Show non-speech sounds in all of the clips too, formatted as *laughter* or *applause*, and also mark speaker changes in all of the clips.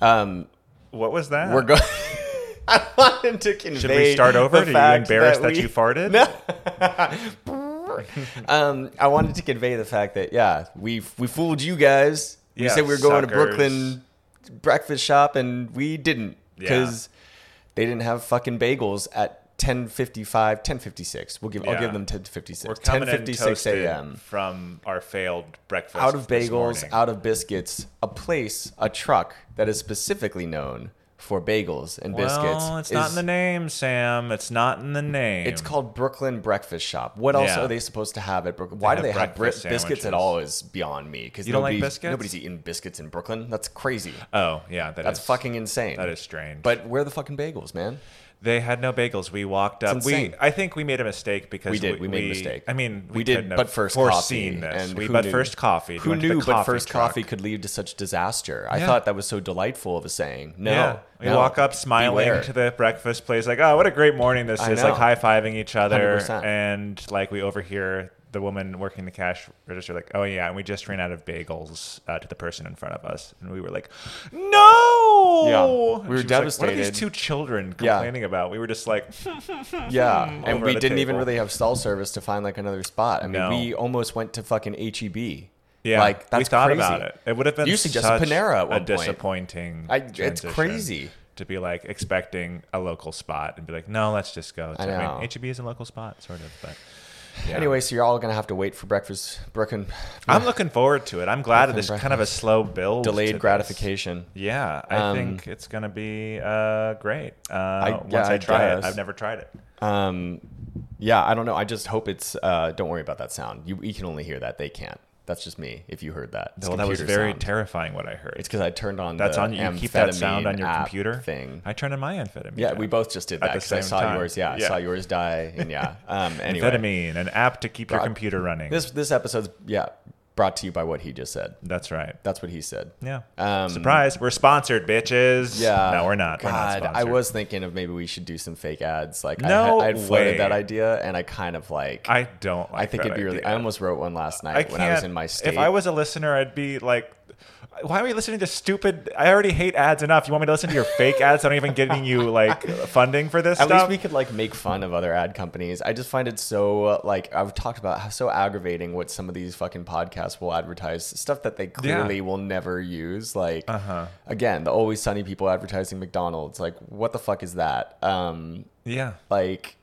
Speaker 1: Um,
Speaker 2: What was that?
Speaker 1: we're going. *laughs* I wanted to convey.
Speaker 2: Uh, Should we start over?
Speaker 1: the
Speaker 2: Are you
Speaker 1: fact
Speaker 2: embarrassed that,
Speaker 1: we-
Speaker 2: you farted?
Speaker 1: No. um, I wanted to convey the fact that yeah, we we fooled you guys. We
Speaker 2: Yeah,
Speaker 1: said we were going to
Speaker 2: suckers.
Speaker 1: Brooklyn breakfast shop, and we didn't
Speaker 2: Yeah.
Speaker 1: because they didn't have fucking bagels at. 1055 1056 we'll give i'll
Speaker 2: Yeah.
Speaker 1: give them 1056
Speaker 2: We're coming in
Speaker 1: 1056
Speaker 2: toasted
Speaker 1: a.m
Speaker 2: from our failed breakfast.
Speaker 1: out of
Speaker 2: this
Speaker 1: bagels,
Speaker 2: morning.
Speaker 1: out of biscuits, a place, a truck that is specifically known for bagels and biscuits.
Speaker 2: Well, it's not
Speaker 1: is-
Speaker 2: in the name, Sam. It's not in the name.
Speaker 1: It's called Brooklyn Breakfast Shop. What else
Speaker 2: Yeah.
Speaker 1: are they supposed to have at Brooklyn? Why do
Speaker 2: have
Speaker 1: they have bri-
Speaker 2: breakfast
Speaker 1: biscuits at
Speaker 2: sandwiches.
Speaker 1: all? Is beyond me because
Speaker 2: You don't like biscuits?
Speaker 1: Nobody's eating biscuits in Brooklyn. That's crazy.
Speaker 2: Oh yeah, that
Speaker 1: That's
Speaker 2: is-
Speaker 1: fucking insane.
Speaker 2: That is strange.
Speaker 1: But where are the fucking bagels, man?
Speaker 2: They had no bagels. We walked up. We
Speaker 1: insane.
Speaker 2: I think we made a mistake because
Speaker 1: We did. We made a mistake.
Speaker 2: I mean, we,
Speaker 1: We did,
Speaker 2: couldn't have
Speaker 1: but first
Speaker 2: foreseen
Speaker 1: coffee,
Speaker 2: this.
Speaker 1: and
Speaker 2: we
Speaker 1: who
Speaker 2: but
Speaker 1: knew?
Speaker 2: first coffee. We
Speaker 1: Who
Speaker 2: went to the
Speaker 1: knew? But
Speaker 2: coffee
Speaker 1: first
Speaker 2: truck.
Speaker 1: coffee could lead to such disaster. I
Speaker 2: Yeah.
Speaker 1: thought that was so delightful of a saying. No,
Speaker 2: Yeah. We
Speaker 1: no.
Speaker 2: walk up smiling
Speaker 1: Beware.
Speaker 2: to the breakfast place, like, oh, what a great morning this
Speaker 1: I
Speaker 2: is.
Speaker 1: know.
Speaker 2: Like high fiving each other,
Speaker 1: 100%.
Speaker 2: and like we overhear the woman working the cash register, like, oh yeah, and we just ran out of bagels uh, to the person in front of us, and we were like, no.
Speaker 1: Yeah. We
Speaker 2: And
Speaker 1: were
Speaker 2: she was like, what are
Speaker 1: devastated.
Speaker 2: these two children
Speaker 1: Yeah.
Speaker 2: complaining about? We were just like,
Speaker 1: Yeah, and
Speaker 2: Hmm. over
Speaker 1: we
Speaker 2: at a
Speaker 1: didn't even
Speaker 2: table.
Speaker 1: really have cell service to find like another spot. I mean,
Speaker 2: No.
Speaker 1: we almost went to fucking HEB.
Speaker 2: Yeah,
Speaker 1: like that's
Speaker 2: we thought
Speaker 1: crazy.
Speaker 2: about it. It would have been
Speaker 1: You suggested
Speaker 2: such
Speaker 1: Panera at one
Speaker 2: a
Speaker 1: point.
Speaker 2: disappointing.
Speaker 1: I- it's
Speaker 2: transition
Speaker 1: crazy.
Speaker 2: to be like expecting a local spot and be like, no, let's just go. To,
Speaker 1: I know.
Speaker 2: mean, HEB is a local spot, sort of. But yeah.
Speaker 1: Anyway, so you're all gonna have to wait for breakfast, Brooklyn.
Speaker 2: I'm looking forward to it. I'm glad that this
Speaker 1: Breakfast.
Speaker 2: kind of a slow build, to
Speaker 1: Delayed
Speaker 2: this.
Speaker 1: gratification.
Speaker 2: Yeah, I
Speaker 1: Um,
Speaker 2: think it's gonna be uh, great. Uh, once
Speaker 1: yeah,
Speaker 2: I
Speaker 1: I
Speaker 2: try it,
Speaker 1: guess.
Speaker 2: I've never tried it.
Speaker 1: Um, yeah, I don't know. I just hope it's. Uh, don't worry about that sound. You, you can only hear that. They can't. That's just me. If you heard that, It's
Speaker 2: Well, that was
Speaker 1: computer
Speaker 2: very
Speaker 1: sound.
Speaker 2: terrifying. What I heard.
Speaker 1: It's because I turned on.
Speaker 2: That's
Speaker 1: the
Speaker 2: on you. Keep that sound on your
Speaker 1: amphetamine app
Speaker 2: computer
Speaker 1: thing.
Speaker 2: I turned on my amphetamine.
Speaker 1: Yeah,
Speaker 2: app.
Speaker 1: we both just did
Speaker 2: At
Speaker 1: that
Speaker 2: the
Speaker 1: 'cause I
Speaker 2: same
Speaker 1: saw
Speaker 2: time.
Speaker 1: yours. Yeah,
Speaker 2: Yeah.
Speaker 1: I saw yours die, and
Speaker 2: *laughs*
Speaker 1: yeah. Um, anyway,
Speaker 2: amphetamine, an app to keep your computer running.
Speaker 1: This this episode's yeah brought to you by what he just said.
Speaker 2: That's right.
Speaker 1: That's what he said.
Speaker 2: Yeah.
Speaker 1: Um,
Speaker 2: Surprise, we're sponsored, bitches.
Speaker 1: Yeah.
Speaker 2: No, we're not. we're not
Speaker 1: God, I
Speaker 2: sponsored.
Speaker 1: was thinking of maybe we should do some fake ads. Like
Speaker 2: No
Speaker 1: I, had- I had floated
Speaker 2: way.
Speaker 1: that idea, and I kind of like I,
Speaker 2: I don't like.
Speaker 1: think
Speaker 2: that
Speaker 1: it'd be really.
Speaker 2: idea.
Speaker 1: I almost wrote one last night
Speaker 2: I
Speaker 1: when I was
Speaker 2: can't-
Speaker 1: in my state.
Speaker 2: If I was a listener, I'd be like, "Why are we listening to stupid? I already hate ads enough. You want me to listen to your fake ads? I'm not even getting you
Speaker 1: *laughs*
Speaker 2: like funding for this
Speaker 1: at least
Speaker 2: stuff."
Speaker 1: we could like make fun of other ad companies. I just find it so uh, like I've talked about how so aggravating what some of these fucking podcasts will advertise stuff that they clearly will never use. Like
Speaker 2: Uh-huh.
Speaker 1: again, the Always Sunny people advertising McDonald's. Like what the fuck is that? Um,
Speaker 2: yeah.
Speaker 1: like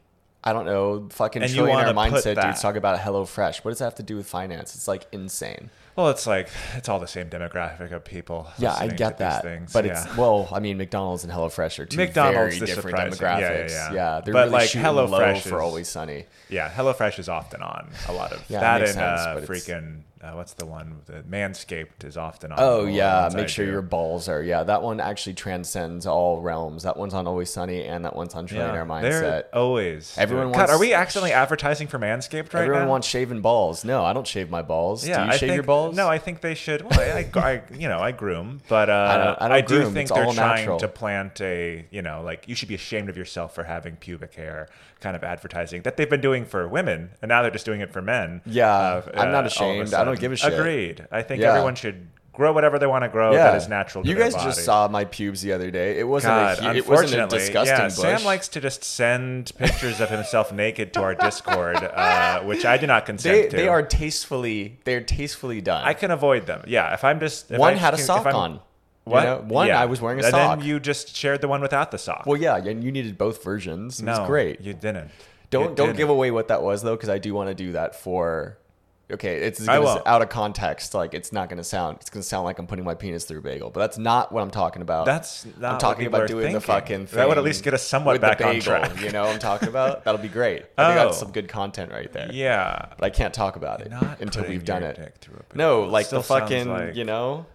Speaker 1: I don't know, fucking
Speaker 2: And you
Speaker 1: trillionaire
Speaker 2: wanna put
Speaker 1: mindset
Speaker 2: that-
Speaker 1: dudes talk about HelloFresh. What does that have to do with finance? It's like insane.
Speaker 2: Well, it's like it's all the same demographic of people.
Speaker 1: Yeah, I
Speaker 2: listening to
Speaker 1: get
Speaker 2: these
Speaker 1: that,
Speaker 2: things.
Speaker 1: but
Speaker 2: yeah.
Speaker 1: it's well, I mean, McDonald's and HelloFresh are two
Speaker 2: McDonald's
Speaker 1: very
Speaker 2: is
Speaker 1: different
Speaker 2: surprising. Yeah,
Speaker 1: demographics.
Speaker 2: yeah,
Speaker 1: Yeah,
Speaker 2: yeah.
Speaker 1: they're
Speaker 2: But,
Speaker 1: really
Speaker 2: like,
Speaker 1: shooting low
Speaker 2: HelloFresh
Speaker 1: for
Speaker 2: is-
Speaker 1: Always Sunny.
Speaker 2: Yeah, HelloFresh is often on a lot of
Speaker 1: Yeah, it
Speaker 2: that
Speaker 1: makes
Speaker 2: and
Speaker 1: sense,
Speaker 2: uh,
Speaker 1: but it's-
Speaker 2: freaking uh, what's the one the Manscaped is often on.
Speaker 1: Oh
Speaker 2: the
Speaker 1: yeah,
Speaker 2: ones I
Speaker 1: make sure
Speaker 2: do.
Speaker 1: your balls are. Yeah, that one actually transcends all realms. That one's on Always Sunny, and that one's on Trillionaire Mindset.
Speaker 2: They're always
Speaker 1: Everyone
Speaker 2: God,
Speaker 1: wants-
Speaker 2: are we accidentally advertising for Manscaped right
Speaker 1: Everyone
Speaker 2: now?
Speaker 1: wants shaven balls. No, I don't shave my balls. do you
Speaker 2: I
Speaker 1: shave
Speaker 2: think,
Speaker 1: your balls?
Speaker 2: No, I think they should. Well, I, I, I you know, I groom, but uh, I,
Speaker 1: don't- I don't
Speaker 2: do
Speaker 1: groom.
Speaker 2: think
Speaker 1: It's
Speaker 2: they're
Speaker 1: all
Speaker 2: trying
Speaker 1: natural.
Speaker 2: to plant a, you know, like you should be ashamed of yourself for having pubic hair kind of advertising that they've been doing for women, and now they're just doing it for men. Uh,
Speaker 1: Yeah, I'm not
Speaker 2: all of a
Speaker 1: ashamed. I don't
Speaker 2: sudden.
Speaker 1: give a shit.
Speaker 2: Agreed. I think
Speaker 1: Yeah.
Speaker 2: everyone should grow whatever they want to grow that is natural. To
Speaker 1: you
Speaker 2: their
Speaker 1: guys just
Speaker 2: body.
Speaker 1: saw my pubes the other day. It wasn't
Speaker 2: God,
Speaker 1: a hu- it wasn't
Speaker 2: unfortunately,
Speaker 1: a disgusting
Speaker 2: yeah,
Speaker 1: bush.
Speaker 2: Sam likes to just send pictures of himself naked to our Discord, uh, which I do not consent
Speaker 1: they,
Speaker 2: to.
Speaker 1: they are tastefully they're tastefully done.
Speaker 2: I can avoid them. Yeah, if I'm just if
Speaker 1: one
Speaker 2: I
Speaker 1: had a
Speaker 2: can- if
Speaker 1: sock
Speaker 2: I'm-
Speaker 1: on. you
Speaker 2: What?
Speaker 1: know? One
Speaker 2: Yeah.
Speaker 1: I was wearing a
Speaker 2: and
Speaker 1: sock.
Speaker 2: then you just shared the one without the sock.
Speaker 1: well, yeah, and you needed both versions. It
Speaker 2: no,
Speaker 1: was great.
Speaker 2: You didn't.
Speaker 1: don't
Speaker 2: You
Speaker 1: don't
Speaker 2: didn't.
Speaker 1: give away what that was though, because I do want to do that for. Okay, it's
Speaker 2: I
Speaker 1: gonna s-
Speaker 2: won't.
Speaker 1: out of context. Like it's not going to sound. It's going to sound like I'm putting my penis through a bagel, but that's not what I'm talking about.
Speaker 2: That's not
Speaker 1: I'm
Speaker 2: what
Speaker 1: talking
Speaker 2: people
Speaker 1: about
Speaker 2: are
Speaker 1: doing the
Speaker 2: thinking.
Speaker 1: fucking thing.
Speaker 2: That would at least get us somewhat
Speaker 1: with
Speaker 2: back
Speaker 1: the
Speaker 2: on
Speaker 1: bagel,
Speaker 2: track.
Speaker 1: You know what I'm talking
Speaker 2: *laughs*
Speaker 1: about? That'll be great. I think
Speaker 2: Oh.
Speaker 1: that's some good content right there.
Speaker 2: Yeah.
Speaker 1: But I can't talk about it
Speaker 2: Not
Speaker 1: until
Speaker 2: putting
Speaker 1: we've done
Speaker 2: your
Speaker 1: it.
Speaker 2: dick through a
Speaker 1: No,
Speaker 2: bagel.
Speaker 1: like
Speaker 2: Still
Speaker 1: the
Speaker 2: sounds
Speaker 1: fucking,
Speaker 2: like-
Speaker 1: you know,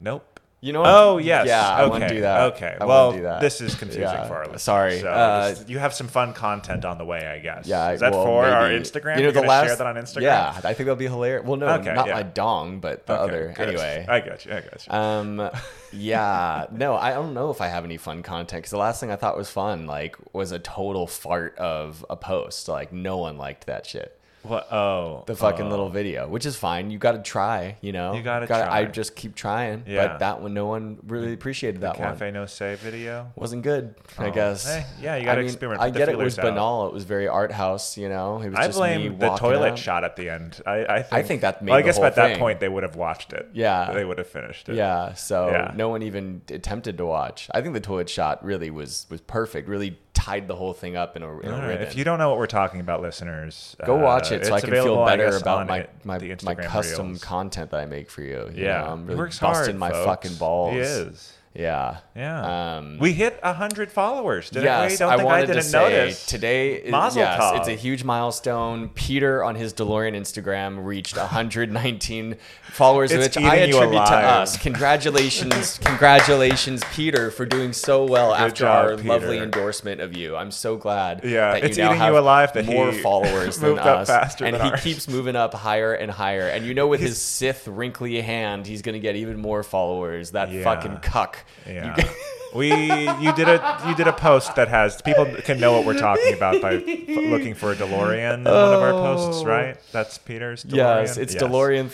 Speaker 2: Nope.
Speaker 1: you know. what I'm-
Speaker 2: Oh
Speaker 1: *laughs*
Speaker 2: yes.
Speaker 1: yeah.
Speaker 2: Okay.
Speaker 1: I want to do that.
Speaker 2: Okay.
Speaker 1: I wanna
Speaker 2: well,
Speaker 1: do that.
Speaker 2: this is confusing
Speaker 1: Yeah.
Speaker 2: for our listeners.
Speaker 1: Sorry.
Speaker 2: So
Speaker 1: Uh,
Speaker 2: this- you have some fun content on the way, I guess.
Speaker 1: yeah,
Speaker 2: Is that
Speaker 1: well,
Speaker 2: for our
Speaker 1: maybe-
Speaker 2: Instagram?
Speaker 1: You know,
Speaker 2: You're
Speaker 1: the
Speaker 2: gonna
Speaker 1: last
Speaker 2: share that on Instagram.
Speaker 1: Yeah, I think that'll be hilarious. Well, no,
Speaker 2: Okay,
Speaker 1: not
Speaker 2: yeah.
Speaker 1: my dong, but the
Speaker 2: Okay,
Speaker 1: other.
Speaker 2: good.
Speaker 1: Anyway,
Speaker 2: I got you. I got you.
Speaker 1: Um, yeah, no, I don't know if I have any fun content because the last thing I thought was fun, like, was a total fart of a post. Like, no one liked that shit.
Speaker 2: What? Oh,
Speaker 1: the fucking
Speaker 2: oh.
Speaker 1: little video, which is fine. You got to try, you know.
Speaker 2: You gotta
Speaker 1: I
Speaker 2: try.
Speaker 1: just keep trying.
Speaker 2: Yeah.
Speaker 1: But that one, no one really appreciated that one.
Speaker 2: oh, cafe no say video.
Speaker 1: Wasn't good, I
Speaker 2: Oh,
Speaker 1: guess.
Speaker 2: hey, yeah, you gotta
Speaker 1: I mean,
Speaker 2: experiment,
Speaker 1: I
Speaker 2: put the
Speaker 1: get it
Speaker 2: feelers
Speaker 1: was
Speaker 2: out.
Speaker 1: banal. It was very art house, you know. It was
Speaker 2: I
Speaker 1: just me
Speaker 2: blame the
Speaker 1: walking
Speaker 2: toilet
Speaker 1: up.
Speaker 2: shot at the end. I I think,
Speaker 1: think that made
Speaker 2: well, I
Speaker 1: the
Speaker 2: guess
Speaker 1: whole
Speaker 2: at that
Speaker 1: thing.
Speaker 2: point they would have watched it.
Speaker 1: Yeah.
Speaker 2: they would have finished it.
Speaker 1: Yeah, so
Speaker 2: Yeah.
Speaker 1: no one even attempted to watch. I think the toilet shot really was was perfect. Really tied the whole thing up in a, in a
Speaker 2: All right.
Speaker 1: ribbon.
Speaker 2: If you don't know what we're talking about, listeners,
Speaker 1: Go
Speaker 2: uh,
Speaker 1: watch it so I
Speaker 2: it's
Speaker 1: can feel
Speaker 2: available, I
Speaker 1: better
Speaker 2: guess, on
Speaker 1: about my
Speaker 2: it,
Speaker 1: my,
Speaker 2: the
Speaker 1: my
Speaker 2: Instagram
Speaker 1: custom
Speaker 2: Reels.
Speaker 1: content that I make for you. you
Speaker 2: Yeah,
Speaker 1: know, I'm
Speaker 2: He
Speaker 1: really
Speaker 2: works hard,
Speaker 1: busting my
Speaker 2: folks.
Speaker 1: fucking balls.
Speaker 2: He is.
Speaker 1: Yeah.
Speaker 2: Yeah.
Speaker 1: Um,
Speaker 2: we hit hundred followers, didn't we?
Speaker 1: yes,
Speaker 2: Don't
Speaker 1: I
Speaker 2: think
Speaker 1: wanted
Speaker 2: I didn't
Speaker 1: to say
Speaker 2: notice.
Speaker 1: today. Is,
Speaker 2: Mazel
Speaker 1: yes,
Speaker 2: tov.
Speaker 1: it's a huge milestone. Peter on his DeLorean Instagram reached 119 followers,
Speaker 2: It's
Speaker 1: which I
Speaker 2: eating you
Speaker 1: attribute to
Speaker 2: alive.
Speaker 1: us.
Speaker 2: *laughs*
Speaker 1: Congratulations, congratulations, Peter, for doing so well after
Speaker 2: job,
Speaker 1: our lovely
Speaker 2: Peter.
Speaker 1: endorsement of you. I'm so glad.
Speaker 2: Yeah,
Speaker 1: that
Speaker 2: it's
Speaker 1: you now
Speaker 2: eating you
Speaker 1: have
Speaker 2: alive that he
Speaker 1: more
Speaker 2: *laughs*
Speaker 1: followers than
Speaker 2: moved up
Speaker 1: us,
Speaker 2: faster
Speaker 1: and
Speaker 2: than
Speaker 1: he
Speaker 2: ours.
Speaker 1: keeps moving up higher and higher. And you know, with his Sith wrinkly hand, he's gonna get even more followers. That
Speaker 2: Yeah.
Speaker 1: fucking cuck. You
Speaker 2: Yeah. *laughs* we you did a you did a post that has people can know what we're talking about by f- looking for a DeLorean in one of our posts, right? That's Peter's DeLorean.
Speaker 1: Oh. Yes, it's DeLorean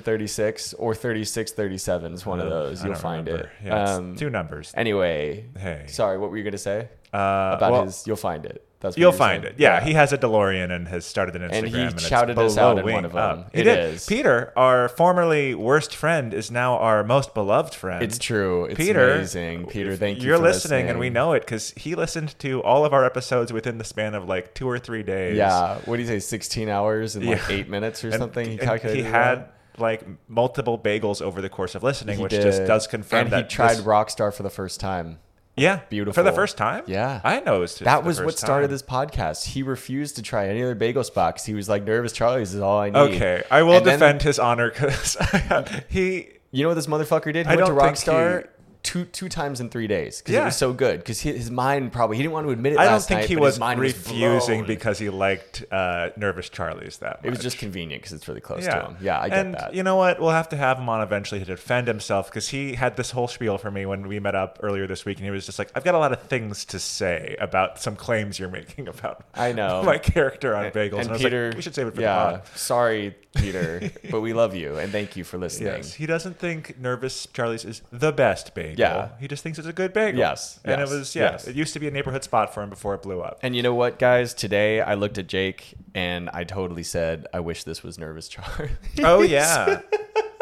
Speaker 1: 3736 or 3637. It's one of those.
Speaker 2: I
Speaker 1: You'll
Speaker 2: don't
Speaker 1: find
Speaker 2: remember.
Speaker 1: it.
Speaker 2: Yeah, it's
Speaker 1: Um,
Speaker 2: two numbers.
Speaker 1: anyway,
Speaker 2: Hey.
Speaker 1: sorry, what were you going to say
Speaker 2: Uh,
Speaker 1: about
Speaker 2: well,
Speaker 1: his? You'll find it. That's what
Speaker 2: You'll
Speaker 1: you were
Speaker 2: find
Speaker 1: saying.
Speaker 2: it. Yeah, he has a DeLorean and has started an Instagram.
Speaker 1: And he
Speaker 2: it's
Speaker 1: shouted us out in
Speaker 2: blowing
Speaker 1: one of
Speaker 2: up.
Speaker 1: them.
Speaker 2: He
Speaker 1: It
Speaker 2: did.
Speaker 1: is.
Speaker 2: Peter, our formerly worst friend, is now our most beloved friend.
Speaker 1: It's true. It's
Speaker 2: Peter,
Speaker 1: amazing. Peter, thank you.
Speaker 2: You're
Speaker 1: for
Speaker 2: listening, and we know it because he listened to all of our episodes within the span of like two or three days.
Speaker 1: Yeah. What do you say? 16 hours and like
Speaker 2: *laughs* Yeah.
Speaker 1: eight minutes or
Speaker 2: And-
Speaker 1: something? He
Speaker 2: and
Speaker 1: calculated.
Speaker 2: he
Speaker 1: that?
Speaker 2: had like multiple bagels over the course of listening,
Speaker 1: He
Speaker 2: which
Speaker 1: did.
Speaker 2: just does confirm
Speaker 1: and
Speaker 2: that
Speaker 1: he tried
Speaker 2: this-
Speaker 1: Rockstar for the first time.
Speaker 2: yeah, for
Speaker 1: Beautiful.
Speaker 2: the first time.
Speaker 1: Yeah.
Speaker 2: I know it was for
Speaker 1: That
Speaker 2: the
Speaker 1: was what
Speaker 2: first
Speaker 1: started
Speaker 2: time.
Speaker 1: this podcast. He refused to try any other bagel spot 'cause he was like, "Nervous Charlie's is all I need."
Speaker 2: Okay, I will
Speaker 1: And then-
Speaker 2: defend his honor because *laughs* he
Speaker 1: You know what this motherfucker did? He
Speaker 2: I
Speaker 1: went to
Speaker 2: don't think
Speaker 1: Rockstar
Speaker 2: he-
Speaker 1: two two times in three days because it
Speaker 2: Yeah.
Speaker 1: was so good. Because his mind probably he didn't want to admit it.
Speaker 2: I don't
Speaker 1: last
Speaker 2: think
Speaker 1: night,
Speaker 2: he
Speaker 1: but
Speaker 2: was
Speaker 1: his mind
Speaker 2: refusing
Speaker 1: Was blown.
Speaker 2: because he liked uh, Nervous Charlie's that much.
Speaker 1: it was just convenient because it's really close
Speaker 2: yeah,
Speaker 1: to him. Yeah, I get
Speaker 2: and
Speaker 1: that.
Speaker 2: you know what? We'll have to have him on eventually to defend himself because he had this whole spiel for me when we met up earlier this week, and he was just like, "I've got a lot of things to say about some claims you're making about
Speaker 1: I know.
Speaker 2: *laughs* my character on bagels."
Speaker 1: and
Speaker 2: I was
Speaker 1: Peter,
Speaker 2: like, we should save it for
Speaker 1: yeah,
Speaker 2: the pod.
Speaker 1: Sorry,
Speaker 2: *laughs*
Speaker 1: Peter, but we love you and thank you for listening.
Speaker 2: Yes, he doesn't think Nervous Charlie's is the best bagel.
Speaker 1: Yeah.
Speaker 2: he just thinks it's a good bagel.
Speaker 1: Yes,
Speaker 2: and
Speaker 1: yes,
Speaker 2: it was yeah,
Speaker 1: yes.
Speaker 2: it used to be a neighborhood spot for him before it blew up.
Speaker 1: *laughs* And you know what, guys? Today I looked at Jake and I totally said, "I wish this was Nervous Charlie."
Speaker 2: *laughs* Oh yeah,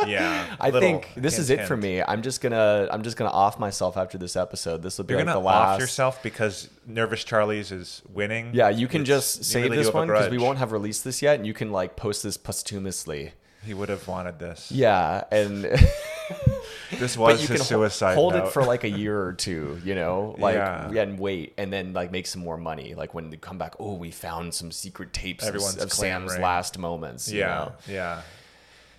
Speaker 2: yeah.
Speaker 1: *laughs* I
Speaker 2: Little
Speaker 1: think this is
Speaker 2: hint,
Speaker 1: it for
Speaker 2: hint.
Speaker 1: me. I'm just gonna I'm just gonna off myself after this episode. This will be
Speaker 2: You're
Speaker 1: like
Speaker 2: gonna
Speaker 1: the last.
Speaker 2: off yourself because Nervous Charlie's is winning.
Speaker 1: Yeah, you can
Speaker 2: It's-
Speaker 1: just
Speaker 2: you
Speaker 1: save
Speaker 2: really do
Speaker 1: this
Speaker 2: have a
Speaker 1: one because we
Speaker 2: grudge.
Speaker 1: won't have released this yet, and you can like post this posthumously.
Speaker 2: He would have wanted this.
Speaker 1: Yeah, and *laughs*
Speaker 2: This
Speaker 1: but
Speaker 2: was
Speaker 1: you can
Speaker 2: his
Speaker 1: hol-
Speaker 2: suicide.
Speaker 1: hold
Speaker 2: note.
Speaker 1: it for like a year or two, you
Speaker 2: *laughs*
Speaker 1: know, like
Speaker 2: Yeah.
Speaker 1: and wait, and then like make some more money. Like when they come back, oh, we found some secret tapes of-
Speaker 2: Everyone's
Speaker 1: of Sam's
Speaker 2: clamoring.
Speaker 1: last moments. you
Speaker 2: yeah,
Speaker 1: know?
Speaker 2: yeah.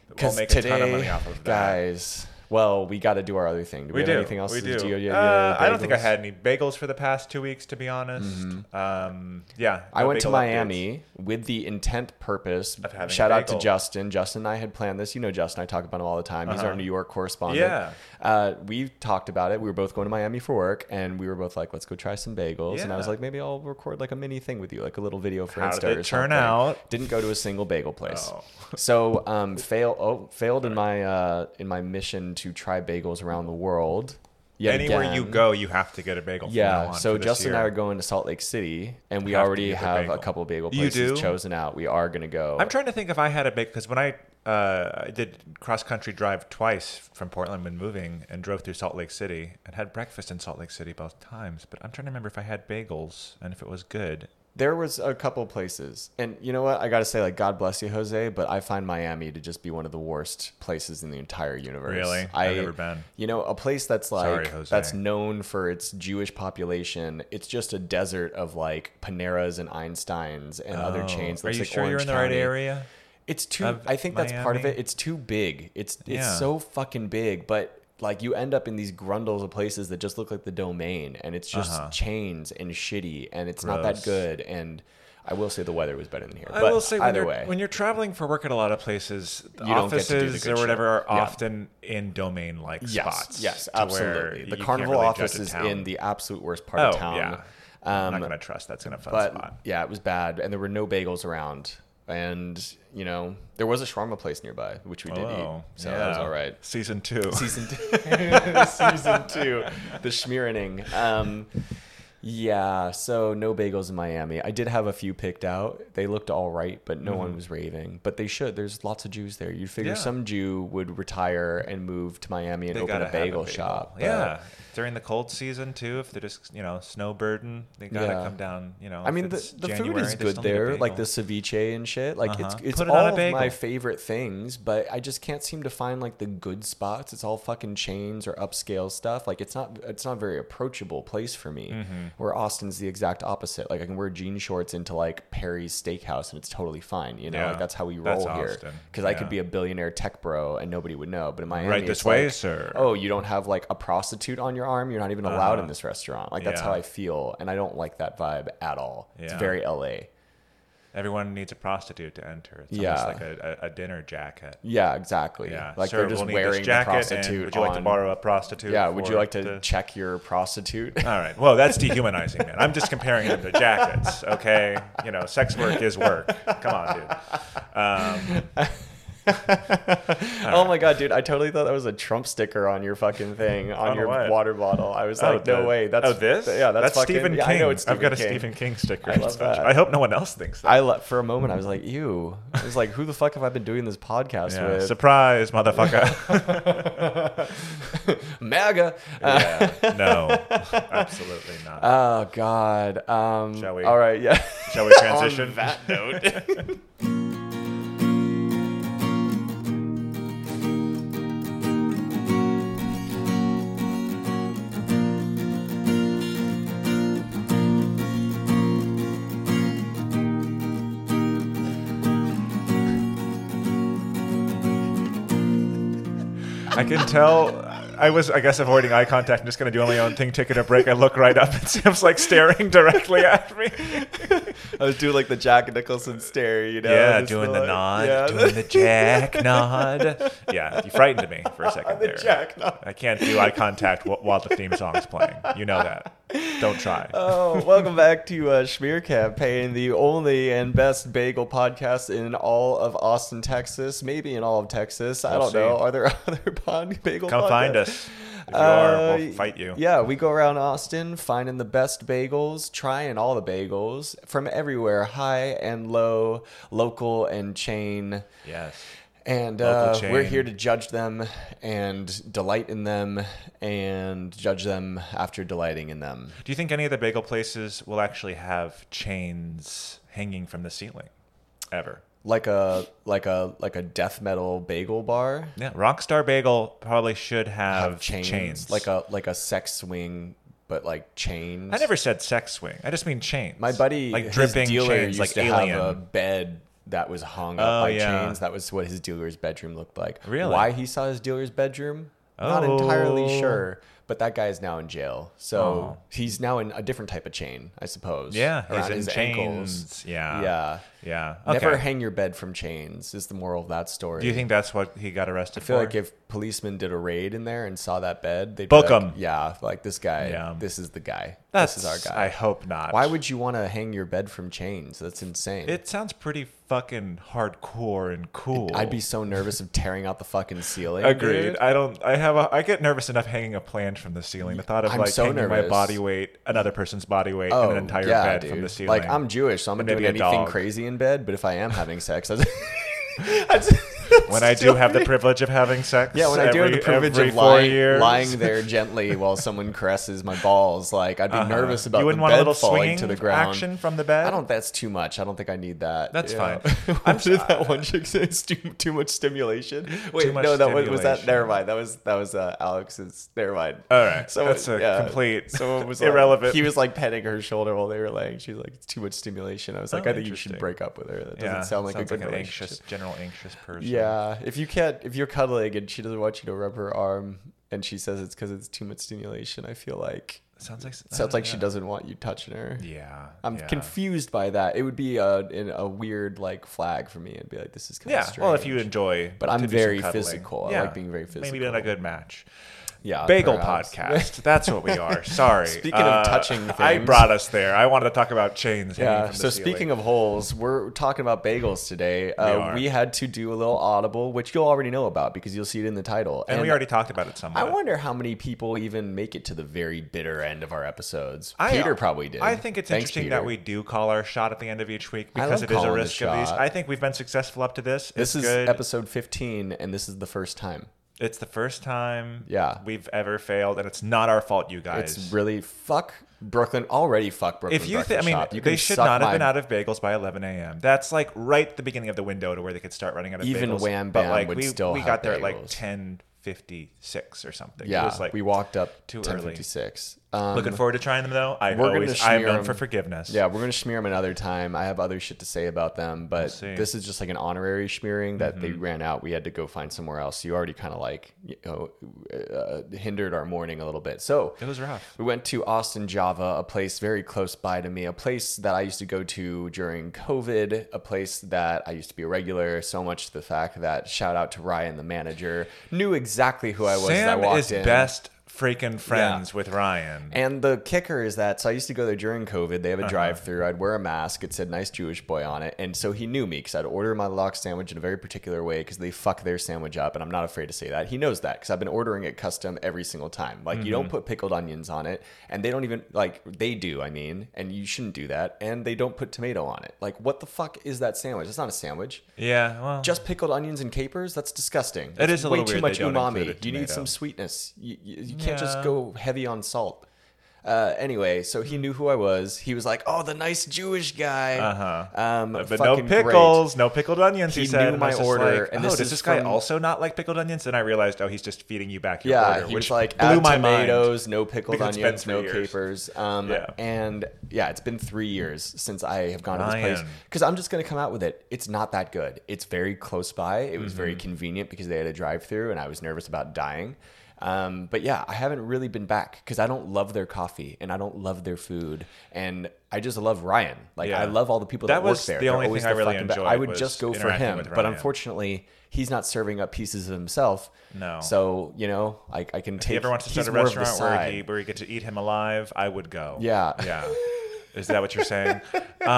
Speaker 2: We'll
Speaker 1: Because
Speaker 2: make
Speaker 1: today,
Speaker 2: a ton of money off of that.
Speaker 1: guys. Well, we got to do our other thing. Do we,
Speaker 2: we
Speaker 1: have
Speaker 2: do.
Speaker 1: anything else
Speaker 2: we
Speaker 1: to
Speaker 2: do.
Speaker 1: do? You- you-
Speaker 2: Uh, I
Speaker 1: bagels?
Speaker 2: don't
Speaker 1: Mm-hmm.
Speaker 2: think I had any bagels for the past two weeks, to be honest. Um, yeah,
Speaker 1: I
Speaker 2: no
Speaker 1: went to
Speaker 2: bagel updates.
Speaker 1: Miami with the intent purpose.
Speaker 2: Of having
Speaker 1: Shout
Speaker 2: a
Speaker 1: out to
Speaker 2: bagel.
Speaker 1: Justin. Justin and I had planned this. You know, Justin, I talk about him all the time. He's our New York correspondent.
Speaker 2: Uh-huh. Yeah.
Speaker 1: Uh, we talked about it. We were both going to Miami for work, and we were both like, let's go try some bagels. And I was
Speaker 2: Yeah.
Speaker 1: like, maybe I'll record like a mini thing with you, like a little video for
Speaker 2: How
Speaker 1: Insta
Speaker 2: did it
Speaker 1: or
Speaker 2: turn
Speaker 1: something.
Speaker 2: out?
Speaker 1: Didn't go to a single bagel place.
Speaker 2: Oh.
Speaker 1: so um, fail. Oh, failed in my uh, in my mission to try bagels around the world. Yet
Speaker 2: Anywhere you
Speaker 1: again.
Speaker 2: go, you have to get a bagel. from now
Speaker 1: Yeah,
Speaker 2: on
Speaker 1: so
Speaker 2: for this
Speaker 1: Justin and I
Speaker 2: year.
Speaker 1: are going to Salt Lake City, and we
Speaker 2: Have to
Speaker 1: already
Speaker 2: get the
Speaker 1: have a
Speaker 2: bagel.
Speaker 1: couple bagel
Speaker 2: You
Speaker 1: places
Speaker 2: do?
Speaker 1: chosen out. We are gonna go.
Speaker 2: I'm trying to think if I had a big because when I uh, I did cross country drive twice from Portland when moving and drove through Salt Lake City and had breakfast in Salt Lake City both times. But I'm trying to remember if I had bagels and if it was good.
Speaker 1: there was a couple places, and you know what? I gotta say, like, God bless you, Jose, but I find Miami to just be one of the worst places in the entire universe.
Speaker 2: Really?
Speaker 1: I,
Speaker 2: I've never been.
Speaker 1: You know, a place that's like
Speaker 2: Sorry, Jose.
Speaker 1: that's known for its Jewish population. It's just a desert of like Paneras and Einsteins and other
Speaker 2: Oh,
Speaker 1: chains.
Speaker 2: Are
Speaker 1: Looks
Speaker 2: you
Speaker 1: like
Speaker 2: sure
Speaker 1: Orange
Speaker 2: you're in the right
Speaker 1: County.
Speaker 2: area?
Speaker 1: It's too.
Speaker 2: of
Speaker 1: I think that's part of
Speaker 2: Miami?
Speaker 1: it. It's too big. It's it's
Speaker 2: Yeah.
Speaker 1: so fucking big, but like you end up in these grundles of places that just look like the domain, and it's just
Speaker 2: Uh-huh.
Speaker 1: chains and shitty, and it's not that
Speaker 2: Gross.
Speaker 1: good. And I will say the weather was better than here.
Speaker 2: I
Speaker 1: but
Speaker 2: will say when
Speaker 1: either
Speaker 2: you're,
Speaker 1: way,
Speaker 2: when you're traveling for work at a lot of places, the
Speaker 1: You don't get to do the
Speaker 2: offices
Speaker 1: good
Speaker 2: or whatever
Speaker 1: shit.
Speaker 2: are
Speaker 1: Yeah.
Speaker 2: often in domain like
Speaker 1: yes,
Speaker 2: spots.
Speaker 1: yes,
Speaker 2: to where
Speaker 1: absolutely.
Speaker 2: you
Speaker 1: The
Speaker 2: can't
Speaker 1: carnival
Speaker 2: really judge
Speaker 1: office
Speaker 2: a
Speaker 1: is
Speaker 2: town.
Speaker 1: in the absolute worst part
Speaker 2: Oh,
Speaker 1: of town. Um,
Speaker 2: yeah. I'm not gonna trust that's gonna fun
Speaker 1: But
Speaker 2: spot.
Speaker 1: yeah, it was bad, and there were no bagels around. and you know there was a shawarma place nearby which we did
Speaker 2: Oh,
Speaker 1: eat, so that was
Speaker 2: yeah.
Speaker 1: all right.
Speaker 2: Season
Speaker 1: *laughs*
Speaker 2: two.
Speaker 1: Season
Speaker 2: *laughs*
Speaker 1: two, season two, the schmearining. Um, yeah, so no bagels in Miami. I did have a few picked out. They looked all right, but no one was raving. But they should. There's lots of Jews there. You'd figure
Speaker 2: Mm-hmm. Yeah.
Speaker 1: some Jew would retire and move to Miami and
Speaker 2: They
Speaker 1: open
Speaker 2: gotta
Speaker 1: a
Speaker 2: have a
Speaker 1: bagel,
Speaker 2: bagel.
Speaker 1: shop. but-
Speaker 2: Yeah, during the cold season too. If they're just you know snow burden, they gotta
Speaker 1: Yeah.
Speaker 2: come down. You know,
Speaker 1: I
Speaker 2: if
Speaker 1: mean,
Speaker 2: it's
Speaker 1: the, the food
Speaker 2: January,
Speaker 1: is
Speaker 2: they
Speaker 1: good
Speaker 2: still need a
Speaker 1: there, like the
Speaker 2: bagel.
Speaker 1: ceviche and shit. Like
Speaker 2: Uh-huh.
Speaker 1: it's it's
Speaker 2: Put it on a
Speaker 1: all of my
Speaker 2: bagel.
Speaker 1: favorite things, but I just can't seem to find like the good spots. It's all fucking chains or upscale stuff. Like it's not it's not a very approachable place for me.
Speaker 2: Mm-hmm.
Speaker 1: Where Austin's the exact opposite. Like I can wear jean shorts into like Perry's Steakhouse and it's totally fine. You know,
Speaker 2: Yeah.
Speaker 1: like that's how we
Speaker 2: That's
Speaker 1: roll here.
Speaker 2: Austin.
Speaker 1: Because I
Speaker 2: Yeah.
Speaker 1: could be a billionaire tech bro and nobody would know. But in Miami,
Speaker 2: Right this
Speaker 1: it's
Speaker 2: way,
Speaker 1: like,
Speaker 2: sir. Uh-huh.
Speaker 1: Oh, you don't have like a prostitute on your arm. You're not even allowed in this restaurant. Like that's
Speaker 2: Yeah.
Speaker 1: how I feel, and I don't like that vibe at all. It's
Speaker 2: Yeah.
Speaker 1: very LA.
Speaker 2: Everyone needs a prostitute to enter. It's
Speaker 1: Yeah.
Speaker 2: almost like a, a, a dinner jacket.
Speaker 1: Yeah, exactly.
Speaker 2: Yeah,
Speaker 1: Like
Speaker 2: Sir,
Speaker 1: they're just
Speaker 2: we'll need this
Speaker 1: wearing the
Speaker 2: jacket, and
Speaker 1: prostitute.
Speaker 2: Would you like to
Speaker 1: on-
Speaker 2: borrow a prostitute?
Speaker 1: Yeah, would
Speaker 2: for
Speaker 1: you like to
Speaker 2: the-
Speaker 1: check your prostitute?
Speaker 2: *laughs*
Speaker 1: *laughs*
Speaker 2: All right. Well, that's dehumanizing, man. I'm just comparing them to jackets. Okay, you know, sex work is work. Come on, dude.
Speaker 1: oh my god, dude! I totally thought that was a Trump sticker on your fucking thing on,
Speaker 2: On
Speaker 1: your
Speaker 2: what?
Speaker 1: water bottle. I was like, no
Speaker 2: the-
Speaker 1: way. That's
Speaker 2: oh this.
Speaker 1: Yeah, that's, fucking,
Speaker 2: Stephen
Speaker 1: yeah,
Speaker 2: King.
Speaker 1: I know it's Stephen
Speaker 2: have got
Speaker 1: King.
Speaker 2: a Stephen King sticker.
Speaker 1: I love that.
Speaker 2: I hope no one else thinks that.
Speaker 1: I le- for a moment I was like, ew. I was like, who the fuck have I been doing this podcast
Speaker 2: Yeah.
Speaker 1: with?
Speaker 2: Surprise, motherfucker.
Speaker 1: *laughs*
Speaker 2: *laughs*
Speaker 1: MAGA. Uh,
Speaker 2: yeah. No, absolutely not.
Speaker 1: *laughs* oh god. Um,
Speaker 2: Shall we-
Speaker 1: All right. Yeah.
Speaker 2: Shall we transition?
Speaker 1: *laughs* On that note.
Speaker 2: I can tell. I was, I guess, avoiding eye contact. I'm just going to do my own thing, taking a break. I look right up, and Sam's like staring directly at me.
Speaker 1: I was doing like the Jack Nicholson stare, you know. just like- yeah, *laughs*
Speaker 2: jack nod. Yeah, you frightened me for a second
Speaker 1: the
Speaker 2: there.
Speaker 1: jack nod.
Speaker 2: I can't do eye contact wh- while the theme song's playing. You know that. Don't try.
Speaker 1: Oh, welcome back to uh, Schmear Campaign, the only and best bagel podcast in all of Austin, Texas. Maybe in all of Texas. I
Speaker 2: We'll
Speaker 1: don't know.
Speaker 2: see.
Speaker 1: Are there *laughs* other pod bagel?
Speaker 2: Come find
Speaker 1: podcasts?
Speaker 2: us. If you are,
Speaker 1: Uh,
Speaker 2: we'll fight you.
Speaker 1: Yeah, we go around Austin finding the best bagels, trying all the bagels from everywhere, high and low, local and chain.
Speaker 2: Yes.
Speaker 1: And
Speaker 2: Local
Speaker 1: uh, we're
Speaker 2: chain.
Speaker 1: here to judge them and delight in them and judge them after delighting in them.
Speaker 2: Do you think any of the bagel places will actually have chains hanging from the ceiling? Ever?
Speaker 1: Like a like a like a death metal bagel bar.
Speaker 2: Yeah, Rockstar Bagel probably should have,
Speaker 1: Have
Speaker 2: chains.
Speaker 1: Like a like a sex swing, but like chains.
Speaker 2: I never said sex swing. I just mean chains.
Speaker 1: My buddy,
Speaker 2: like
Speaker 1: his
Speaker 2: dripping
Speaker 1: dealer
Speaker 2: chains,
Speaker 1: used
Speaker 2: like
Speaker 1: to
Speaker 2: alien.
Speaker 1: have a bed that was hung up
Speaker 2: Oh,
Speaker 1: by
Speaker 2: yeah.
Speaker 1: chains. That was what his dealer's bedroom looked like.
Speaker 2: Really?
Speaker 1: Why he saw his dealer's bedroom? Not
Speaker 2: Oh. Oh.
Speaker 1: entirely sure. But that guy is now in jail, so he's now in a different type of chain, I suppose.
Speaker 2: yeah,
Speaker 1: around
Speaker 2: he's in
Speaker 1: his
Speaker 2: chains.
Speaker 1: ankles.
Speaker 2: Yeah,
Speaker 1: Yeah.
Speaker 2: yeah.
Speaker 1: Never
Speaker 2: Okay.
Speaker 1: hang your bed from chains is the moral of that story.
Speaker 2: Do you think that's what he got arrested
Speaker 1: I feel
Speaker 2: for?
Speaker 1: like if policemen did a raid in there and saw that bed, they'd be
Speaker 2: Book
Speaker 1: like,
Speaker 2: 'em.
Speaker 1: Yeah, like this guy.
Speaker 2: Yeah.
Speaker 1: This is the guy.
Speaker 2: that's
Speaker 1: this is our guy.
Speaker 2: I hope not.
Speaker 1: Why would you want to hang your bed from chains? That's insane.
Speaker 2: it sounds pretty fucking hardcore and cool?
Speaker 1: I'd be so nervous of tearing out the fucking ceiling.
Speaker 2: agreed.
Speaker 1: dude.
Speaker 2: I don't. I have. A, I get nervous enough hanging a plant from the ceiling. The thought of
Speaker 1: I'm
Speaker 2: like
Speaker 1: so
Speaker 2: hanging my
Speaker 1: nervous.
Speaker 2: body weight, another person's body weight,
Speaker 1: Oh,
Speaker 2: and an entire
Speaker 1: yeah,
Speaker 2: bed
Speaker 1: dude.
Speaker 2: from the ceiling.
Speaker 1: Like I'm Jewish, so I'm not
Speaker 2: Maybe
Speaker 1: doing
Speaker 2: a
Speaker 1: anything
Speaker 2: dog.
Speaker 1: crazy in bed. But if I am
Speaker 2: *laughs*
Speaker 1: having sex, *laughs* that's,
Speaker 2: when I do have the privilege of having sex.
Speaker 1: yeah, when I do have
Speaker 2: every-
Speaker 1: the privilege
Speaker 2: every
Speaker 1: of
Speaker 2: four
Speaker 1: lying,
Speaker 2: years.
Speaker 1: lying
Speaker 2: *laughs*
Speaker 1: there gently while someone caresses my balls, like I'd be nervous about
Speaker 2: Uh-huh. you wouldn't
Speaker 1: the
Speaker 2: want
Speaker 1: bed
Speaker 2: a little
Speaker 1: falling
Speaker 2: swinging
Speaker 1: to the ground.
Speaker 2: action from the bed.
Speaker 1: I don't. That's too much. I don't think I need that. *laughs*
Speaker 2: That's *laughs* fine.
Speaker 1: I'm sure that one chick said it's too, too much stimulation. Wait,
Speaker 2: much
Speaker 1: no, that was, was that.
Speaker 2: stimulation.
Speaker 1: Never mind. That was that was uh, Alex's. Never mind.
Speaker 2: All right,
Speaker 1: Someone-
Speaker 2: that's a
Speaker 1: yeah,
Speaker 2: complete *laughs*
Speaker 1: Someone was like-
Speaker 2: irrelevant.
Speaker 1: he was like petting her shoulder while they were laying. She's like, "It's too much stimulation." I was like,
Speaker 2: Oh,
Speaker 1: "I think you should
Speaker 2: interesting.
Speaker 1: break up with her." That doesn't
Speaker 2: yeah,
Speaker 1: sound like
Speaker 2: sounds
Speaker 1: a good
Speaker 2: like an
Speaker 1: relationship.
Speaker 2: anxious, general anxious person.
Speaker 1: Yeah, if you can't, if you're cuddling and she doesn't want you to rub her arm, and she says it's because it's too much stimulation, I feel like
Speaker 2: sounds like
Speaker 1: it sounds like she
Speaker 2: yeah.
Speaker 1: doesn't want you touching her.
Speaker 2: Yeah,
Speaker 1: I'm
Speaker 2: yeah.
Speaker 1: confused by that. It would be a in a weird like flag for me and be like, this is kind
Speaker 2: Yeah,
Speaker 1: of strange.
Speaker 2: well, if you enjoy,
Speaker 1: But I'm
Speaker 2: to do some
Speaker 1: very
Speaker 2: cuddling.
Speaker 1: physical. I like being very
Speaker 2: Maybe not
Speaker 1: physical.
Speaker 2: a good match.
Speaker 1: Yeah,
Speaker 2: Bagel
Speaker 1: perhaps. *laughs*
Speaker 2: podcast. That's what we are. Sorry. Uh,
Speaker 1: Speaking of touching
Speaker 2: I
Speaker 1: things.
Speaker 2: brought us there. I wanted to talk about chains.
Speaker 1: Yeah. So speaking of holes, we're talking about bagels today. Uh,
Speaker 2: are.
Speaker 1: we had to do a little audible, which you'll already know about because you'll see it in the title.
Speaker 2: and, we already talked about it somewhat.
Speaker 1: I wonder how many people even make it to the very bitter end of our episodes.
Speaker 2: I-
Speaker 1: Peter probably did.
Speaker 2: I think it's
Speaker 1: Thanks,
Speaker 2: interesting
Speaker 1: Peter.
Speaker 2: that we do call our shot at the end of each week
Speaker 1: I
Speaker 2: because
Speaker 1: love
Speaker 2: it is a
Speaker 1: calling the
Speaker 2: risk of these.
Speaker 1: shot.
Speaker 2: I think we've been successful up to this.
Speaker 1: This
Speaker 2: it's
Speaker 1: is
Speaker 2: good.
Speaker 1: episode 15, and this is the first time.
Speaker 2: It's the first time
Speaker 1: Yeah.
Speaker 2: we've ever failed, and it's not our fault, you guys.
Speaker 1: It's really fuck Brooklyn already. Fuck Brooklyn.
Speaker 2: if you
Speaker 1: Breakfast
Speaker 2: think, I mean,
Speaker 1: Shop. You
Speaker 2: they
Speaker 1: can
Speaker 2: should
Speaker 1: suck
Speaker 2: not have
Speaker 1: my
Speaker 2: been out of bagels by 11 a.m. That's like right at the beginning of the window to where they could start running out of
Speaker 1: Even
Speaker 2: bagels.
Speaker 1: Wham
Speaker 2: but
Speaker 1: Bam
Speaker 2: like
Speaker 1: would
Speaker 2: we,
Speaker 1: still
Speaker 2: we
Speaker 1: have
Speaker 2: got there at like
Speaker 1: bagels.
Speaker 2: 10:56 or something.
Speaker 1: Yeah,
Speaker 2: it was like
Speaker 1: we walked up
Speaker 2: too
Speaker 1: to
Speaker 2: early.
Speaker 1: 1056. Um,
Speaker 2: looking forward to trying them though. I
Speaker 1: we're gonna
Speaker 2: always I'm
Speaker 1: smear
Speaker 2: known
Speaker 1: 'em.
Speaker 2: for forgiveness.
Speaker 1: Yeah, we're gonna smear them another time. I have other shit to say about them, but
Speaker 2: see. Mm-hmm.
Speaker 1: this is just like an honorary smearing that they ran out. We had to go find somewhere else. You already kind of like you know uh, hindered our morning a little bit. So
Speaker 2: it was rough.
Speaker 1: we went to Austin, Java, a place very close by to me, a place that I used to go to during COVID, a place that I used to be a regular. So much to the fact that shout out to Ryan, the manager, knew exactly who I was. as I
Speaker 2: Sam
Speaker 1: walked
Speaker 2: is
Speaker 1: in.
Speaker 2: best freaking friends with Ryan.
Speaker 1: And the kicker is that so I used to go there during COVID. They have a drive-through. I'd wear a mask. It said "Nice Jewish Boy" on it, and so he knew me because I'd order my lox sandwich in a very particular way because they fuck their sandwich up, and I'm not afraid to say that. He knows that because I've been ordering it custom every single time. Like you don't put pickled onions on it, and they don't even like they do. I mean, and you shouldn't do that. And they don't put tomato on it. Like what the fuck is that sandwich? It's not a sandwich.
Speaker 2: yeah, well,
Speaker 1: Just pickled onions and capers? That's disgusting.
Speaker 2: It
Speaker 1: That's
Speaker 2: is a
Speaker 1: way
Speaker 2: little
Speaker 1: too
Speaker 2: weird
Speaker 1: much
Speaker 2: they don't
Speaker 1: umami.
Speaker 2: include a
Speaker 1: Do you need
Speaker 2: tomato.
Speaker 1: some sweetness? You, you, you can't just
Speaker 2: Yeah.
Speaker 1: go heavy on salt. Uh, anyway, so he knew who I was. He was like, "Oh, the nice Jewish guy."
Speaker 2: Uh-huh.
Speaker 1: Um,
Speaker 2: but no
Speaker 1: fucking great.
Speaker 2: pickles, no pickled onions. He,
Speaker 1: He
Speaker 2: said,
Speaker 1: knew
Speaker 2: and I was
Speaker 1: my
Speaker 2: just
Speaker 1: order,
Speaker 2: like,
Speaker 1: and
Speaker 2: oh,
Speaker 1: this
Speaker 2: does
Speaker 1: is
Speaker 2: this guy
Speaker 1: from-
Speaker 2: also not like pickled onions? And I realized, oh, he's just feeding you back your
Speaker 1: Yeah,
Speaker 2: order.
Speaker 1: he
Speaker 2: which
Speaker 1: was like,
Speaker 2: blew
Speaker 1: add
Speaker 2: my
Speaker 1: tomatoes,
Speaker 2: mind.
Speaker 1: no pickled
Speaker 2: because it's been
Speaker 1: onions,
Speaker 2: three
Speaker 1: no
Speaker 2: years.
Speaker 1: capers. Um,
Speaker 2: Yeah.
Speaker 1: And yeah, it's been three years since I have gone to this place.
Speaker 2: Ryan.
Speaker 1: Because I'm just going to come out with it. It's not that good. It's very close by. It was
Speaker 2: Mm-hmm.
Speaker 1: very convenient because they had a drive through and I was nervous about dying. Um, but yeah, I haven't really been back because I don't love their coffee and I don't love their food. And I just love Ryan. Like,
Speaker 2: Yeah.
Speaker 1: I love all the people that,
Speaker 2: That was
Speaker 1: work there.
Speaker 2: the
Speaker 1: They're
Speaker 2: only
Speaker 1: always
Speaker 2: thing I
Speaker 1: the
Speaker 2: really
Speaker 1: fucking be-
Speaker 2: enjoyed
Speaker 1: I would
Speaker 2: was
Speaker 1: just go for
Speaker 2: interacting
Speaker 1: him.
Speaker 2: with
Speaker 1: But
Speaker 2: Ryan.
Speaker 1: unfortunately, he's not serving up pieces of himself.
Speaker 2: No.
Speaker 1: So so you know, I, I can
Speaker 2: If
Speaker 1: take.
Speaker 2: he ever wants to
Speaker 1: he's
Speaker 2: start a
Speaker 1: more of the
Speaker 2: restaurant where
Speaker 1: side.
Speaker 2: he where you get to eat him alive, I would go.
Speaker 1: Yeah.
Speaker 2: yeah. Is that what you're saying?
Speaker 1: *laughs*
Speaker 2: Um,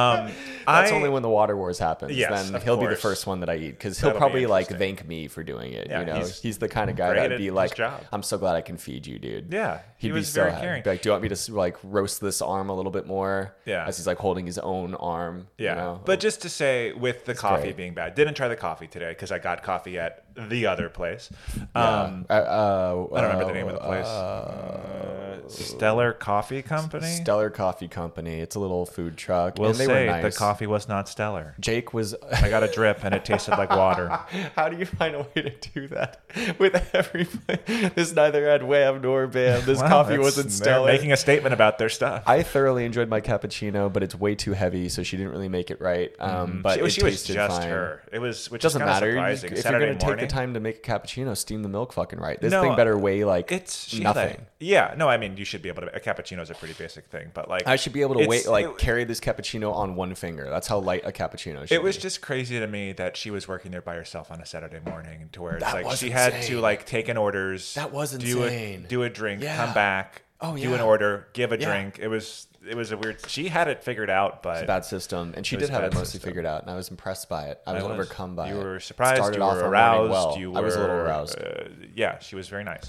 Speaker 1: That's
Speaker 2: I,
Speaker 1: only when the water wars happens.
Speaker 2: Yes,
Speaker 1: then
Speaker 2: of
Speaker 1: he'll be the
Speaker 2: course.
Speaker 1: first one that I eat because he'll
Speaker 2: That'll be
Speaker 1: probably like
Speaker 2: interesting.
Speaker 1: thank me for doing it.
Speaker 2: Yeah,
Speaker 1: you know,
Speaker 2: he's
Speaker 1: he's, the kind of guy
Speaker 2: great
Speaker 1: that'd
Speaker 2: at
Speaker 1: be
Speaker 2: his
Speaker 1: like,
Speaker 2: job.
Speaker 1: "I'm so glad I can feed you, dude."
Speaker 2: Yeah, he
Speaker 1: he'd be
Speaker 2: was
Speaker 1: so
Speaker 2: very
Speaker 1: happy.
Speaker 2: caring.
Speaker 1: Be Like, do you want me to like roast this arm a little bit more?
Speaker 2: Yeah.
Speaker 1: as he's like holding his own arm. you
Speaker 2: Yeah,
Speaker 1: know?
Speaker 2: but just to say, with the coffee
Speaker 1: great.
Speaker 2: being bad, didn't try the coffee today because I got coffee at the other place.
Speaker 1: Yeah.
Speaker 2: Um,
Speaker 1: Uh, uh,
Speaker 2: I don't remember the name of the place. Uh, Stellar Coffee Company.
Speaker 1: Stellar Coffee Company. It's a little food truck.
Speaker 2: we'll
Speaker 1: and they
Speaker 2: say
Speaker 1: were nice.
Speaker 2: the coffee was not stellar.
Speaker 1: Jake was. *laughs*
Speaker 2: I got a drip and it tasted like water.
Speaker 1: How do you find a way to do that with every? *laughs* This neither had wham nor bam. *laughs* This
Speaker 2: Wow,
Speaker 1: coffee
Speaker 2: that's-
Speaker 1: wasn't
Speaker 2: they're
Speaker 1: stellar.
Speaker 2: Making a statement about their stuff.
Speaker 1: I thoroughly enjoyed my cappuccino, but it's way too heavy, so she didn't really make it right. Um, but
Speaker 2: she,
Speaker 1: it
Speaker 2: she was
Speaker 1: tasted
Speaker 2: just
Speaker 1: fine.
Speaker 2: her. It was which
Speaker 1: Doesn't
Speaker 2: is kinda
Speaker 1: matter. You-
Speaker 2: Surprising.
Speaker 1: if
Speaker 2: Saturday
Speaker 1: you're gonna
Speaker 2: morning,
Speaker 1: take the time to make a cappuccino, steam the milk fucking right. This
Speaker 2: No,
Speaker 1: thing better weigh like
Speaker 2: it's she had a-
Speaker 1: nothing.
Speaker 2: yeah, no, I mean you should be able to. A cappuccino is a pretty basic thing, but like
Speaker 1: I should be able to
Speaker 2: it's-
Speaker 1: wait like
Speaker 2: it-
Speaker 1: carry this cappuccino on one finger. That's how light a cappuccino. Should
Speaker 2: It was
Speaker 1: be.
Speaker 2: just crazy to me that she was working there by herself on a Saturday morning, to where it's
Speaker 1: That
Speaker 2: like
Speaker 1: was
Speaker 2: she had to
Speaker 1: insane.
Speaker 2: like take in orders.
Speaker 1: That was
Speaker 2: do a,
Speaker 1: insane.
Speaker 2: do a drink,
Speaker 1: Yeah.
Speaker 2: come back.
Speaker 1: Oh,
Speaker 2: do
Speaker 1: yeah.
Speaker 2: an order, give a
Speaker 1: Yeah.
Speaker 2: drink. It was it was a weird. She had it figured out, but
Speaker 1: bad system, and she
Speaker 2: was
Speaker 1: did have
Speaker 2: bad
Speaker 1: it mostly
Speaker 2: system.
Speaker 1: figured out, and I was impressed by it. I was,
Speaker 2: I was.
Speaker 1: overcome by
Speaker 2: you
Speaker 1: it.
Speaker 2: were surprised.
Speaker 1: Started
Speaker 2: you
Speaker 1: off
Speaker 2: were
Speaker 1: our morning
Speaker 2: aroused.
Speaker 1: well.
Speaker 2: You were,
Speaker 1: I was a little aroused.
Speaker 2: Uh, yeah, she was very nice.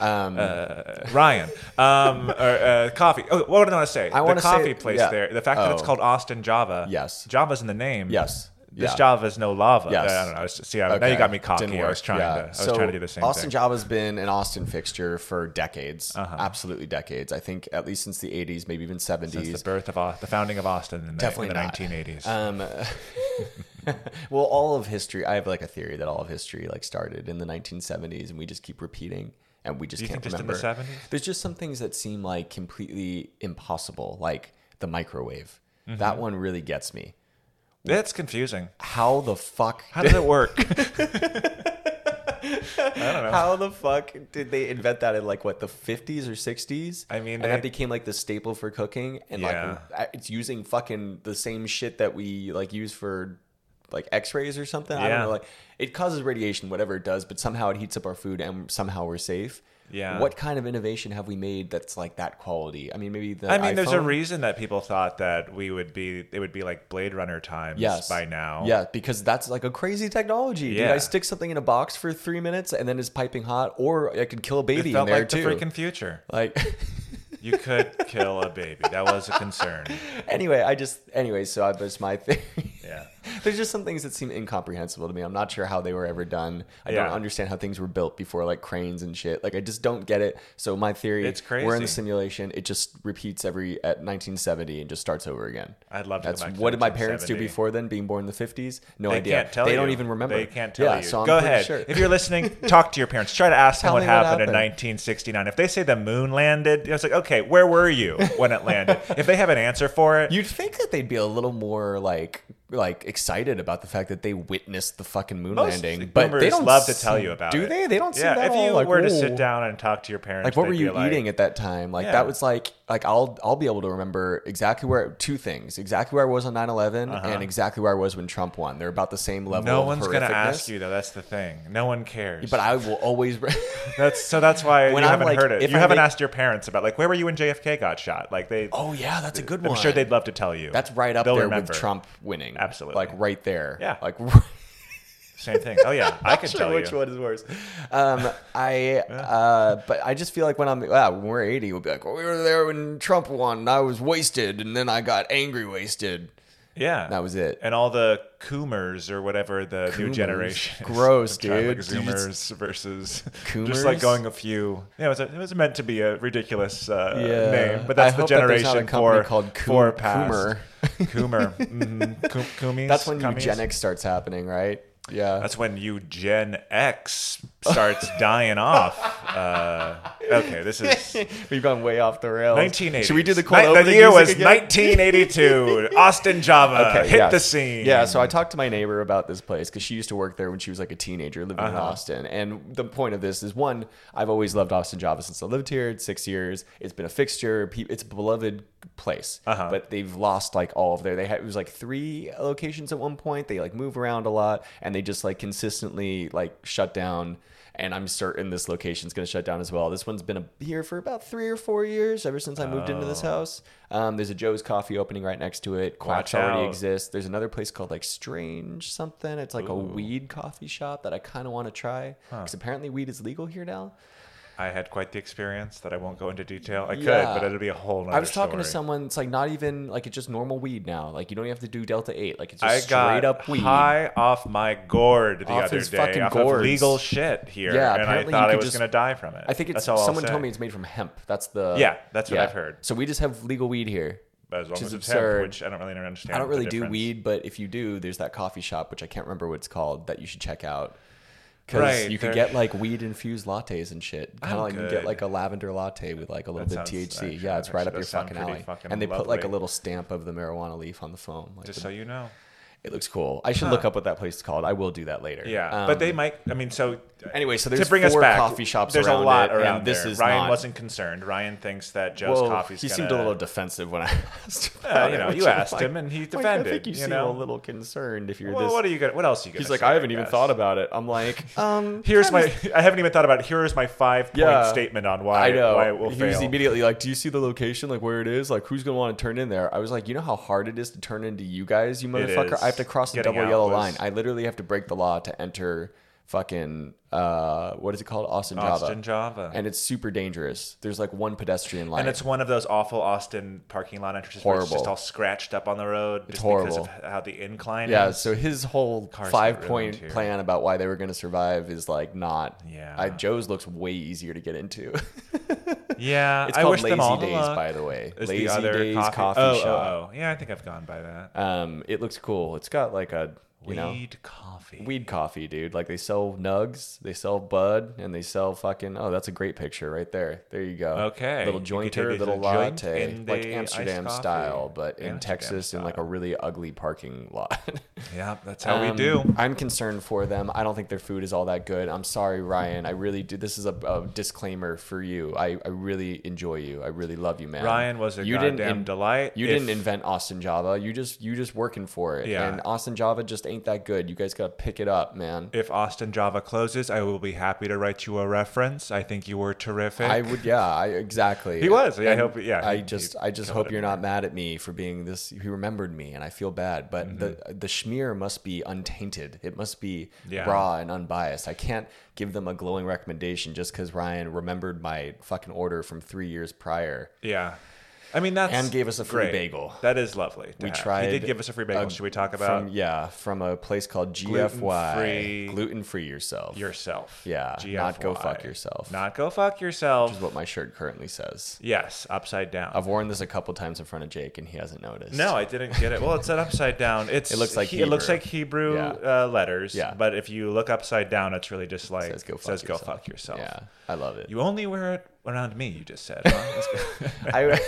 Speaker 1: Um,
Speaker 2: Uh, Ryan, um,
Speaker 1: *laughs*
Speaker 2: or, uh, coffee. Oh, what did I want to say?
Speaker 1: I
Speaker 2: the
Speaker 1: wanna say-
Speaker 2: coffee place
Speaker 1: yeah.
Speaker 2: there. The fact that it's
Speaker 1: Oh.
Speaker 2: called Austin Java.
Speaker 1: Yes.
Speaker 2: Java's in the name.
Speaker 1: Yes.
Speaker 2: This
Speaker 1: Yeah.
Speaker 2: Java's no lava.
Speaker 1: Yes.
Speaker 2: I don't know. I was- See, I, now
Speaker 1: Okay.
Speaker 2: you got me cocky.
Speaker 1: Didn't
Speaker 2: I
Speaker 1: work.
Speaker 2: was trying
Speaker 1: Yeah.
Speaker 2: to. I was
Speaker 1: So,
Speaker 2: trying to do the same
Speaker 1: Austin
Speaker 2: thing. Uh-huh.
Speaker 1: Java's been an Austin fixture for decades, absolutely decades. I think at least since the '80s, maybe even '70s.
Speaker 2: It's the birth of Au- the founding of Austin in the,
Speaker 1: Definitely
Speaker 2: in the
Speaker 1: not.
Speaker 2: 1980s.
Speaker 1: Um, *laughs* well, all of history. I have like a theory that all of history like started in the 1970s, and we just keep repeating, and we just
Speaker 2: you
Speaker 1: can't
Speaker 2: think just in the
Speaker 1: remember.
Speaker 2: 70s?
Speaker 1: There's just some things that seem like completely impossible, like the microwave.
Speaker 2: Mm-hmm.
Speaker 1: That one really gets me.
Speaker 2: That's confusing.
Speaker 1: How the fuck?
Speaker 2: How did it work?
Speaker 1: *laughs* How
Speaker 2: *laughs*
Speaker 1: the fuck did they invent that in like what the 50s or 60s?
Speaker 2: I mean,
Speaker 1: and
Speaker 2: they-
Speaker 1: that became like the staple for cooking, and
Speaker 2: Yeah.
Speaker 1: like it's using fucking the same shit that we like use for like X-rays or something. I don't
Speaker 2: Yeah.
Speaker 1: know. Like it causes radiation, whatever it does, but somehow it heats up our food and somehow we're safe.
Speaker 2: Yeah.
Speaker 1: What kind of innovation have we made that's like that quality? I mean, maybe the.
Speaker 2: I mean, there's a
Speaker 1: iPhone?
Speaker 2: reason that people thought that we would be, it would be like Blade Runner times
Speaker 1: Yes.
Speaker 2: by now.
Speaker 1: Yeah, because that's like a crazy technology. Dude,
Speaker 2: Yeah.
Speaker 1: I stick something in a box for three minutes and then it's piping hot, or I could kill a
Speaker 2: It
Speaker 1: baby in
Speaker 2: felt
Speaker 1: there
Speaker 2: like
Speaker 1: too.
Speaker 2: the freaking future.
Speaker 1: like, *laughs*
Speaker 2: You could kill a baby. That was
Speaker 1: *laughs*
Speaker 2: a concern.
Speaker 1: anyway, I just anyway. So I was my thing.
Speaker 2: Yeah.
Speaker 1: *laughs* There's just some things that seem incomprehensible to me. I'm not sure how they were ever done. I
Speaker 2: Yeah.
Speaker 1: don't understand how things were built before, like cranes and shit. Like I just don't get it. So my theory,
Speaker 2: It's
Speaker 1: We're in
Speaker 2: crazy.
Speaker 1: the simulation. It just repeats every at 1970 and just starts over again.
Speaker 2: I'd love to go
Speaker 1: That's
Speaker 2: back to
Speaker 1: what did my parents do
Speaker 2: 1970.
Speaker 1: before then? Being born in the 50s? No
Speaker 2: They
Speaker 1: idea.
Speaker 2: can't tell
Speaker 1: they
Speaker 2: you.
Speaker 1: don't even remember.
Speaker 2: They can't tell
Speaker 1: yeah,
Speaker 2: you.
Speaker 1: So I'm
Speaker 2: Go
Speaker 1: pretty
Speaker 2: ahead.
Speaker 1: Sure.
Speaker 2: If you're listening, talk to your parents. Try to ask them
Speaker 1: Tell
Speaker 2: what
Speaker 1: me what
Speaker 2: happened, in
Speaker 1: happened.
Speaker 2: 1969. If they say the moon landed, it's like, okay, where were you when it landed? if they have an answer for it,
Speaker 1: You'd think that they'd be a little more like like excited about the fact that they witnessed the fucking moon
Speaker 2: most
Speaker 1: landing, but
Speaker 2: boomers
Speaker 1: they don't
Speaker 2: love to tell
Speaker 1: seem-
Speaker 2: you about
Speaker 1: Do
Speaker 2: it.
Speaker 1: they? They don't seem
Speaker 2: yeah,
Speaker 1: that
Speaker 2: if
Speaker 1: all
Speaker 2: you
Speaker 1: like,
Speaker 2: were to
Speaker 1: "Ooh."
Speaker 2: sit down and talk to your parents,
Speaker 1: Like what were
Speaker 2: they'd be
Speaker 1: you
Speaker 2: like,
Speaker 1: eating at that time? Like
Speaker 2: Yeah.
Speaker 1: that was like like I'll I'll be able to remember exactly where two things, exactly where I was on 9/11 and exactly where I was when Trump won. They're about the same level.
Speaker 2: Uh-huh. No
Speaker 1: of
Speaker 2: one's gonna ask
Speaker 1: horrificness.
Speaker 2: you though. That's the thing. No one cares.
Speaker 1: But I will always. re- *laughs*
Speaker 2: that's so. That's why
Speaker 1: When
Speaker 2: you
Speaker 1: I'm
Speaker 2: haven't
Speaker 1: like,
Speaker 2: heard it.
Speaker 1: if
Speaker 2: You
Speaker 1: I
Speaker 2: haven't
Speaker 1: make-
Speaker 2: asked your parents about like where were you when JFK got shot. Like they,
Speaker 1: oh yeah, that's a good
Speaker 2: I'm
Speaker 1: one.
Speaker 2: sure they'd love to tell you.
Speaker 1: That's right up
Speaker 2: They'll
Speaker 1: there
Speaker 2: remember.
Speaker 1: with Trump winning.
Speaker 2: Absolutely.
Speaker 1: like right there.
Speaker 2: Yeah.
Speaker 1: like. *laughs*
Speaker 2: Same thing. Oh yeah, I
Speaker 1: Not
Speaker 2: could
Speaker 1: sure
Speaker 2: tell
Speaker 1: which
Speaker 2: you.
Speaker 1: one is worse. Um,
Speaker 2: *laughs*
Speaker 1: I, uh, but I just feel like when I'm, wow, when we're 80, we'll be like, well, we were there when Trump won, and I was wasted, and then I got angry wasted.
Speaker 2: Yeah,
Speaker 1: That was it.
Speaker 2: and all the coomers or whatever the new
Speaker 1: Coomers.
Speaker 2: generation. is. *laughs*
Speaker 1: Gross,
Speaker 2: I'm trying,
Speaker 1: dude.
Speaker 2: Like
Speaker 1: Dude, it's-
Speaker 2: zoomers *laughs* versus just
Speaker 1: Coomers?
Speaker 2: like going a few. Yeah, it was, a, it was meant to be a ridiculous uh,
Speaker 1: Yeah.
Speaker 2: name, but that's
Speaker 1: I
Speaker 2: the
Speaker 1: hope that there's not a
Speaker 2: generation
Speaker 1: company
Speaker 2: for
Speaker 1: called Coom-
Speaker 2: for past.
Speaker 1: Coomer.
Speaker 2: *laughs* Coomer. Mhm. Coom- Coomies.
Speaker 1: That's when
Speaker 2: Cummies?
Speaker 1: eugenics starts happening, right? Yeah.
Speaker 2: That's when Eugen X
Speaker 1: *laughs*
Speaker 2: starts dying off. Uh, okay, this
Speaker 1: *laughs*
Speaker 2: is
Speaker 1: We've gone way off the rails.
Speaker 2: 1980.
Speaker 1: Should we do the
Speaker 2: Ni-
Speaker 1: quote?
Speaker 2: The year was
Speaker 1: *laughs*
Speaker 2: 1982. Austin, Java hit
Speaker 1: yeah.
Speaker 2: the scene.
Speaker 1: Yeah, so I talked to my neighbor about this place because she used to work there when she was like a teenager living
Speaker 2: Uh-huh.
Speaker 1: in Austin. And the point of this is one, I've always loved Austin Java since I lived here. It's six years. It's been a fixture. Pe- It's a beloved place.
Speaker 2: Uh-huh.
Speaker 1: But they've lost like all of their. They had it was like three locations at one point. They like move around a lot and they just like consistently like shut down. And I'm certain this location's going to shut down as well. This one's been a, here for about three or four years, ever since I moved into
Speaker 2: Oh.
Speaker 1: this house. Um, there's a Joe's Coffee opening right next to it. Quack's
Speaker 2: Watch
Speaker 1: already
Speaker 2: out.
Speaker 1: exists exists. There's another place called like Strange something. It's like a weed coffee shop that I kind of want to try because apparently weed is legal here now.
Speaker 2: I had quite the experience that I won't go into detail. I
Speaker 1: Yeah.
Speaker 2: could, but it'll be a whole nother
Speaker 1: I was talking to
Speaker 2: story.
Speaker 1: someone. It's like not even like it's just normal weed now. Like you don't even have to do Delta Eight. Like it's just
Speaker 2: I
Speaker 1: straight
Speaker 2: got
Speaker 1: up weed.
Speaker 2: high off my gourd the
Speaker 1: Off
Speaker 2: other
Speaker 1: his
Speaker 2: day
Speaker 1: fucking
Speaker 2: off of
Speaker 1: gourds.
Speaker 2: legal shit here,
Speaker 1: Yeah,
Speaker 2: and I
Speaker 1: apparently
Speaker 2: thought
Speaker 1: you
Speaker 2: I
Speaker 1: could
Speaker 2: was
Speaker 1: just-
Speaker 2: going to die from it.
Speaker 1: I think it's
Speaker 2: That's all I'll
Speaker 1: someone
Speaker 2: say.
Speaker 1: told me it's made from hemp. That's the
Speaker 2: Yeah, that's what I've heard.
Speaker 1: So we just have legal weed here.
Speaker 2: as long
Speaker 1: which
Speaker 2: as
Speaker 1: is
Speaker 2: it's hemp,
Speaker 1: absurd.
Speaker 2: which I don't really understand.
Speaker 1: I don't
Speaker 2: the
Speaker 1: really do
Speaker 2: difference.
Speaker 1: weed, but if you do, there's that coffee shop which I can't remember what it's called that you should check out. Because
Speaker 2: Right,
Speaker 1: you can
Speaker 2: there-
Speaker 1: get like weed infused lattes and shit. Kind
Speaker 2: I'm
Speaker 1: of like you can get
Speaker 2: good.
Speaker 1: like a lavender latte with like a little
Speaker 2: That
Speaker 1: bit of
Speaker 2: sounds-
Speaker 1: THC.
Speaker 2: actually-
Speaker 1: yeah, it's right
Speaker 2: actually
Speaker 1: up your
Speaker 2: does sound
Speaker 1: fucking
Speaker 2: pretty
Speaker 1: alley.
Speaker 2: fucking
Speaker 1: and they put like a
Speaker 2: lovely.
Speaker 1: little stamp of the marijuana leaf on the phone. Like
Speaker 2: Just
Speaker 1: the-
Speaker 2: so you know.
Speaker 1: it looks cool. I should look up what that place is called. I will do that later.
Speaker 2: Yeah,
Speaker 1: Um,
Speaker 2: but they might. I mean, so
Speaker 1: anyway, so
Speaker 2: to
Speaker 1: there's
Speaker 2: bring
Speaker 1: four
Speaker 2: us back,
Speaker 1: coffee shops.
Speaker 2: There's
Speaker 1: around
Speaker 2: a lot
Speaker 1: it,
Speaker 2: around
Speaker 1: and this
Speaker 2: there.
Speaker 1: is
Speaker 2: Ryan
Speaker 1: not-
Speaker 2: wasn't concerned. Ryan thinks that Joe's
Speaker 1: Well,
Speaker 2: coffee's.
Speaker 1: he
Speaker 2: gonna,
Speaker 1: seemed a little defensive when I *laughs* asked.
Speaker 2: Uh,
Speaker 1: About
Speaker 2: you
Speaker 1: it,
Speaker 2: know,
Speaker 1: which
Speaker 2: you
Speaker 1: I'm
Speaker 2: asked
Speaker 1: like,
Speaker 2: him, and he
Speaker 1: "Mike,
Speaker 2: defended.
Speaker 1: I think you,
Speaker 2: you
Speaker 1: seem
Speaker 2: know?
Speaker 1: a little concerned if you're
Speaker 2: Well,
Speaker 1: this
Speaker 2: what are you gonna? What else are you gonna?
Speaker 1: He's like,
Speaker 2: say,
Speaker 1: I haven't even
Speaker 2: guess?
Speaker 1: thought about it. I'm like, um,
Speaker 2: *laughs* Here's my. I haven't even thought about. it. Here's my five point
Speaker 1: Yeah.
Speaker 2: statement on
Speaker 1: *laughs*
Speaker 2: why
Speaker 1: I know.
Speaker 2: why it will
Speaker 1: he
Speaker 2: fail.
Speaker 1: was immediately like, "Do you see the location? Like where it is? Like who's gonna want to turn in there?" I was like, "You know how hard it is to turn into you guys, you
Speaker 2: is.
Speaker 1: motherfucker. I have to cross the
Speaker 2: Getting
Speaker 1: double
Speaker 2: out
Speaker 1: yellow
Speaker 2: was-
Speaker 1: line. I literally have to break the law to enter fucking uh, what is it called, Austin,
Speaker 2: Austin
Speaker 1: Java.
Speaker 2: Java.
Speaker 1: And it's super dangerous. There's like one pedestrian line.
Speaker 2: And it's one of those awful Austin parking lot entrances where it's just
Speaker 1: Horrible.
Speaker 2: all scratched up on the road just because
Speaker 1: horrible.
Speaker 2: of how the incline
Speaker 1: yeah.
Speaker 2: is.
Speaker 1: So his whole
Speaker 2: Cars get
Speaker 1: five
Speaker 2: ruined
Speaker 1: point
Speaker 2: here.
Speaker 1: plan about why they were gonna survive is like not.
Speaker 2: Yeah.
Speaker 1: I, Joe's looks way easier to get into. *laughs*
Speaker 2: yeah,
Speaker 1: It's
Speaker 2: I
Speaker 1: called
Speaker 2: wish
Speaker 1: Lazy
Speaker 2: them all
Speaker 1: Days,
Speaker 2: luck.
Speaker 1: by the way.
Speaker 2: Is
Speaker 1: Lazy
Speaker 2: the other
Speaker 1: Days coffee,
Speaker 2: oh, oh,
Speaker 1: shop.
Speaker 2: Oh, yeah, I think I've gone by that.
Speaker 1: Um, it looks cool. It's got like a you know
Speaker 2: oh, Weed coffee.
Speaker 1: weed coffee, dude. Like they sell nugs, they sell bud, and they sell fucking. Oh, that's a great picture right there. There you go.
Speaker 2: Okay.
Speaker 1: little
Speaker 2: You could take
Speaker 1: jointer,
Speaker 2: it
Speaker 1: little
Speaker 2: as a joint
Speaker 1: latte,
Speaker 2: and
Speaker 1: like
Speaker 2: a
Speaker 1: Amsterdam
Speaker 2: iced coffee.
Speaker 1: style, but in
Speaker 2: Amsterdam
Speaker 1: Texas in like a really ugly parking lot. *laughs*
Speaker 2: Yeah, that's how we
Speaker 1: Um,
Speaker 2: do.
Speaker 1: I'm concerned for them. I don't think their food is all that good. I'm sorry, Ryan. I really do. This is a, a disclaimer for you. I, I really enjoy you. I really love you, man.
Speaker 2: Ryan was a
Speaker 1: you
Speaker 2: goddamn delight.
Speaker 1: You
Speaker 2: If-
Speaker 1: didn't invent Austin Java. You just you just working for it.
Speaker 2: Yeah.
Speaker 1: And Austin Java just ain't that good. You guys gotta pick it up, man.
Speaker 2: If Austin Java closes, I will be happy to write you a reference. I think you were terrific.
Speaker 1: I would, yeah, I, exactly.
Speaker 2: He was. I hope. Yeah.
Speaker 1: I
Speaker 2: he-
Speaker 1: just,
Speaker 2: he
Speaker 1: I just
Speaker 2: killed
Speaker 1: hope
Speaker 2: it.
Speaker 1: you're not mad at me for being this. He remembered me, and I feel bad. But the the schmear must be untainted. It must be
Speaker 2: Mm-hmm. Yeah.
Speaker 1: raw and unbiased. I can't give them a glowing recommendation just because Ryan remembered my fucking order from three years prior.
Speaker 2: Yeah. I mean that's
Speaker 1: And gave us a free
Speaker 2: great.
Speaker 1: bagel.
Speaker 2: That is lovely. to
Speaker 1: We
Speaker 2: have.
Speaker 1: tried.
Speaker 2: He did give us a free bagel.
Speaker 1: uh,
Speaker 2: Should we talk about
Speaker 1: From, yeah, from a place called GFY.
Speaker 2: Gluten-free-
Speaker 1: Gluten free yourself.
Speaker 2: yourself?
Speaker 1: Yeah, not go
Speaker 2: GFY.
Speaker 1: fuck yourself.
Speaker 2: Not go fuck
Speaker 1: is
Speaker 2: yourself.
Speaker 1: what my shirt currently says.
Speaker 2: Yes, upside down.
Speaker 1: I've worn this a couple times in front of Jake, and he hasn't noticed.
Speaker 2: No, I didn't get it. Well, it's an upside down. It's
Speaker 1: *laughs* It looks like
Speaker 2: it looks
Speaker 1: Hebrew.
Speaker 2: like Hebrew
Speaker 1: Yeah.
Speaker 2: uh, letters.
Speaker 1: Yeah.
Speaker 2: but if you look upside down, it's really just like
Speaker 1: says go fuck
Speaker 2: says
Speaker 1: yourself.
Speaker 2: fuck yourself.
Speaker 1: Yeah, I love it.
Speaker 2: You only wear it around me. You just
Speaker 1: *laughs*
Speaker 2: said, huh? *laughs*
Speaker 1: I,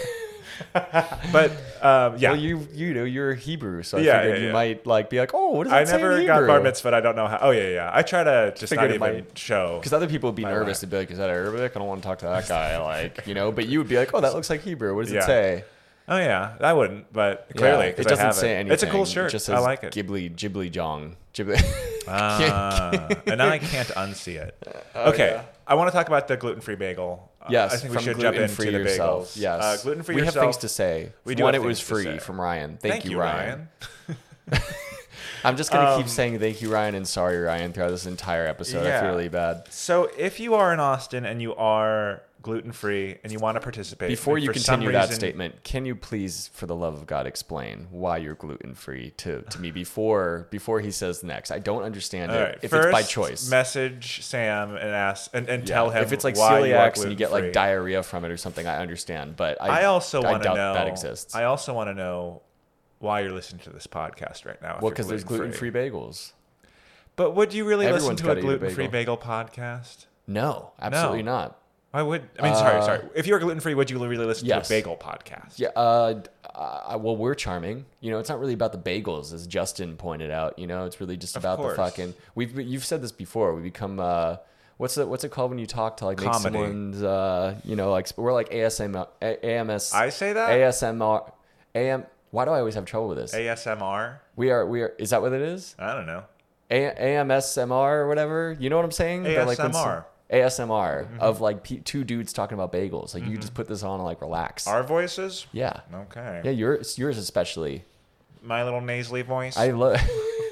Speaker 2: but um, yeah,
Speaker 1: well, you you know you're Hebrew, so I
Speaker 2: Yeah,
Speaker 1: figured
Speaker 2: yeah,
Speaker 1: you
Speaker 2: yeah.
Speaker 1: might like be like, oh, what does
Speaker 2: I
Speaker 1: that say
Speaker 2: never
Speaker 1: in
Speaker 2: got
Speaker 1: Hebrew?
Speaker 2: bar mitzvah. I don't know how. Oh yeah, yeah. I try to just not
Speaker 1: Figured it
Speaker 2: even
Speaker 1: might-
Speaker 2: show.
Speaker 1: Because other people would be nervous
Speaker 2: wife.
Speaker 1: to be like, is that Arabic? I don't want to talk to that guy, like you know. But you would be like, oh, that looks like Hebrew. What does it
Speaker 2: Yeah.
Speaker 1: say?
Speaker 2: Oh yeah, I wouldn't. But
Speaker 1: Yeah,
Speaker 2: clearly,
Speaker 1: it
Speaker 2: 'cause I
Speaker 1: doesn't
Speaker 2: have
Speaker 1: say
Speaker 2: it.
Speaker 1: anything.
Speaker 2: It's a cool shirt.
Speaker 1: It just
Speaker 2: I
Speaker 1: says
Speaker 2: like it.
Speaker 1: Ghibli, Ghibli Jong, Ghibli.
Speaker 2: Ah, and now I can't unsee it. Okay, I want to talk about the gluten-free bagel. Uh,
Speaker 1: *laughs* Oh, yes,
Speaker 2: I think we
Speaker 1: from
Speaker 2: should jump into
Speaker 1: gluten-free
Speaker 2: the
Speaker 1: yourself.
Speaker 2: bagels.
Speaker 1: Yes,
Speaker 2: uh, gluten-free.
Speaker 1: We
Speaker 2: yourself.
Speaker 1: have things to say.
Speaker 2: We do
Speaker 1: One,
Speaker 2: have
Speaker 1: it was
Speaker 2: things to
Speaker 1: free
Speaker 2: say.
Speaker 1: from Ryan.
Speaker 2: Thank, you, Ryan. Um,
Speaker 1: I'm just gonna keep saying thank you, Ryan, and sorry, Ryan, throughout this entire episode. I
Speaker 2: Yeah.
Speaker 1: feel really bad.
Speaker 2: So, if you are in Austin and you are gluten-free and you want to participate,
Speaker 1: Before
Speaker 2: and
Speaker 1: you
Speaker 2: for some
Speaker 1: continue that
Speaker 2: reason-
Speaker 1: statement, can you please, for the love of God, explain why you're gluten free to, to me before before he says next? I don't understand
Speaker 2: All
Speaker 1: it.
Speaker 2: right,
Speaker 1: if
Speaker 2: first
Speaker 1: it's by choice,
Speaker 2: message Sam and ask and, and
Speaker 1: Yeah,
Speaker 2: tell him
Speaker 1: if it's like
Speaker 2: why you are
Speaker 1: celiacs and you get like
Speaker 2: gluten-free.
Speaker 1: diarrhea from it or something. I understand, but I,
Speaker 2: I also
Speaker 1: I
Speaker 2: want to
Speaker 1: doubt
Speaker 2: know
Speaker 1: that exists.
Speaker 2: I also want to know why you're listening to this podcast right now.
Speaker 1: well,
Speaker 2: if you're
Speaker 1: because there's gluten free bagels.
Speaker 2: But would you really
Speaker 1: Everyone's
Speaker 2: listen to
Speaker 1: gotta
Speaker 2: a
Speaker 1: eat a
Speaker 2: gluten-free bagel. podcast?
Speaker 1: No, absolutely not.
Speaker 2: Why would I mean? sorry, sorry. If you're gluten-free, would you really listen
Speaker 1: Uh, yes.
Speaker 2: to a bagel podcast?
Speaker 1: Yeah. Uh, d- uh, well, we're charming. You know, it's not really about the bagels, as Justin pointed out. You know, it's really just about the
Speaker 2: course.
Speaker 1: fucking. We've be- you've said this before. We become. Uh, what's it What's it called when you talk to like make
Speaker 2: Comedy.
Speaker 1: someone's? Uh, you know, like sp- we're like ASMR, A- AMS.
Speaker 2: I say that?
Speaker 1: ASMR, AM. Why do I always have trouble with this?
Speaker 2: ASMR.
Speaker 1: we are we are. Is that what it is?
Speaker 2: I don't know.
Speaker 1: A- AMSMR or whatever. You know what I'm saying? But, like, when some-
Speaker 2: ASMR.
Speaker 1: ASMR
Speaker 2: Mm-hmm.
Speaker 1: of like pe two dudes talking about bagels. Like you just put this on and like relax.
Speaker 2: Our voices.
Speaker 1: yeah.
Speaker 2: Okay.
Speaker 1: Yeah, yours, yours especially.
Speaker 2: My little nasally voice.
Speaker 1: I love. *laughs*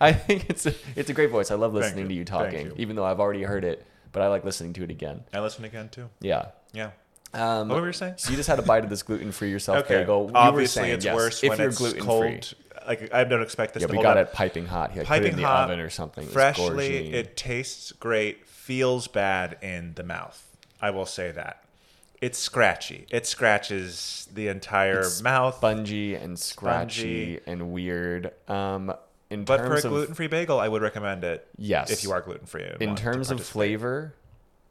Speaker 1: I think it's a, it's a great voice. I love listening
Speaker 2: you.
Speaker 1: to you
Speaker 2: Thank
Speaker 1: talking,
Speaker 2: you.
Speaker 1: even though I've already heard it. But I like listening to it again.
Speaker 2: I listen again too.
Speaker 1: Yeah.
Speaker 2: Yeah.
Speaker 1: Um,
Speaker 2: What were you saying?
Speaker 1: So you just had a bite of this gluten-free yourself
Speaker 2: Okay.
Speaker 1: bagel. You were
Speaker 2: Obviously,
Speaker 1: saying,
Speaker 2: it's
Speaker 1: yes,
Speaker 2: worse
Speaker 1: if
Speaker 2: when
Speaker 1: you're
Speaker 2: it's
Speaker 1: gluten-free.
Speaker 2: cold. Like I don't expect this
Speaker 1: Yeah,
Speaker 2: to
Speaker 1: we
Speaker 2: hold
Speaker 1: got
Speaker 2: up.
Speaker 1: it piping hot. He like, put it
Speaker 2: Piping
Speaker 1: in the
Speaker 2: hot,
Speaker 1: oven or something. It was
Speaker 2: Freshly,
Speaker 1: gorging.
Speaker 2: it tastes great. Feels bad in the mouth. I will say that. It's scratchy. It scratches the entire mouth.
Speaker 1: spongy and scratchy and weird. Um, in
Speaker 2: But for a
Speaker 1: terms of
Speaker 2: gluten free bagel, I would recommend it.
Speaker 1: Yes.
Speaker 2: If you are gluten free.
Speaker 1: in terms of flavor,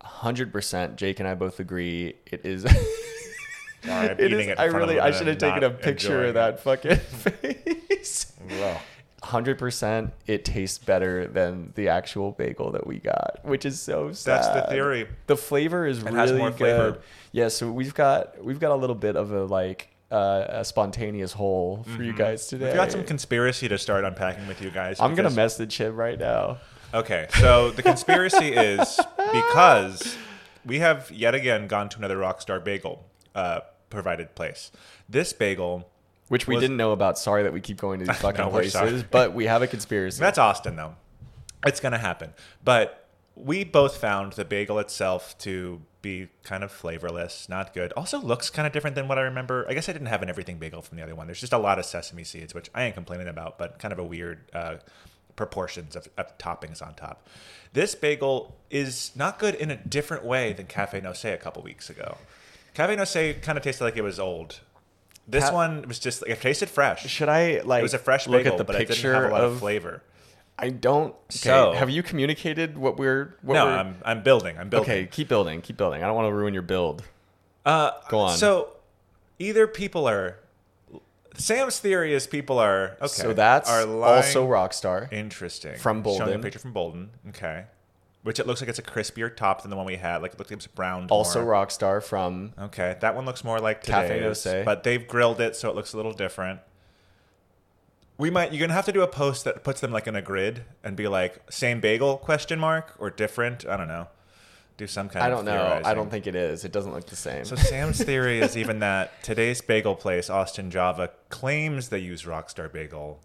Speaker 1: hundred percent. Jake and I both agree. It is. *laughs*
Speaker 2: I'm
Speaker 1: It
Speaker 2: eating
Speaker 1: is-
Speaker 2: it in
Speaker 1: I
Speaker 2: front of
Speaker 1: really.
Speaker 2: him
Speaker 1: I
Speaker 2: and
Speaker 1: should have
Speaker 2: I'm
Speaker 1: taken a
Speaker 2: not
Speaker 1: picture of
Speaker 2: enjoying
Speaker 1: that fucking *laughs* face.
Speaker 2: it. Well,
Speaker 1: Hundred percent. It tastes better than the actual bagel that we got, which is so sad.
Speaker 2: That's the theory.
Speaker 1: The flavor is really
Speaker 2: has more
Speaker 1: good.
Speaker 2: flavor.
Speaker 1: Yeah. So we've got we've got a little bit of a like uh, a spontaneous hole for you guys today.
Speaker 2: I've Mm-hmm. got some conspiracy to start unpacking with you guys.
Speaker 1: I'm gonna
Speaker 2: because-
Speaker 1: message him right now.
Speaker 2: Okay, so the conspiracy is because we have yet again gone to another Rockstar Bagel uh, provided place. This bagel,
Speaker 1: Which we
Speaker 2: Was-
Speaker 1: didn't know about. Sorry that we keep going to these fucking
Speaker 2: *laughs* No, we're
Speaker 1: places,
Speaker 2: sorry.
Speaker 1: but we have a conspiracy.
Speaker 2: that's Austin though. It's gonna happen. But we both found the bagel itself to be kind of flavorless, not good. Also looks kind of different than what I remember. I guess I didn't have an everything bagel from the other one. There's just a lot of sesame seeds, which I ain't complaining about, but kind of a weird uh, proportions of, of toppings on top. This bagel is not good in a different way than Cafe Noce a couple weeks ago. Cafe Noce kind of tasted like it was old. This
Speaker 1: Ca-
Speaker 2: one was just like it tasted fresh.
Speaker 1: Should I like
Speaker 2: It was a fresh
Speaker 1: look
Speaker 2: bagel,
Speaker 1: at the
Speaker 2: but
Speaker 1: picture
Speaker 2: it didn't have a lot
Speaker 1: of,
Speaker 2: of flavor.
Speaker 1: I don't. Okay.
Speaker 2: So-
Speaker 1: have you communicated what we're? What
Speaker 2: No,
Speaker 1: we're,
Speaker 2: I'm I'm building. I'm building.
Speaker 1: okay. Keep building. Keep building. I don't want to ruin your build.
Speaker 2: Uh,
Speaker 1: Go on.
Speaker 2: So either people are Sam's theory is people are okay.
Speaker 1: So that's
Speaker 2: are lying.
Speaker 1: also Rockstar.
Speaker 2: interesting
Speaker 1: from
Speaker 2: Showing
Speaker 1: Bolden.
Speaker 2: a picture from Bolden. Okay, which it looks like it's a crispier top than the one we had. Like it looks like it's browned.
Speaker 1: Also
Speaker 2: more.
Speaker 1: Rockstar from.
Speaker 2: Okay, that one looks more like
Speaker 1: Cafe
Speaker 2: today's,
Speaker 1: Noce.
Speaker 2: but they've grilled it so it looks a little different. We might. You're gonna have to do a post that puts them like in a grid and be like, same bagel question mark or different. I don't know. Do some kind.
Speaker 1: I
Speaker 2: of
Speaker 1: don't know.
Speaker 2: theorizing.
Speaker 1: I don't think it is. It doesn't look the same.
Speaker 2: So Sam's theory is even that today's bagel place, Austin Java, claims they use Rockstar Bagel,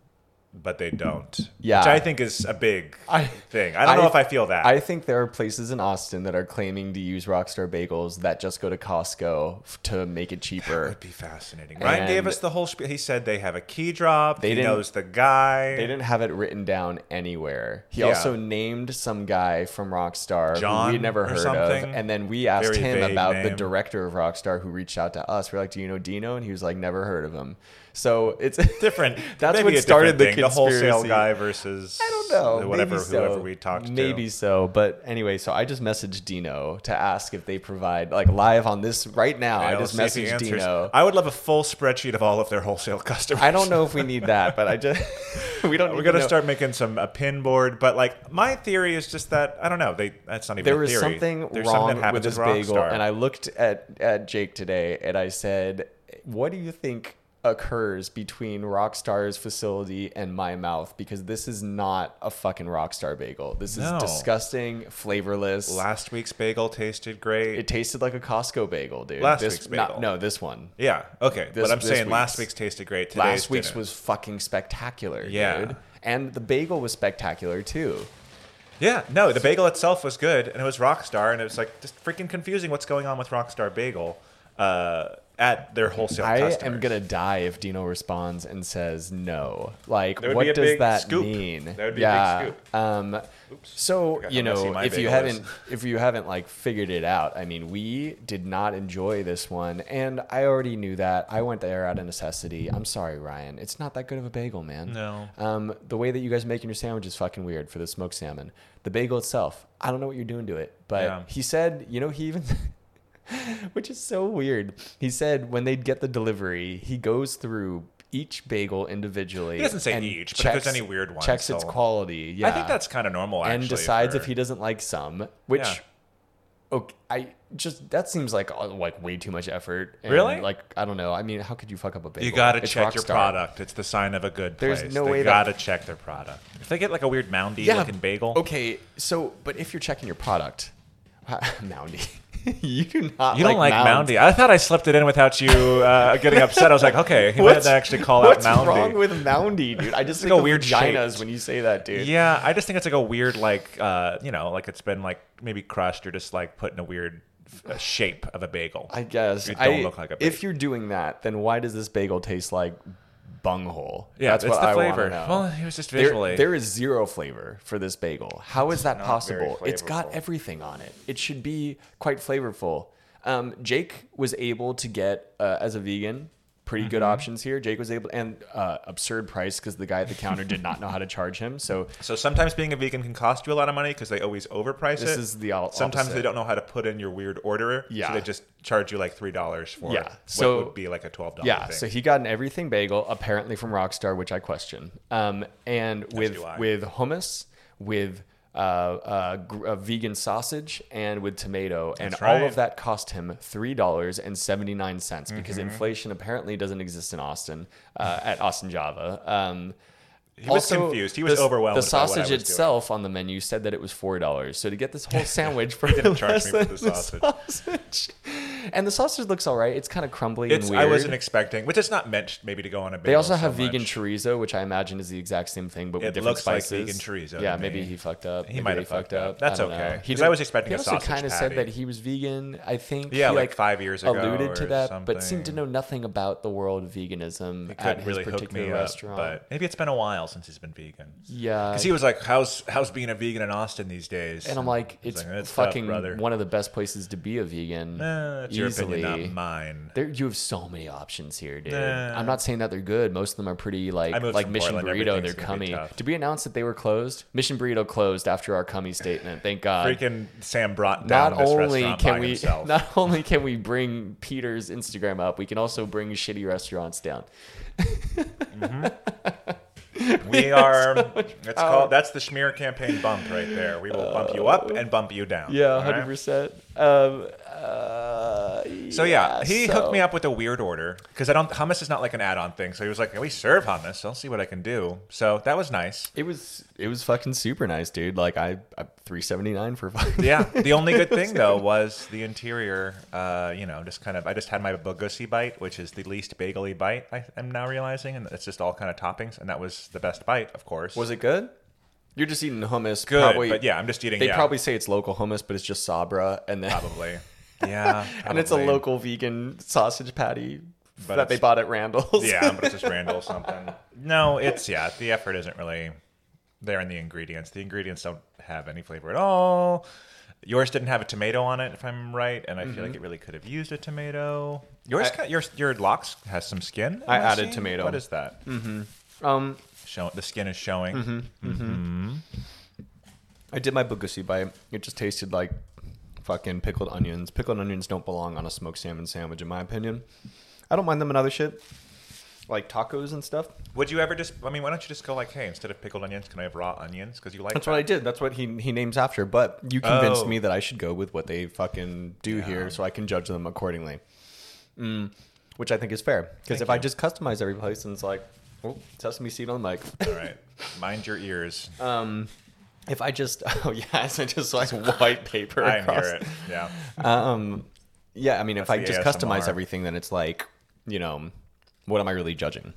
Speaker 2: but they don't.
Speaker 1: Yeah.
Speaker 2: which I think is a big
Speaker 1: I-
Speaker 2: thing. I don't know if I feel that.
Speaker 1: I think there are places in Austin that are claiming to use Rockstar bagels that just go to Costco f- to make it cheaper.
Speaker 2: would be fascinating. Ryan gave
Speaker 1: And-
Speaker 2: us the whole spiel. He said they have a key drop.
Speaker 1: They
Speaker 2: he
Speaker 1: didn't-
Speaker 2: knows the guy.
Speaker 1: They didn't have it written down anywhere. He
Speaker 2: Yeah.
Speaker 1: also named some guy from Rockstar who
Speaker 2: John
Speaker 1: we'd never
Speaker 2: or
Speaker 1: heard
Speaker 2: something?
Speaker 1: of. And then we asked
Speaker 2: Very
Speaker 1: him
Speaker 2: vague
Speaker 1: about the
Speaker 2: name.
Speaker 1: director of Rockstar who reached out to us. We're like, Do you know Dino? And he was like, Never heard of him. So it's *laughs*
Speaker 2: Different.
Speaker 1: That's
Speaker 2: maybe
Speaker 1: what
Speaker 2: a different
Speaker 1: started the
Speaker 2: thing. The wholesale
Speaker 1: conspiracy.
Speaker 2: guy versus
Speaker 1: I don't know.
Speaker 2: whatever
Speaker 1: Maybe so.
Speaker 2: whoever we talked to.
Speaker 1: Maybe so. But anyway, so I just messaged Dino to ask if they provide like live on this right now. I
Speaker 2: I'll
Speaker 1: just
Speaker 2: see if he
Speaker 1: messaged
Speaker 2: answers.
Speaker 1: Dino.
Speaker 2: *laughs* I would love a full spreadsheet of all of their wholesale *laughs* customers.
Speaker 1: I don't know if we need that, but I just *laughs* we don't.
Speaker 2: We're
Speaker 1: need
Speaker 2: gonna
Speaker 1: know.
Speaker 2: start making some a pin board, but like my theory is just that I don't know. They that's not even
Speaker 1: There
Speaker 2: a
Speaker 1: was
Speaker 2: theory.
Speaker 1: something
Speaker 2: There's
Speaker 1: wrong
Speaker 2: something that
Speaker 1: with
Speaker 2: happens
Speaker 1: this
Speaker 2: with
Speaker 1: bagel,
Speaker 2: Rockstar.
Speaker 1: and I looked at at Jake today, and I said, "What do you think?" occurs between Rockstar's facility and my mouth because this is not a fucking Rockstar bagel. This is
Speaker 2: No.
Speaker 1: disgusting, flavorless.
Speaker 2: Last week's bagel tasted great.
Speaker 1: It tasted like a Costco bagel, dude.
Speaker 2: Last
Speaker 1: this,
Speaker 2: week's
Speaker 1: not-
Speaker 2: bagel.
Speaker 1: no, this one.
Speaker 2: yeah, okay.
Speaker 1: This-
Speaker 2: but I'm
Speaker 1: this
Speaker 2: saying last
Speaker 1: week's.
Speaker 2: week's tasted great. Today's
Speaker 1: Last week's
Speaker 2: didn't.
Speaker 1: was fucking spectacular,
Speaker 2: Yeah.
Speaker 1: dude. And the bagel was spectacular too.
Speaker 2: Yeah, no, the bagel itself was good, and it was Rockstar, and it was like just freaking confusing what's going on with Rockstar Bagel uh, at their wholesale.
Speaker 1: I
Speaker 2: customers.
Speaker 1: am gonna die if Dino responds and says no. Like,
Speaker 2: That would
Speaker 1: what
Speaker 2: be a
Speaker 1: does
Speaker 2: big
Speaker 1: that
Speaker 2: scoop.
Speaker 1: mean?
Speaker 2: That would be a big
Speaker 1: yeah.
Speaker 2: scoop.
Speaker 1: Um, so
Speaker 2: Forgot
Speaker 1: you
Speaker 2: how messy
Speaker 1: know,
Speaker 2: my
Speaker 1: if you
Speaker 2: bagel is.
Speaker 1: haven't, *laughs* if you haven't like figured it out, I mean, we did not enjoy this one, and I already knew that. I went there out of necessity. I'm sorry, Ryan. It's not that good of a bagel, man.
Speaker 2: No.
Speaker 1: Um, the way that you guys are making your sandwich is fucking weird for the smoked salmon. The bagel itself, I don't know what you're doing to it, but
Speaker 2: Yeah.
Speaker 1: he said, you know, he even. *laughs* which is so weird. He said when they'd get the delivery, he goes through each bagel individually.
Speaker 2: He doesn't say
Speaker 1: and
Speaker 2: each, but if there's any weird ones,
Speaker 1: checks its
Speaker 2: he'll-
Speaker 1: quality. Yeah,
Speaker 2: I think that's kind of normal.
Speaker 1: and
Speaker 2: Actually,
Speaker 1: decides
Speaker 2: for-
Speaker 1: if he doesn't like some, which.
Speaker 2: Yeah.
Speaker 1: Okay, I just that seems like uh, like way too much effort. and,
Speaker 2: Really?
Speaker 1: Like I don't know. I mean, how could you fuck up a bagel?
Speaker 2: You gotta
Speaker 1: It's
Speaker 2: check your
Speaker 1: Rockstar.
Speaker 2: product. It's the sign of a good
Speaker 1: There's
Speaker 2: place.
Speaker 1: no
Speaker 2: they
Speaker 1: way that-
Speaker 2: gotta check their product. If they get like a weird moundy looking bagel,
Speaker 1: Okay, so but if you're checking your product, *laughs* Moundy, *laughs* you do not.
Speaker 2: you don't like,
Speaker 1: Mounds.
Speaker 2: moundy. I thought I slipped it in without you uh, getting upset. I was like, okay, he might have
Speaker 1: What's-
Speaker 2: to actually call out
Speaker 1: What's
Speaker 2: moundy.
Speaker 1: wrong with Moundy, dude? I just
Speaker 2: like
Speaker 1: think
Speaker 2: a
Speaker 1: of
Speaker 2: weird
Speaker 1: vaginas
Speaker 2: shape.
Speaker 1: when you say that, dude.
Speaker 2: Yeah, I just think it's like a weird, like uh, you know, like it's been like maybe crushed or just like put in a weird uh, shape of a bagel.
Speaker 1: I guess.
Speaker 2: It don't
Speaker 1: I-
Speaker 2: look like a
Speaker 1: If you're doing that, then why does this bagel taste like bunghole?
Speaker 2: yeah,
Speaker 1: That's
Speaker 2: it's
Speaker 1: what
Speaker 2: the
Speaker 1: I wanna
Speaker 2: flavor.
Speaker 1: know.
Speaker 2: Well, it was just
Speaker 1: There-
Speaker 2: visually.
Speaker 1: there is zero flavor for this bagel. How is that possible? It's got
Speaker 2: flavorful.
Speaker 1: everything on it. It should be quite flavorful. Um, Jake was able to get uh, as a vegan pretty good
Speaker 2: Mm-hmm.
Speaker 1: options here. Jake was able and uh, absurd price because the guy at the counter did not know how to charge him. So
Speaker 2: so sometimes being a vegan can cost you a lot of money because they always overprice
Speaker 1: This
Speaker 2: it.
Speaker 1: is the o-
Speaker 2: sometimes they
Speaker 1: opposite.
Speaker 2: don't know how to put in your weird order.
Speaker 1: Yeah.
Speaker 2: so they just charge you like three dollars for
Speaker 1: Yeah,
Speaker 2: what
Speaker 1: so-
Speaker 2: would be like a twelve dollars.
Speaker 1: yeah,
Speaker 2: thing.
Speaker 1: so he got an everything bagel apparently from Rockstar, which I question. Um, and with
Speaker 2: do I.
Speaker 1: with hummus, with uh, uh, gr- uh, vegan sausage, and with tomato, and
Speaker 2: That's
Speaker 1: all
Speaker 2: right.
Speaker 1: of that cost him three dollars and seventy nine cents because
Speaker 2: Mm-hmm.
Speaker 1: inflation apparently doesn't exist in Austin
Speaker 2: *laughs*
Speaker 1: uh, at Austin Java. Um,
Speaker 2: He was confused. He was
Speaker 1: the,
Speaker 2: overwhelmed
Speaker 1: The
Speaker 2: by what I
Speaker 1: sausage
Speaker 2: was doing.
Speaker 1: itself on the menu said that it was four dollars. So to get this
Speaker 2: *laughs*
Speaker 1: whole sandwich for
Speaker 2: didn't charge
Speaker 1: less
Speaker 2: me for
Speaker 1: than
Speaker 2: the sausage.
Speaker 1: sausage- and the sausage looks all right. It's kind of crumbly
Speaker 2: it's
Speaker 1: and weird.
Speaker 2: I wasn't expecting, which is not meant maybe to go on a. Bagel
Speaker 1: They also
Speaker 2: so
Speaker 1: have vegan
Speaker 2: much.
Speaker 1: chorizo, which I imagine is the exact same thing, but
Speaker 2: It
Speaker 1: with different
Speaker 2: looks like
Speaker 1: spices.
Speaker 2: vegan chorizo
Speaker 1: Yeah,
Speaker 2: to
Speaker 1: maybe
Speaker 2: me.
Speaker 1: he fucked up.
Speaker 2: He
Speaker 1: maybe
Speaker 2: might
Speaker 1: they
Speaker 2: have fucked up.
Speaker 1: I
Speaker 2: That's
Speaker 1: don't know.
Speaker 2: okay.
Speaker 1: He
Speaker 2: 'Cause I
Speaker 1: did-
Speaker 2: was expecting
Speaker 1: he
Speaker 2: a
Speaker 1: also
Speaker 2: sausage
Speaker 1: kind of said
Speaker 2: patty.
Speaker 1: that he was vegan. I think.
Speaker 2: Yeah,
Speaker 1: he,
Speaker 2: like, five years ago
Speaker 1: Alluded to
Speaker 2: or
Speaker 1: that, but
Speaker 2: something.
Speaker 1: seemed to know nothing about the world of veganism
Speaker 2: It
Speaker 1: at
Speaker 2: could
Speaker 1: his
Speaker 2: really hook
Speaker 1: particular
Speaker 2: me
Speaker 1: restaurant.
Speaker 2: up, but maybe it's been a while since he's been vegan.
Speaker 1: yeah,
Speaker 2: Because he was like, "How's how's being a vegan in Austin these days?"
Speaker 1: and I'm like,
Speaker 2: He's
Speaker 1: it's
Speaker 2: "That's tough,
Speaker 1: fucking
Speaker 2: brother."
Speaker 1: one of the best places to be a vegan.
Speaker 2: Eh, it's your
Speaker 1: easily.
Speaker 2: opinion, not mine.
Speaker 1: There, you have so many options here, dude.
Speaker 2: Nah.
Speaker 1: I'm not saying that they're good. Most of them are pretty like
Speaker 2: I moved
Speaker 1: like
Speaker 2: from
Speaker 1: Mission
Speaker 2: Portland.
Speaker 1: Burrito. They're
Speaker 2: Everything's gonna be
Speaker 1: cummy.
Speaker 2: tough.
Speaker 1: Did we announce that they were closed? Mission Burrito closed after our cummy statement. Thank God.
Speaker 2: Freaking Sam brought down
Speaker 1: Not
Speaker 2: this
Speaker 1: only
Speaker 2: restaurant
Speaker 1: can
Speaker 2: by
Speaker 1: we
Speaker 2: himself.
Speaker 1: *laughs* not only can we bring Peter's Instagram up, we can also bring shitty restaurants down.
Speaker 2: we are. It's called. That's the smear campaign bump right there. We will bump you up and bump you down.
Speaker 1: Oh. Yeah,
Speaker 2: all right?
Speaker 1: hundred percent. Um, uh,
Speaker 2: So yeah, he hooked me up with a weird order because I don't hummus is not like an add-on thing. So he was like, "We serve hummus. I'll see what I can do." So that was nice.
Speaker 1: It was it was fucking super nice, dude. Like I, I three seventy nine for *laughs* fucking
Speaker 2: Yeah. The only good thing though was the interior. Uh, you know, just kind of. I just had my bogusi bite, which is the least bagely bite. I am now realizing, and it's just all kind of toppings, and that was the best bite, of course.
Speaker 1: Was it good? You're just eating hummus.
Speaker 2: good?
Speaker 1: probably,
Speaker 2: but yeah, I'm just eating.
Speaker 1: they
Speaker 2: yeah,
Speaker 1: probably say it's local hummus, but it's just Sabra, and then
Speaker 2: probably. Yeah,
Speaker 1: *laughs* and it's a
Speaker 2: probably.
Speaker 1: local vegan sausage patty
Speaker 2: But
Speaker 1: that they
Speaker 2: it's-
Speaker 1: bought at Randall's.
Speaker 2: Yeah, but it's just Randall something. No, it's yeah. The effort isn't really there in the ingredients. The ingredients don't have any flavor at all. Yours didn't have a tomato on it, if I'm right, and I feel like it really could have used a tomato. Yours,
Speaker 1: Mm-hmm. I-
Speaker 2: ca- your your locks has some skin.
Speaker 1: I
Speaker 2: am
Speaker 1: added
Speaker 2: seeing?
Speaker 1: tomato. Mm.
Speaker 2: What is that?
Speaker 1: *laughs* um,
Speaker 2: Show, the skin is showing.
Speaker 1: Mm-hmm. I did my bogusi bite. It just tasted like fucking pickled onions. Pickled onions don't belong on a smoked salmon sandwich, in my opinion. I don't mind them in other shit, like tacos and stuff.
Speaker 2: Would you ever just? I mean, why don't you just go like, hey, instead of pickled onions, can I have raw onions? Because you like
Speaker 1: That's
Speaker 2: that.
Speaker 1: what I did. That's what he he names after. But you convinced
Speaker 2: Oh.
Speaker 1: me that I should go with what they fucking do here, so I can judge them accordingly. Mm, which I think is fair because
Speaker 2: Thank
Speaker 1: if I
Speaker 2: you.
Speaker 1: just customize every place and it's like, oh, sesame seed on like,
Speaker 2: All right, mind your ears.
Speaker 1: *laughs* if I just *laughs* oh yeah, I just like *laughs* white paper
Speaker 2: I
Speaker 1: across.
Speaker 2: hear it.
Speaker 1: *laughs*
Speaker 2: Yeah.
Speaker 1: Um, yeah, I mean, if I
Speaker 2: That's the
Speaker 1: just
Speaker 2: ASMR.
Speaker 1: customize everything, then it's like, you know, what am I really judging?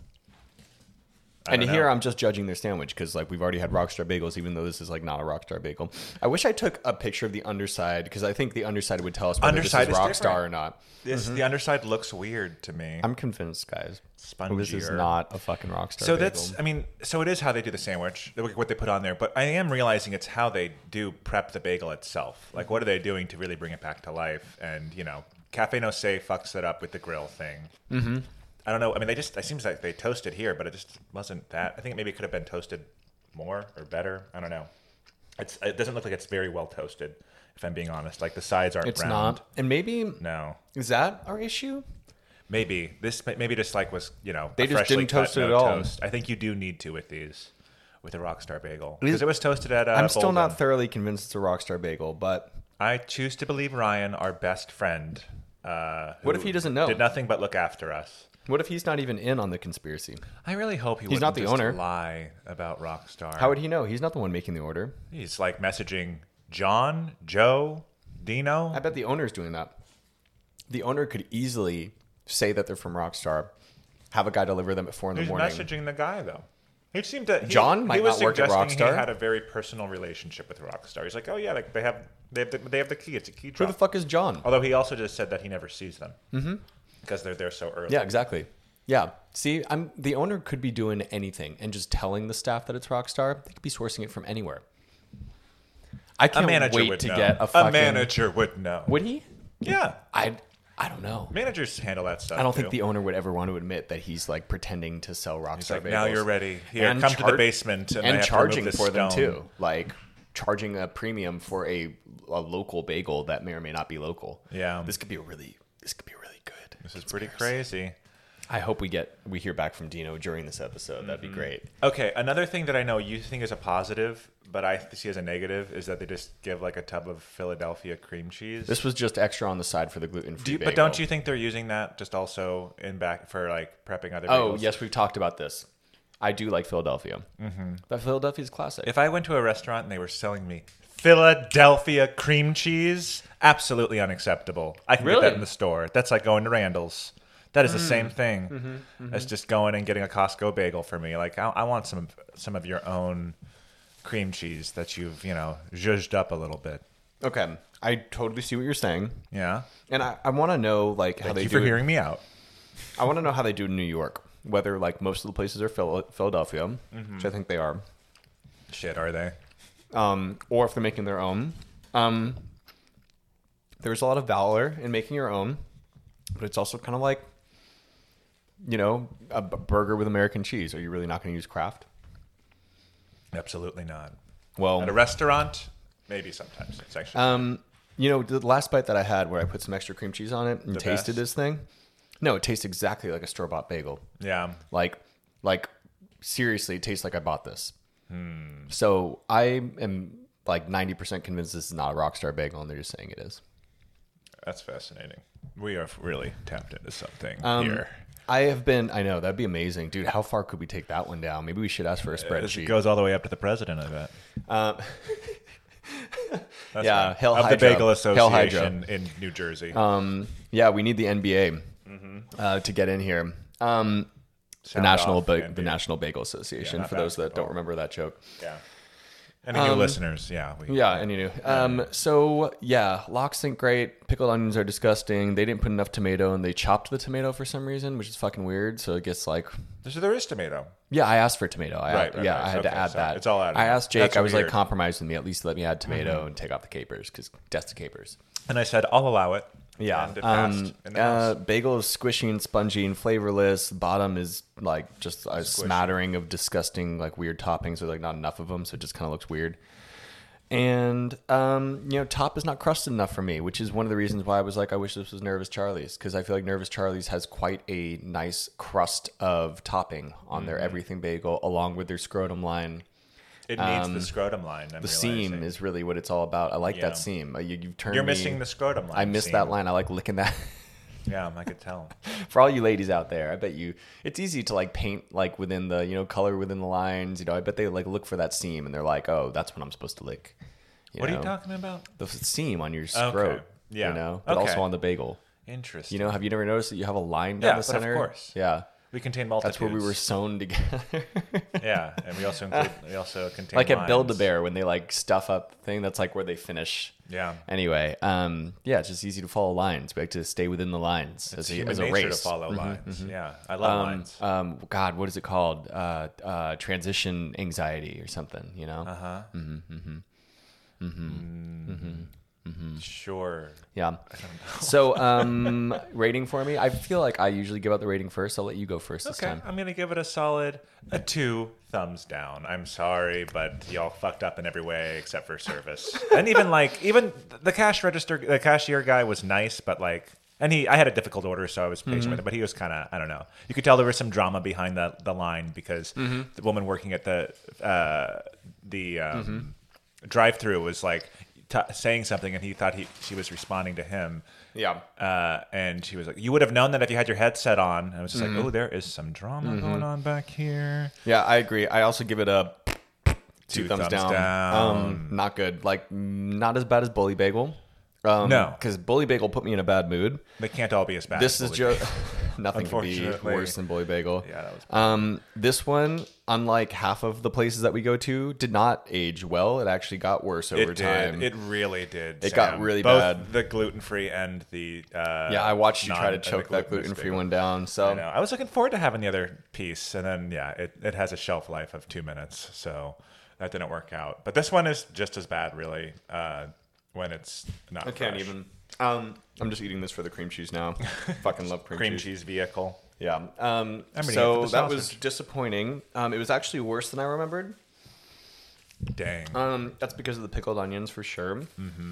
Speaker 2: I
Speaker 1: And
Speaker 2: don't
Speaker 1: here
Speaker 2: know.
Speaker 1: I'm just judging their sandwich because like we've already had Rockstar bagels, even though this is like not a Rockstar bagel. I wish I took a picture of the underside because I think the underside would tell us whether
Speaker 2: Underside
Speaker 1: this
Speaker 2: is
Speaker 1: is Rockstar
Speaker 2: different.
Speaker 1: or not.
Speaker 2: This,
Speaker 1: Mm-hmm.
Speaker 2: The underside looks weird to me.
Speaker 1: I'm convinced, guys. This is
Speaker 2: Spongier.
Speaker 1: not a fucking Rockstar.
Speaker 2: so
Speaker 1: bagel.
Speaker 2: that's, I mean, so it is how they do the sandwich, what they put on there. But I am realizing it's how they do prep the bagel itself. Like, what are they doing to really bring it back to life? And you know, Cafe No Se fucks it up with the grill thing. Mm-hmm. I don't know. I mean, they just it seems like they toasted here, but it just wasn't that. I think maybe it could have been toasted more or better. I don't know. It's, it doesn't look like it's very well toasted. If I'm being honest, like the sides aren't
Speaker 1: it's
Speaker 2: round.
Speaker 1: not. And maybe
Speaker 2: No,
Speaker 1: is that our issue?
Speaker 2: Maybe this may- maybe just like was you know
Speaker 1: They
Speaker 2: a
Speaker 1: just
Speaker 2: freshly
Speaker 1: didn't
Speaker 2: cut,
Speaker 1: toast it
Speaker 2: no
Speaker 1: at all.
Speaker 2: Toast. I think you do need to with these with a rockstar bagel
Speaker 1: is-
Speaker 2: because it was toasted at. Uh,
Speaker 1: I'm still
Speaker 2: Bolden.
Speaker 1: not thoroughly convinced it's a Rockstar bagel, but
Speaker 2: I choose to believe Ryan, our best friend. Uh,
Speaker 1: What
Speaker 2: who
Speaker 1: if he doesn't know?
Speaker 2: Did nothing but look after us.
Speaker 1: what if he's not even in on the conspiracy?
Speaker 2: I really hope he
Speaker 1: He's not
Speaker 2: wouldn't
Speaker 1: the
Speaker 2: just
Speaker 1: owner.
Speaker 2: lie about rockstar.
Speaker 1: How would he know? He's not the one making the order.
Speaker 2: He's like messaging John, Joe, Dino.
Speaker 1: I bet the owner's doing that. The owner could easily say that they're from Rockstar, have a guy deliver them at four in the
Speaker 2: Who's
Speaker 1: morning.
Speaker 2: messaging the guy though? He seemed to. he-
Speaker 1: John
Speaker 2: he
Speaker 1: might
Speaker 2: was
Speaker 1: not work at
Speaker 2: suggesting
Speaker 1: Rockstar.
Speaker 2: He had a very personal relationship with rockstar. He's like, oh yeah, like they have they have the, they have the key. It's a key
Speaker 1: Who
Speaker 2: drop.
Speaker 1: the fuck is John?
Speaker 2: Although he also just said that he never sees them mm-hmm. because they're there so early.
Speaker 1: Yeah, exactly. Yeah. See, I'm the owner could be doing anything and just telling the staff that it's Rockstar. They could be sourcing it from anywhere. I
Speaker 2: a
Speaker 1: can't
Speaker 2: manager
Speaker 1: wait
Speaker 2: would
Speaker 1: to
Speaker 2: know.
Speaker 1: get a fucking
Speaker 2: manager would know.
Speaker 1: Would he?
Speaker 2: yeah,
Speaker 1: I I don't know.
Speaker 2: managers handle that stuff.
Speaker 1: I don't
Speaker 2: too.
Speaker 1: think the owner would ever want to admit that he's like pretending to sell Rockstar.
Speaker 2: It's like, now
Speaker 1: bagels."
Speaker 2: you're ready. Here,
Speaker 1: And
Speaker 2: come to the
Speaker 1: char-
Speaker 2: basement and, I
Speaker 1: and,
Speaker 2: have to remove
Speaker 1: charging
Speaker 2: this
Speaker 1: for them
Speaker 2: stone.
Speaker 1: too, like charging a premium for a, a local bagel that may or may not be local.
Speaker 2: Yeah.
Speaker 1: this could be a really this could be really good.
Speaker 2: This is pretty crazy.
Speaker 1: I hope we get we hear back from Dino during this episode. That'd be
Speaker 2: Mm-hmm.
Speaker 1: great.
Speaker 2: Okay, another thing that I know you think is a positive, but I see as a negative is that they just give like a tub of Philadelphia cream cheese.
Speaker 1: This was just extra on the side for the gluten
Speaker 2: Do
Speaker 1: free.
Speaker 2: you- but don't you think they're using that just also in back for like prepping other?
Speaker 1: Oh
Speaker 2: bagels?
Speaker 1: yes, we've talked about this. I do like Philadelphia, mm-hmm. but Philadelphia's classic.
Speaker 2: If I went to a restaurant and they were selling me Philadelphia cream cheese, absolutely unacceptable. I can get
Speaker 1: Really?
Speaker 2: that in the store. That's like going to Randall's. That is the same thing as just going and getting a Costco bagel for me. Like I, I want some of- some of your own cream cheese that you've you know zhuzhed up a little bit.
Speaker 1: okay, I totally see what you're saying,
Speaker 2: Yeah.
Speaker 1: and I, I want to know like how
Speaker 2: Thank
Speaker 1: they
Speaker 2: you
Speaker 1: do
Speaker 2: for
Speaker 1: it
Speaker 2: hearing me out.
Speaker 1: I want to know how they do in New York. Whether like most of the places are Phil- Philadelphia,
Speaker 2: Mm-hmm.
Speaker 1: which I think they are,
Speaker 2: Shit, are they?
Speaker 1: um, or if they're making their own. Um, there's a lot of valor in making your own, but it's also kind of like, you know, a b- burger with American cheese. Are you really not going to use Kraft?
Speaker 2: Absolutely not.
Speaker 1: Well,
Speaker 2: At a restaurant, maybe sometimes. It's actually
Speaker 1: Um, you know, the last bite that I had where I put some extra cream cheese on it and tasted
Speaker 2: best.
Speaker 1: this thing, no, it tastes exactly like a store bought bagel.
Speaker 2: yeah.
Speaker 1: Like, like seriously, it tastes like I bought this.
Speaker 2: Hmm.
Speaker 1: So I am like ninety percent convinced this is not a Rockstar bagel, and they're just saying it is.
Speaker 2: That's fascinating. We are really tapped into something
Speaker 1: Um,
Speaker 2: here.
Speaker 1: I have been. I know that'd be amazing, dude. How far could we take that one down? Maybe we should ask for a
Speaker 2: This
Speaker 1: spreadsheet.
Speaker 2: goes all the way up to the president, I bet.
Speaker 1: Um,
Speaker 2: That's
Speaker 1: Yeah,
Speaker 2: right.
Speaker 1: Hail
Speaker 2: of the
Speaker 1: Hydra.
Speaker 2: Bagel
Speaker 1: Hail Hydra.
Speaker 2: Association in New Jersey.
Speaker 1: um, yeah, we need the NBA uh, to get in here. Um, the
Speaker 2: Mm-hmm. Sound
Speaker 1: national,
Speaker 2: off,
Speaker 1: ba-
Speaker 2: NBA.
Speaker 1: the National Bagel Association.
Speaker 2: not
Speaker 1: for those that
Speaker 2: basketball.
Speaker 1: don't remember that joke.
Speaker 2: Yeah. Any new listeners? Yeah. We,
Speaker 1: um, Yeah, and you knew. Um, so yeah, lox think great. Pickled onions are disgusting. They didn't put enough tomato, and they chopped the tomato for some reason, which is fucking weird. So it gets like,
Speaker 2: So there is tomato.
Speaker 1: yeah, I asked for tomato. I,
Speaker 2: Right, right,
Speaker 1: yeah,
Speaker 2: right.
Speaker 1: I had to
Speaker 2: Okay,
Speaker 1: add
Speaker 2: so
Speaker 1: that.
Speaker 2: it's all added
Speaker 1: I
Speaker 2: in.
Speaker 1: asked Jake.
Speaker 2: That's
Speaker 1: I was
Speaker 2: weird. Mm-hmm.
Speaker 1: like compromised with me. At least let me add tomato and take off the capers because death to capers.
Speaker 2: And I said, I'll allow it.
Speaker 1: Yeah.
Speaker 2: And it
Speaker 1: Um,
Speaker 2: passed in the
Speaker 1: uh,
Speaker 2: House.
Speaker 1: bagel is squishy and spongy and flavorless. Bottom is like just a smattering of disgusting, like weird toppings or like not enough of them. So it just kind of looks weird. And, um, you know, top is not crusted enough for me, which is one of the reasons why I was like, I wish this was Nervous Charlie's because I feel like Nervous Charlie's has quite a nice crust of topping on
Speaker 2: Mm-hmm.
Speaker 1: their everything bagel along with their scrotum line.
Speaker 2: It needs the scrotum line. I'm
Speaker 1: um, The seam is really what it's all about. I like
Speaker 2: Yeah.
Speaker 1: that seam. Uh, You, you've turned
Speaker 2: You're
Speaker 1: me-
Speaker 2: missing the scrotum line.
Speaker 1: I missed
Speaker 2: seam.
Speaker 1: that line. I like licking that. *laughs*
Speaker 2: Yeah, I could tell.
Speaker 1: for all you ladies out there, I bet you it's easy to like paint like within the you know color within the lines. You know, I bet they like look for that seam and they're like, oh, that's what I'm supposed to lick.
Speaker 2: What are you
Speaker 1: know?
Speaker 2: talking about?
Speaker 1: The f- seam on your scrot,
Speaker 2: Yeah.
Speaker 1: you know, but
Speaker 2: Okay.
Speaker 1: also on the bagel.
Speaker 2: Interesting.
Speaker 1: You know, have you never noticed that you have a line down
Speaker 2: Yeah,
Speaker 1: the
Speaker 2: but of
Speaker 1: center?
Speaker 2: course.
Speaker 1: Yeah,
Speaker 2: we contain multitudes.
Speaker 1: that's where we were sewn together. *laughs*
Speaker 2: *laughs* yeah, and we also include, we also contain
Speaker 1: like at
Speaker 2: lines.
Speaker 1: Build a Bear when they like stuff up the thing. That's like where they finish.
Speaker 2: Yeah.
Speaker 1: Anyway, um, yeah, it's just easy to follow lines. We like to stay within the lines as
Speaker 2: It's
Speaker 1: a,
Speaker 2: human
Speaker 1: as a
Speaker 2: nature
Speaker 1: race. Mm-hmm,
Speaker 2: to follow lines. Yeah, I love
Speaker 1: um,
Speaker 2: lines.
Speaker 1: um, God, what is it called? Uh, uh, transition anxiety or something, you know?
Speaker 2: Uh huh. Mm-hmm. Mm-hmm. Mm-hmm. Sure.
Speaker 1: Yeah.
Speaker 2: *laughs*
Speaker 1: So, um, rating for me, I feel like I usually give out the rating first. I'll let you go first this
Speaker 2: Okay,
Speaker 1: time.
Speaker 2: I'm gonna give it a solid a two thumbs down. I'm sorry, but y'all fucked up in every way except for service. *laughs* and even like even the cash register, the cashier guy was nice, but like. And he, I had a difficult order, so I was patient
Speaker 1: Mm-hmm.
Speaker 2: with it. But he was kind of, I don't know. You could tell there was some drama behind the, the line because
Speaker 1: Mm-hmm.
Speaker 2: the woman working at the uh, the um,
Speaker 1: Mm-hmm.
Speaker 2: drive through was like t- saying something, and he thought he she was responding to him.
Speaker 1: Yeah.
Speaker 2: Uh, and she was like, "You would have known that if you had your headset on." And I was just
Speaker 1: Mm-hmm.
Speaker 2: like, "Oh, there is some drama going on back here."
Speaker 1: Yeah, I agree. I also give it a two,
Speaker 2: Two
Speaker 1: thumbs,
Speaker 2: thumbs
Speaker 1: down.
Speaker 2: down.
Speaker 1: Um, not good. Like, not as bad as Bully Bagel. Um,
Speaker 2: No.
Speaker 1: Because Bully Bagel put me in a bad mood.
Speaker 2: They can't all be as bad.
Speaker 1: This
Speaker 2: as
Speaker 1: is
Speaker 2: Bully
Speaker 1: just *laughs*
Speaker 2: Bear.
Speaker 1: nothing could be
Speaker 2: Unfortunately.
Speaker 1: worse than Bully Bagel.
Speaker 2: Yeah, that was
Speaker 1: Um, this one, unlike half of the places that we go to, did not age well. It actually got worse over
Speaker 2: It
Speaker 1: time.
Speaker 2: did. It really did.
Speaker 1: It got
Speaker 2: Sam.
Speaker 1: really
Speaker 2: Both
Speaker 1: bad.
Speaker 2: The gluten free and the uh,
Speaker 1: yeah, I watched you try to
Speaker 2: non-
Speaker 1: choke
Speaker 2: the
Speaker 1: that
Speaker 2: glutenous
Speaker 1: gluten free
Speaker 2: bagel.
Speaker 1: one down.
Speaker 2: I
Speaker 1: So
Speaker 2: know. I was looking forward to having the other piece, and then yeah, it, it has a shelf life of two minutes, so that didn't work out. But this one is just as bad, really, uh, when it's not.
Speaker 1: I can't
Speaker 2: fresh.
Speaker 1: even. Um, I'm just eating this for the cream cheese
Speaker 2: *laughs*
Speaker 1: now. Fucking love cream,
Speaker 2: cream
Speaker 1: cheese.
Speaker 2: cheese vehicle.
Speaker 1: Yeah. Um,
Speaker 2: I'm ready
Speaker 1: so
Speaker 2: for the
Speaker 1: that was Um,
Speaker 2: sausage.
Speaker 1: Uh, Um,
Speaker 2: Mm-hmm. Mm-hmm.
Speaker 1: Mm-hmm. Um, Um,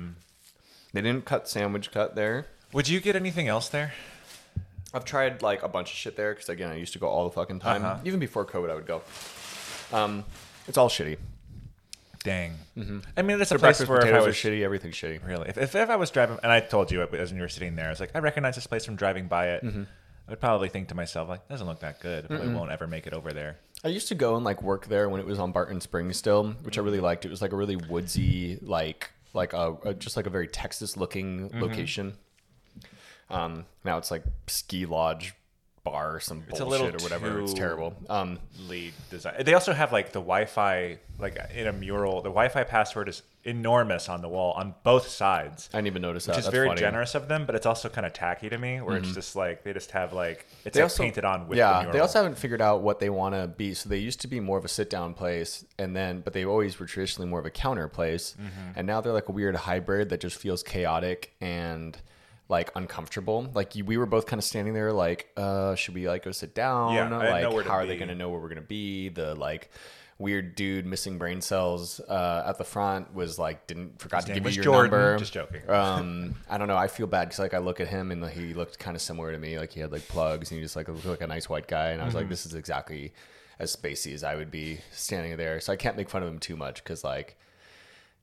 Speaker 1: Mm-hmm. "Uh, uh, *laughs* Um,
Speaker 2: Mm-hmm.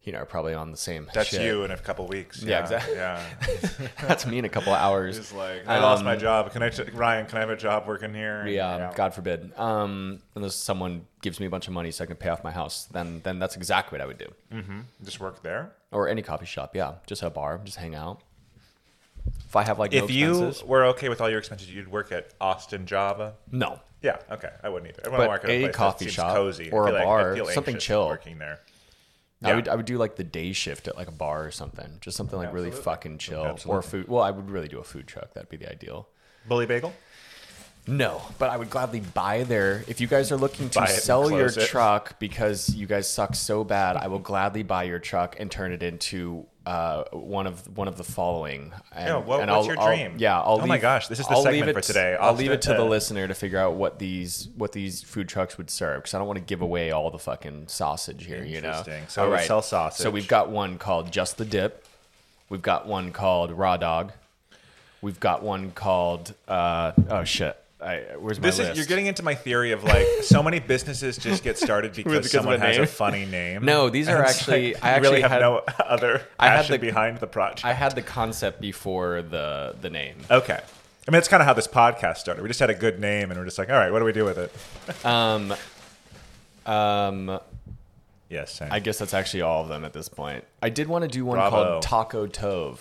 Speaker 1: you know, are probably on the same.
Speaker 2: That's
Speaker 1: shit.
Speaker 2: you in a couple weeks.
Speaker 1: Yeah, exactly.
Speaker 2: Yeah.
Speaker 1: *laughs* That's me in a couple of hours.
Speaker 2: It's like I lost
Speaker 1: Um,
Speaker 2: my job. Can I, t- Ryan? Can I have a job working here?
Speaker 1: Yeah, God forbid. Um, unless someone gives me a bunch of money so I can pay off my house, then then that's exactly what I would do.
Speaker 2: hmm Just work there.
Speaker 1: Or any coffee shop. Yeah, just a bar, just hang out. If I have like no
Speaker 2: if you
Speaker 1: expenses,
Speaker 2: were okay with all your expenses, you'd work at Austin Java.
Speaker 1: no.
Speaker 2: Yeah, okay, I wouldn't either. I want to
Speaker 1: But
Speaker 2: work at
Speaker 1: a
Speaker 2: a, place
Speaker 1: coffee
Speaker 2: that seems
Speaker 1: shop
Speaker 2: cozy. I
Speaker 1: or a
Speaker 2: feel like- I
Speaker 1: bar,
Speaker 2: feel
Speaker 1: something
Speaker 2: anxious
Speaker 1: chill.
Speaker 2: Working there,
Speaker 1: I
Speaker 2: Yeah.
Speaker 1: would I would do like the day shift at like a bar or something, just something like really
Speaker 2: Absolutely.
Speaker 1: fucking chill or
Speaker 2: Absolutely.
Speaker 1: food. Well, I would really do a food truck. That'd be the ideal.
Speaker 2: Bully Bagel.
Speaker 1: No, but I would gladly buy their. If you guys are looking to
Speaker 2: Buy it and
Speaker 1: sell your
Speaker 2: close it.
Speaker 1: truck because you guys suck so bad, I will gladly buy your truck and turn it into uh, one of one of the following. And,
Speaker 2: Yeah, what-
Speaker 1: and
Speaker 2: what's
Speaker 1: I'll-
Speaker 2: your
Speaker 1: I'll-
Speaker 2: dream?
Speaker 1: yeah, I'll.
Speaker 2: Oh my
Speaker 1: leave-
Speaker 2: gosh, this is the
Speaker 1: I'll
Speaker 2: segment
Speaker 1: leave
Speaker 2: for
Speaker 1: it-
Speaker 2: today.
Speaker 1: I'll
Speaker 2: I'll
Speaker 1: leave it to
Speaker 2: sit-
Speaker 1: the
Speaker 2: uh,
Speaker 1: listener to figure out what these what these food trucks would serve because I don't want to give away all the fucking sausage here. You know,
Speaker 2: Interesting. So it would sell sausage.
Speaker 1: So we've got one called Just the Dip. We've got one called Raw Dog. We've got one called uh, oh shit. I, where's my
Speaker 2: This
Speaker 1: list?
Speaker 2: is you're getting into my theory of like *laughs* so many businesses just get *laughs* started because,
Speaker 1: Because of
Speaker 2: someone
Speaker 1: a
Speaker 2: has
Speaker 1: name?
Speaker 2: a funny name.
Speaker 1: No, these are
Speaker 2: And it's
Speaker 1: actually-
Speaker 2: like,
Speaker 1: I
Speaker 2: you
Speaker 1: actually
Speaker 2: really have
Speaker 1: had-
Speaker 2: no other
Speaker 1: I had
Speaker 2: passion
Speaker 1: the-
Speaker 2: behind the project.
Speaker 1: I had the concept before the the name.
Speaker 2: okay, I mean it's kind of how this podcast started. We just had a good name and we're just like, all right, what do we do with it?
Speaker 1: Um, um,
Speaker 2: Yes, same.
Speaker 1: I guess that's actually all of them at this point. I did want to do one
Speaker 2: Bravo.
Speaker 1: called Taco Tov,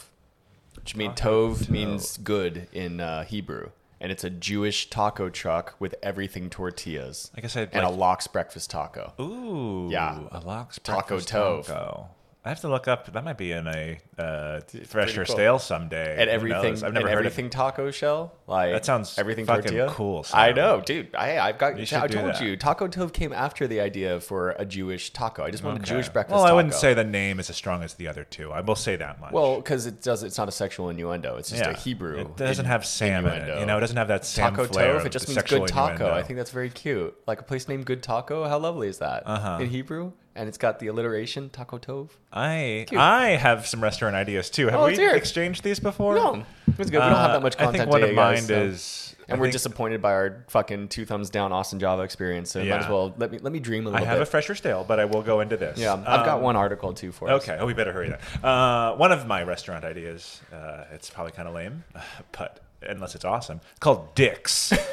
Speaker 1: which means Tov, means good in uh, Hebrew, and it's a Jewish taco truck with everything tortillas
Speaker 2: I guess I'd
Speaker 1: and a
Speaker 2: like-
Speaker 1: lox breakfast taco.
Speaker 2: Ooh,
Speaker 1: Yeah.
Speaker 2: a lox
Speaker 1: Taco
Speaker 2: breakfast
Speaker 1: Tove.
Speaker 2: taco. I have to look up. That might be in a uh, fresh or
Speaker 1: cool.
Speaker 2: stale someday.
Speaker 1: And
Speaker 2: Who
Speaker 1: everything,
Speaker 2: knows? I've never
Speaker 1: and
Speaker 2: heard
Speaker 1: everything taco shell. Like
Speaker 2: That sounds
Speaker 1: everything
Speaker 2: fucking
Speaker 1: tortilla.
Speaker 2: cool, Sam.
Speaker 1: I know, dude. I, I've got.
Speaker 2: You should
Speaker 1: I
Speaker 2: do
Speaker 1: told
Speaker 2: that.
Speaker 1: you, Taco Tove came after the idea for a Jewish taco. I just
Speaker 2: of
Speaker 1: wanted
Speaker 2: it.
Speaker 1: a Jewish
Speaker 2: Okay.
Speaker 1: breakfast.
Speaker 2: Well, I
Speaker 1: taco.
Speaker 2: wouldn't say the name is as strong as the other two. I will say that much.
Speaker 1: Well, because it does. It's not a sexual innuendo. It's just a Hebrew.
Speaker 2: It doesn't
Speaker 1: in-
Speaker 2: have Sam in
Speaker 1: innuendo.
Speaker 2: it. You know, it doesn't have that Sam
Speaker 1: taco
Speaker 2: flair.
Speaker 1: tove. It just means good taco. I think that's very cute. Like a place named Good Taco. How lovely is that
Speaker 2: Uh-huh.
Speaker 1: in Hebrew? And it's got the alliteration taco tove.
Speaker 2: I I have some restaurant ideas too. Have
Speaker 1: Oh,
Speaker 2: we
Speaker 1: dear.
Speaker 2: exchanged these before?
Speaker 1: No, it's good. we don't have
Speaker 2: Uh,
Speaker 1: that much content
Speaker 2: I think one
Speaker 1: today,
Speaker 2: of mine
Speaker 1: guys, so-
Speaker 2: is,
Speaker 1: And
Speaker 2: I
Speaker 1: we're
Speaker 2: think
Speaker 1: disappointed by our fucking two thumbs down Austin Java experience. So might as
Speaker 2: Yeah.
Speaker 1: well let me let me dream a
Speaker 2: I
Speaker 1: little
Speaker 2: have
Speaker 1: bit.
Speaker 2: a fresh or stale, but I will go into this.
Speaker 1: yeah, I've got
Speaker 2: Um,
Speaker 1: one article too for us.
Speaker 2: Okay. Oh, we better hurry then. Uh, one of my restaurant ideas, uh, it's probably kind of lame, *laughs* but unless it's awesome, called Dicks. *laughs*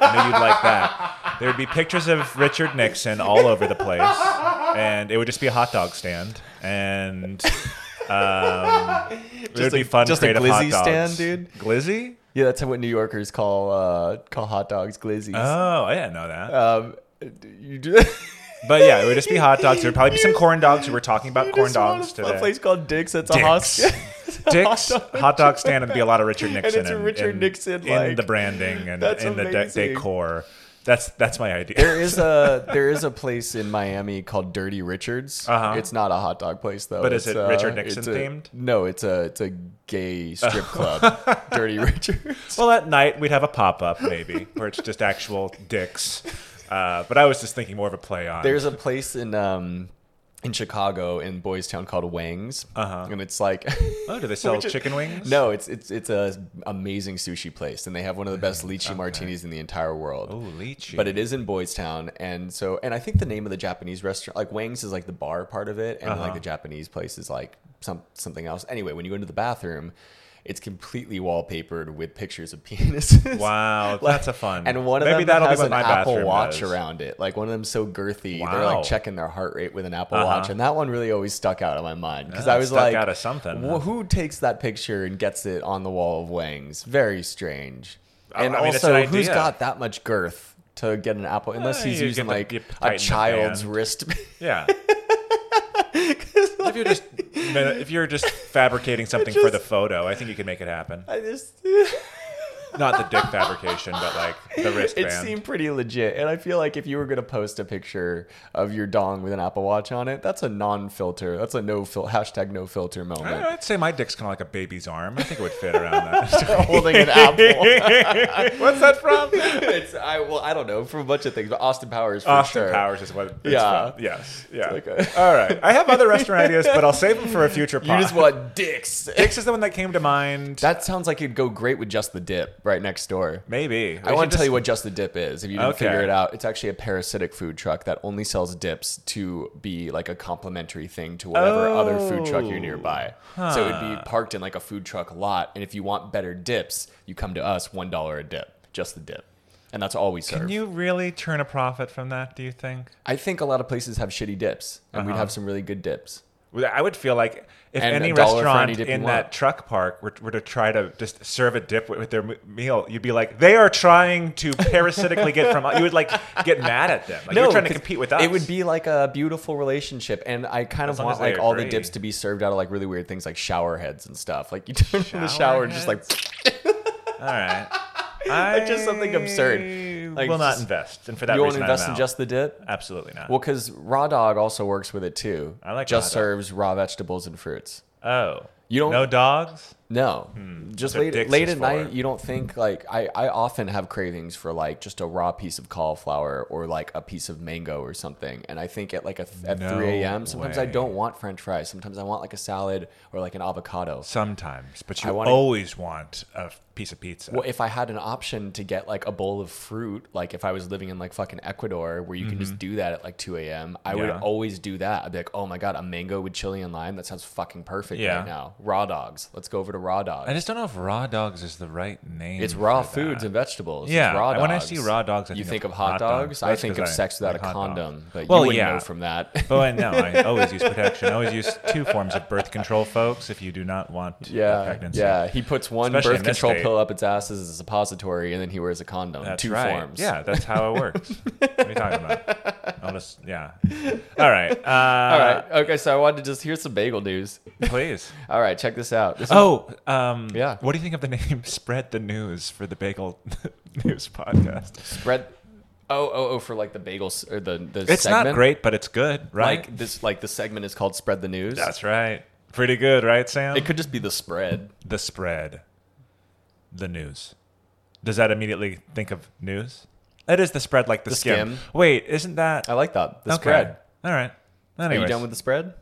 Speaker 2: I knew you'd like that. There would be pictures of Richard Nixon all over the place, and it would just be a hot dog stand,
Speaker 1: *laughs*
Speaker 2: and um, it would
Speaker 1: a-
Speaker 2: be fun.
Speaker 1: just a
Speaker 2: creative hot
Speaker 1: glizzy
Speaker 2: dogs.
Speaker 1: stand, dude?
Speaker 2: Glizzy?
Speaker 1: Yeah, that's what New Yorkers call uh, call hot dogs glizzies.
Speaker 2: Oh, I didn't know that.
Speaker 1: um, you do. *laughs*
Speaker 2: but yeah, it would just be hot dogs. There would probably be some corn dogs. We were talking about corn dogs
Speaker 1: to A
Speaker 2: today.
Speaker 1: place called Dick's. That's *laughs* a
Speaker 2: Dick's.
Speaker 1: hostel.
Speaker 2: Dick's hot dog stand would be a lot of Richard Nixon.
Speaker 1: it's a Richard Nixon,
Speaker 2: in
Speaker 1: like-
Speaker 2: the branding and
Speaker 1: That's
Speaker 2: in the de-
Speaker 1: amazing.
Speaker 2: decor. That's that's my idea.
Speaker 1: There is a there is a place in Miami called Dirty Richards.
Speaker 2: Uh-huh.
Speaker 1: It's not a hot dog place though.
Speaker 2: But is
Speaker 1: It's, uh,
Speaker 2: it Richard Nixon
Speaker 1: it's a-
Speaker 2: themed?
Speaker 1: No, it's a it's a gay
Speaker 2: *laughs*
Speaker 1: strip club. Dirty Richards.
Speaker 2: well, at night we'd have a pop up maybe where it's just actual dicks. Uh, but I was just thinking more of a play on.
Speaker 1: There's a place in um in Chicago in Boys Town called Wangs.
Speaker 2: Uh-huh.
Speaker 1: And it's like *laughs*
Speaker 2: oh, do they sell
Speaker 1: Which is-
Speaker 2: chicken wings?
Speaker 1: No, it's it's it's a amazing sushi place and they have one of the
Speaker 2: *laughs*
Speaker 1: best lychee martinis in the entire world.
Speaker 2: Oh, lychee.
Speaker 1: but it is in Boys Town, and so and I think the name of the Japanese restaurant, like Wang's, is like the bar part of it, and
Speaker 2: Uh-huh.
Speaker 1: like the Japanese place is like some something else. Anyway, when you go into the bathroom, it's completely wallpapered with pictures of *laughs* penises.
Speaker 2: Wow,
Speaker 1: Like-
Speaker 2: that's a fun.
Speaker 1: And one of
Speaker 2: Um, maybe
Speaker 1: them
Speaker 2: that'll
Speaker 1: has
Speaker 2: be what
Speaker 1: an
Speaker 2: my
Speaker 1: Apple
Speaker 2: bathroom
Speaker 1: Watch
Speaker 2: is.
Speaker 1: around it. Like one of them's so girthy, they're
Speaker 2: Wow.
Speaker 1: like checking their heart rate with an Apple Watch,
Speaker 2: Uh-huh.
Speaker 1: and that one really always stuck out in my mind because
Speaker 2: Yeah,
Speaker 1: I
Speaker 2: it
Speaker 1: was
Speaker 2: stuck
Speaker 1: like,
Speaker 2: out of something,
Speaker 1: "Wh-
Speaker 2: huh?"
Speaker 1: Who takes that picture and gets it on the wall of Wang's? Very strange.
Speaker 2: I-
Speaker 1: And
Speaker 2: I mean, it's
Speaker 1: also,
Speaker 2: an
Speaker 1: who's
Speaker 2: idea.
Speaker 1: got that much girth to get an apple? Unless
Speaker 2: Uh,
Speaker 1: he's
Speaker 2: you
Speaker 1: using
Speaker 2: get the-
Speaker 1: like
Speaker 2: you
Speaker 1: a
Speaker 2: tighten the
Speaker 1: child's
Speaker 2: band.
Speaker 1: wrist. *laughs*
Speaker 2: Yeah. if you're just if
Speaker 1: *laughs*
Speaker 2: you're just fabricating something for
Speaker 1: just-
Speaker 2: the photo, I think you can make it happen.
Speaker 1: I just. *laughs*
Speaker 2: Not the dick fabrication, but like the wristband.
Speaker 1: It seemed pretty legit, and I feel like if you were gonna post a picture of your dong with an Apple Watch on it, that's a non-filter. That's a no fil- hashtag no filter
Speaker 2: I don't
Speaker 1: moment.
Speaker 2: know, I'd say my dick's kind of like a baby's arm. I think it would fit
Speaker 1: *laughs*
Speaker 2: around that.
Speaker 1: Holding an apple.
Speaker 2: *laughs* What's that
Speaker 1: *laughs*
Speaker 2: from?
Speaker 1: it's I well I don't know from a bunch of things, but Austin Powers for
Speaker 2: Austin
Speaker 1: sure.
Speaker 2: Powers is what. It's
Speaker 1: Yeah.
Speaker 2: From. Yes. Yeah.
Speaker 1: like a-
Speaker 2: *laughs* All right. I have other restaurant ideas, but I'll save them for a future.
Speaker 1: *laughs* You
Speaker 2: Pod.
Speaker 1: just want dicks.
Speaker 2: Dick's is the one that came to mind.
Speaker 1: That sounds like it'd go great with just the dip, right next door.
Speaker 2: Maybe.
Speaker 1: I
Speaker 2: We
Speaker 1: want
Speaker 2: should
Speaker 1: to tell
Speaker 2: just-
Speaker 1: you what Just the Dip is. If you didn't
Speaker 2: Okay.
Speaker 1: figure it out, it's actually a parasitic food truck that only sells dips to be like a complimentary thing to whatever other food truck you're
Speaker 2: Oh.
Speaker 1: nearby. So it would be parked in like a food truck lot. And if you want better dips, you come to us, $1 a dip, just the dip. And that's all we serve.
Speaker 2: Can you really turn a profit from that, do you think?
Speaker 1: I think a lot of places have shitty dips, and
Speaker 2: Uh-huh.
Speaker 1: we'd have some really good dips.
Speaker 2: Well, I would feel like if
Speaker 1: And
Speaker 2: any
Speaker 1: a dollar for
Speaker 2: restaurant
Speaker 1: any dip you
Speaker 2: in
Speaker 1: want.
Speaker 2: that truck park were, were to try to just serve a dip with, with their m- meal, you'd be like, they are
Speaker 1: *laughs*
Speaker 2: trying to parasitically get from. You would like get mad at them. Like, you're trying to
Speaker 1: 'cause
Speaker 2: compete with us.
Speaker 1: It would be like a beautiful relationship, and I kind of
Speaker 2: long
Speaker 1: want
Speaker 2: as they
Speaker 1: like all the
Speaker 2: agree.
Speaker 1: dips to be served out of like really weird things, like shower heads and stuff. Like you *laughs* turn in the shower and just like
Speaker 2: all
Speaker 1: *laughs*
Speaker 2: right. I
Speaker 1: just something absurd. Like,
Speaker 2: will not
Speaker 1: just-
Speaker 2: invest, and for that
Speaker 1: you won't
Speaker 2: reason, I'm
Speaker 1: invest in
Speaker 2: out.
Speaker 1: just the dip.
Speaker 2: absolutely not.
Speaker 1: Well, because Raw Dog also works with it too.
Speaker 2: I like
Speaker 1: just
Speaker 2: Raw Dog.
Speaker 1: serves raw vegetables and fruits.
Speaker 2: oh,
Speaker 1: You don't-
Speaker 2: no dogs.
Speaker 1: No, just
Speaker 2: So
Speaker 1: late
Speaker 2: Hmm. dicks
Speaker 1: late
Speaker 2: is
Speaker 1: at night.
Speaker 2: for-
Speaker 1: You don't think like I I often have cravings for like just a raw piece of cauliflower or like a piece of mango or something. And I think at like a, at
Speaker 2: No
Speaker 1: three a.m. Sometimes I
Speaker 2: way.
Speaker 1: don't want French fries. Sometimes I want like a salad or like an avocado.
Speaker 2: Sometimes, but
Speaker 1: I
Speaker 2: you
Speaker 1: wanna-
Speaker 2: always want a f- piece of pizza.
Speaker 1: Well, if I had an option to get like a bowl of fruit, like if I was living in like fucking Ecuador where you can just do that at like 2 a.m., I would
Speaker 2: Mm-hmm. Yeah.
Speaker 1: always do that. I'd be like, oh my God, a mango with chili and lime? That sounds fucking perfect
Speaker 2: Yeah.
Speaker 1: right now. Raw dogs. Let's go over to raw dogs.
Speaker 2: I just don't know if raw dogs is the right name.
Speaker 1: It's raw
Speaker 2: for that.
Speaker 1: foods and vegetables. It's
Speaker 2: Yeah,
Speaker 1: raw
Speaker 2: and when I see raw dogs, I
Speaker 1: you
Speaker 2: think
Speaker 1: think
Speaker 2: of
Speaker 1: of hot
Speaker 2: hot
Speaker 1: dogs.
Speaker 2: dogs.
Speaker 1: I
Speaker 2: That's
Speaker 1: think of
Speaker 2: 'cause I
Speaker 1: sex without
Speaker 2: like
Speaker 1: a
Speaker 2: hot dogs.
Speaker 1: condom, but
Speaker 2: Well,
Speaker 1: you wouldn't
Speaker 2: yeah.
Speaker 1: know from that.
Speaker 2: But Oh, I- no, I always use protection. I always use two forms of birth control, folks. If you do not want
Speaker 1: *laughs*
Speaker 2: a
Speaker 1: yeah,
Speaker 2: pregnancy,
Speaker 1: yeah. He puts one
Speaker 2: Especially
Speaker 1: birth
Speaker 2: in this
Speaker 1: control
Speaker 2: state.
Speaker 1: pill up its ass as a suppository, and then he wears a condom.
Speaker 2: that's
Speaker 1: two
Speaker 2: right.
Speaker 1: forms.
Speaker 2: Yeah, that's how
Speaker 1: *laughs*
Speaker 2: it works. what are you talking about? I'll just yeah. All right. Uh,
Speaker 1: All right. Okay. So I wanted to just here's some bagel news.
Speaker 2: please.
Speaker 1: All right. Check this out. This is-
Speaker 2: Oh, um,
Speaker 1: Yeah.
Speaker 2: What do you think of the name *laughs* "Spread the News" for the Bagel *laughs* News *laughs* podcast?
Speaker 1: spread. Oh, oh, oh! For like the bagels or the the
Speaker 2: It's
Speaker 1: segment.
Speaker 2: not great, but it's good, right?
Speaker 1: Like this, like the segment is called "Spread the News."
Speaker 2: that's right. Pretty good, right, Sam?
Speaker 1: It could just be the spread.
Speaker 2: the spread, the news. Does that immediately think of news? That is the spread, like the,
Speaker 1: The
Speaker 2: skim.
Speaker 1: skim.
Speaker 2: Wait, isn't that
Speaker 1: I like that. The
Speaker 2: okay.
Speaker 1: spread.
Speaker 2: All right.
Speaker 1: Are
Speaker 2: Anyways,
Speaker 1: you done with the spread?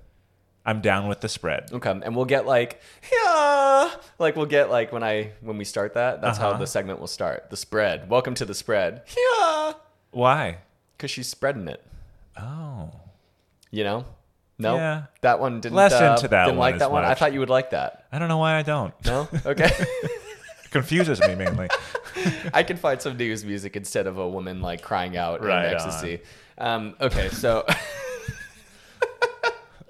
Speaker 2: I'm down with the spread.
Speaker 1: Okay, and we'll get like yeah, like we'll get like when I when we start that. That's how
Speaker 2: Uh-huh.
Speaker 1: the segment will start. The spread. Welcome to the spread. Yeah,
Speaker 2: Why?
Speaker 1: because she's spreading it.
Speaker 2: Oh,
Speaker 1: You know. No,
Speaker 2: Yeah.
Speaker 1: that one didn't.
Speaker 2: Less
Speaker 1: uh,
Speaker 2: into that
Speaker 1: didn't
Speaker 2: one
Speaker 1: like
Speaker 2: as
Speaker 1: that one. I
Speaker 2: much.
Speaker 1: thought you would like that.
Speaker 2: I don't know why I don't. *laughs*
Speaker 1: No, okay. *laughs*
Speaker 2: It confuses me mainly.
Speaker 1: I can find some news music instead of a woman like crying out
Speaker 2: Right
Speaker 1: in ecstasy. Um, okay, so *laughs*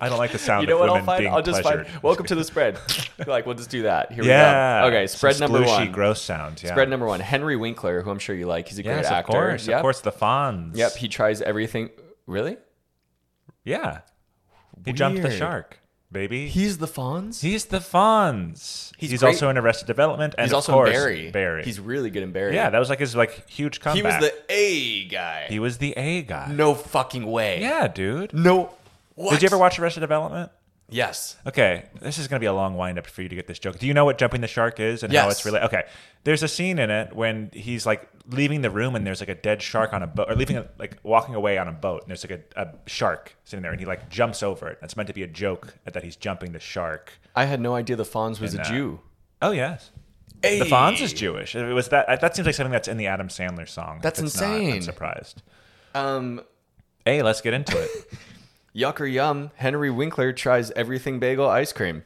Speaker 2: I don't like the sound
Speaker 1: you know
Speaker 2: of
Speaker 1: what
Speaker 2: women
Speaker 1: I'll find?
Speaker 2: being
Speaker 1: I'll just
Speaker 2: pleasured.
Speaker 1: find. Welcome to the
Speaker 2: *laughs*
Speaker 1: spread. like we'll just do that. Here
Speaker 2: yeah.
Speaker 1: we go. Okay,
Speaker 2: Some
Speaker 1: spread number
Speaker 2: splooshy,
Speaker 1: one.
Speaker 2: gross sound. Yeah.
Speaker 1: Spread number one, Henry Winkler, who I'm sure you like. He's a great
Speaker 2: Yes, of
Speaker 1: actor.
Speaker 2: course.
Speaker 1: Yep.
Speaker 2: Of course, the Fonz.
Speaker 1: Yep, he tries everything. Really?
Speaker 2: Yeah. He jumped the
Speaker 1: Weird.
Speaker 2: shark, baby.
Speaker 1: He's the Fonz.
Speaker 2: He's the Fonz.
Speaker 1: He's
Speaker 2: He's,
Speaker 1: great.
Speaker 2: also in Arrested Development, and
Speaker 1: He's
Speaker 2: of
Speaker 1: also
Speaker 2: course,
Speaker 1: Barry.
Speaker 2: Barry.
Speaker 1: He's really good in Barry.
Speaker 2: yeah, that was like his like huge
Speaker 1: he was
Speaker 2: comeback.
Speaker 1: the A guy.
Speaker 2: he was the A guy.
Speaker 1: no fucking way.
Speaker 2: Yeah, dude.
Speaker 1: No. What?
Speaker 2: Did you ever watch Arrested Development?
Speaker 1: Yes.
Speaker 2: Okay, this is going to be a long wind up for you to get this joke. Do you know what jumping the shark is and how
Speaker 1: Yes.
Speaker 2: it's related? Okay, there's a scene in it when he's like leaving the room and there's like a dead shark on a boat, or leaving a, like walking away on a boat, and there's like a, a shark sitting there, and he like jumps over it. That's meant to be a joke that he's jumping the shark.
Speaker 1: I had no idea the Fonz was
Speaker 2: And,
Speaker 1: a
Speaker 2: uh,
Speaker 1: Jew.
Speaker 2: Oh yes,
Speaker 1: Hey.
Speaker 2: The Fonz is Jewish. It was that. That seems like something that's in the Adam Sandler song. If
Speaker 1: That's
Speaker 2: it's not,
Speaker 1: insane.
Speaker 2: I'm surprised.
Speaker 1: Um,
Speaker 2: Hey, let's get into it. *laughs*
Speaker 1: yuck or yum, Henry Winkler tries everything bagel ice cream.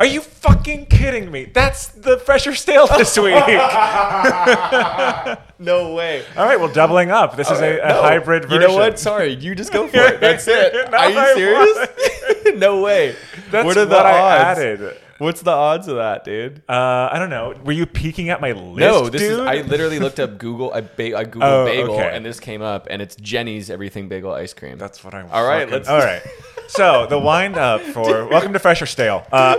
Speaker 2: Are you fucking kidding me? That's the fresher
Speaker 1: *laughs*
Speaker 2: stale this week. All
Speaker 1: No way.
Speaker 2: right, well, doubling up. This is a, a hybrid version.
Speaker 1: You know what? Sorry, you just go for
Speaker 2: *laughs*
Speaker 1: it. That's it.
Speaker 2: No,
Speaker 1: Are you
Speaker 2: I
Speaker 1: serious? *laughs* no way. what
Speaker 2: That's what,
Speaker 1: are the
Speaker 2: I
Speaker 1: odds?
Speaker 2: added.
Speaker 1: What's the odds of that, dude?
Speaker 2: Uh, I don't know. Were you peeking at my list?
Speaker 1: No, this is.
Speaker 2: dude?
Speaker 1: I literally looked
Speaker 2: *laughs*
Speaker 1: up Google. I, ba- I googled
Speaker 2: Oh,
Speaker 1: bagel,
Speaker 2: okay.
Speaker 1: and this came up, and it's Jenny's everything bagel ice cream.
Speaker 2: That's what I.
Speaker 1: All right,
Speaker 2: fucking-
Speaker 1: let's-
Speaker 2: All right. So the wind
Speaker 1: *laughs*
Speaker 2: up for welcome to fresher stale. Uh,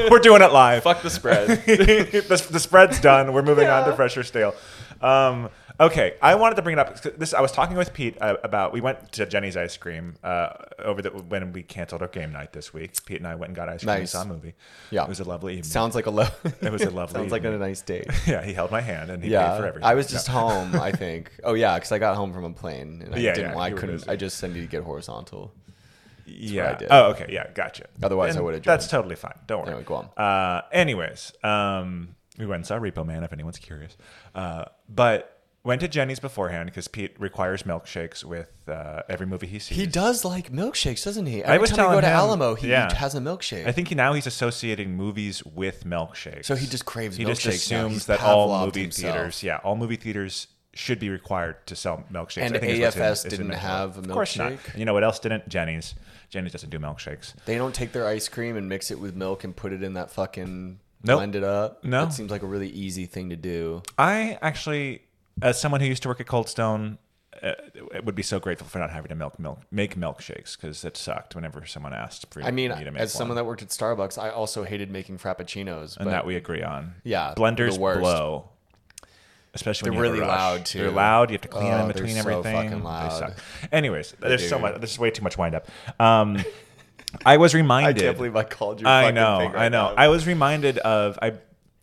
Speaker 2: *laughs* we're doing it live.
Speaker 1: fuck the
Speaker 2: *laughs*
Speaker 1: spread.
Speaker 2: the, the spread's done. We're moving on to fresher stale. Um, okay, I wanted to bring it up. 'cause This I was talking with Pete uh, about. We went to Jenny's Ice Cream uh, over the when we canceled our game night this week. Pete and I went and got ice cream. and
Speaker 1: Nice.
Speaker 2: saw a movie.
Speaker 1: Yeah.
Speaker 2: it was a lovely evening.
Speaker 1: sounds like a low. *laughs*
Speaker 2: it was a lovely.
Speaker 1: sounds like a
Speaker 2: evening.
Speaker 1: nice date.
Speaker 2: *laughs* Yeah, he held my hand and he paid for
Speaker 1: Yeah,
Speaker 2: everything.
Speaker 1: I was
Speaker 2: No.
Speaker 1: just home.
Speaker 2: *laughs*
Speaker 1: I think. Oh yeah, because I got home from a plane and I
Speaker 2: Yeah,
Speaker 1: didn't.
Speaker 2: yeah,
Speaker 1: I
Speaker 2: you were
Speaker 1: couldn't.
Speaker 2: busy.
Speaker 1: I just sent you to get horizontal.
Speaker 2: yeah.
Speaker 1: I did.
Speaker 2: Oh, okay. Yeah, gotcha.
Speaker 1: Otherwise, I
Speaker 2: And
Speaker 1: would've
Speaker 2: That's totally fine. Don't worry.
Speaker 1: Anyway, go on.
Speaker 2: Uh, anyways, um, We went and saw Repo Man, if anyone's curious. Uh, but went to Jenny's beforehand because Pete requires milkshakes with uh, every movie he sees.
Speaker 1: He does like milkshakes, doesn't he? Every
Speaker 2: was
Speaker 1: time we go
Speaker 2: telling
Speaker 1: to
Speaker 2: him-
Speaker 1: Alamo, he
Speaker 2: yeah.
Speaker 1: has a milkshake.
Speaker 2: I think he, now he's associating movies with milkshakes.
Speaker 1: So he just craves
Speaker 2: He just
Speaker 1: milkshakes now. He's
Speaker 2: assumes that all
Speaker 1: Pavloved
Speaker 2: movie
Speaker 1: himself.
Speaker 2: theaters, yeah, all movie theaters should be required to sell milkshakes.
Speaker 1: And
Speaker 2: I think is what's in-
Speaker 1: AFS
Speaker 2: is in
Speaker 1: didn't
Speaker 2: the-
Speaker 1: have a
Speaker 2: Of course not.
Speaker 1: milkshake?
Speaker 2: And you know what else didn't? Jenny's. Jenny's doesn't do milkshakes.
Speaker 1: they don't take their ice cream and mix it with milk and put it in that fucking
Speaker 2: Nope.
Speaker 1: blend it up.
Speaker 2: No.
Speaker 1: That seems like a really easy thing to do.
Speaker 2: I actually, as someone who used to work at Cold Stone, uh, would be so grateful for not having to milk milk make milkshakes because it sucked whenever someone asked for
Speaker 1: I mean,
Speaker 2: me to make
Speaker 1: as someone
Speaker 2: one.
Speaker 1: that worked at Starbucks, I also hated making frappuccinos. But
Speaker 2: and that we agree on.
Speaker 1: Yeah,
Speaker 2: blenders
Speaker 1: the worst.
Speaker 2: blow, especially when
Speaker 1: They're
Speaker 2: you have
Speaker 1: really
Speaker 2: a rush.
Speaker 1: loud, too.
Speaker 2: They're loud. You have to clean
Speaker 1: Oh,
Speaker 2: them in
Speaker 1: they're
Speaker 2: between
Speaker 1: so
Speaker 2: everything.
Speaker 1: fucking
Speaker 2: They
Speaker 1: loud.
Speaker 2: suck. Anyways, there's so
Speaker 1: do.
Speaker 2: much. There's way too much wind up. Um, I was
Speaker 1: I
Speaker 2: reminded.
Speaker 1: can't believe I called you. a
Speaker 2: I
Speaker 1: fucking
Speaker 2: know,
Speaker 1: thing right
Speaker 2: I know.
Speaker 1: now.
Speaker 2: I was reminded of. I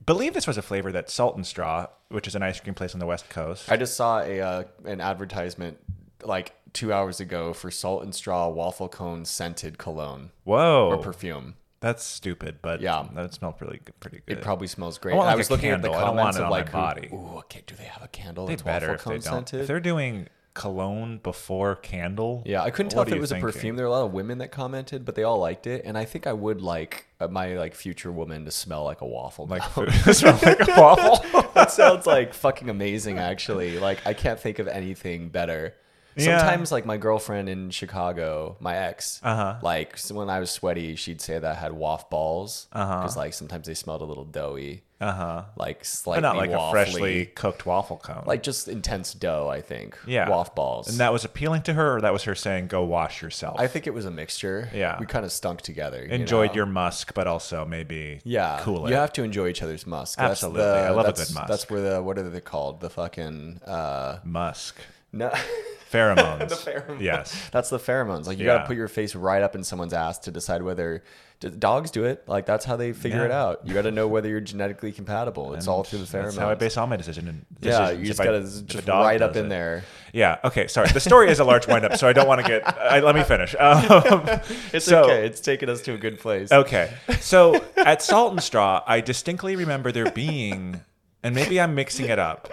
Speaker 2: believe this was a flavor that Salt and Straw, which is an ice cream place on the West Coast.
Speaker 1: I just saw a uh, an advertisement like two hours ago for Salt and Straw waffle cone scented cologne
Speaker 2: Whoa,
Speaker 1: or perfume.
Speaker 2: that's stupid, but
Speaker 1: Yeah.
Speaker 2: that smelled really good, pretty good.
Speaker 1: It probably smells great.
Speaker 2: I want,
Speaker 1: And I
Speaker 2: like, a
Speaker 1: was looking at
Speaker 2: candle.
Speaker 1: the
Speaker 2: I don't
Speaker 1: comments
Speaker 2: want it
Speaker 1: of
Speaker 2: on my
Speaker 1: like, who-
Speaker 2: body.
Speaker 1: ooh, okay, do they have a candle
Speaker 2: They
Speaker 1: that's
Speaker 2: better
Speaker 1: waffle
Speaker 2: if they
Speaker 1: cone
Speaker 2: don't. If
Speaker 1: scented?
Speaker 2: they're doing cologne before candle,
Speaker 1: Yeah, I couldn't tell
Speaker 2: what
Speaker 1: if
Speaker 2: are
Speaker 1: it
Speaker 2: you
Speaker 1: was
Speaker 2: thinking?
Speaker 1: a perfume. There were a lot of women that commented, but they all liked it, and I think I would like uh, my like future woman to smell like a waffle. *laughs*
Speaker 2: *laughs* like
Speaker 1: now.
Speaker 2: food. It smells like a waffle.
Speaker 1: *laughs* that sounds like fucking amazing. Actually, like I can't think of anything better.
Speaker 2: Yeah.
Speaker 1: Sometimes, like my girlfriend in Chicago, my ex, uh-huh. like so when I was sweaty, she'd say that I had waff balls
Speaker 2: Uh-huh.
Speaker 1: because like sometimes they smelled a little doughy,
Speaker 2: Uh huh.
Speaker 1: like
Speaker 2: But
Speaker 1: slightly
Speaker 2: *laughs* not like
Speaker 1: waffly.
Speaker 2: a freshly cooked waffle cone.
Speaker 1: like just intense dough. I think,
Speaker 2: Yeah.
Speaker 1: waff balls.
Speaker 2: and that was appealing to her, or that was her saying, "Go wash yourself."
Speaker 1: I think it was a mixture.
Speaker 2: Yeah.
Speaker 1: we kind of stunk together. you
Speaker 2: enjoyed
Speaker 1: know?
Speaker 2: your musk, but also maybe
Speaker 1: Yeah,
Speaker 2: cool it.
Speaker 1: You have to enjoy each other's musk. That's
Speaker 2: Absolutely.
Speaker 1: the-
Speaker 2: I love a
Speaker 1: that's-
Speaker 2: good musk.
Speaker 1: That's where the what are they called? The fucking uh,
Speaker 2: musk
Speaker 1: no, *laughs*
Speaker 2: pheromones.
Speaker 1: The pheromones.
Speaker 2: Yes.
Speaker 1: that's the pheromones. Like you got
Speaker 2: Yeah.
Speaker 1: to put your face right up in someone's ass to decide whether d- dogs do it. Like that's how they figure it
Speaker 2: Yeah.
Speaker 1: out. You got to know whether you're genetically compatible. It's all through the pheromones.
Speaker 2: That's how I base all my decision. and
Speaker 1: yeah,
Speaker 2: decisions
Speaker 1: you
Speaker 2: if
Speaker 1: just
Speaker 2: I-
Speaker 1: got
Speaker 2: if
Speaker 1: to
Speaker 2: a
Speaker 1: just
Speaker 2: dog
Speaker 1: right up
Speaker 2: does
Speaker 1: in
Speaker 2: it.
Speaker 1: there.
Speaker 2: Yeah. Okay. Sorry. The story is a large windup, so I don't want to get. I, let me finish. *laughs* Um,
Speaker 1: It's
Speaker 2: so-
Speaker 1: okay. It's taken us to a good place.
Speaker 2: Okay. So at Salt and Straw, I distinctly remember there being, and maybe I'm mixing it up.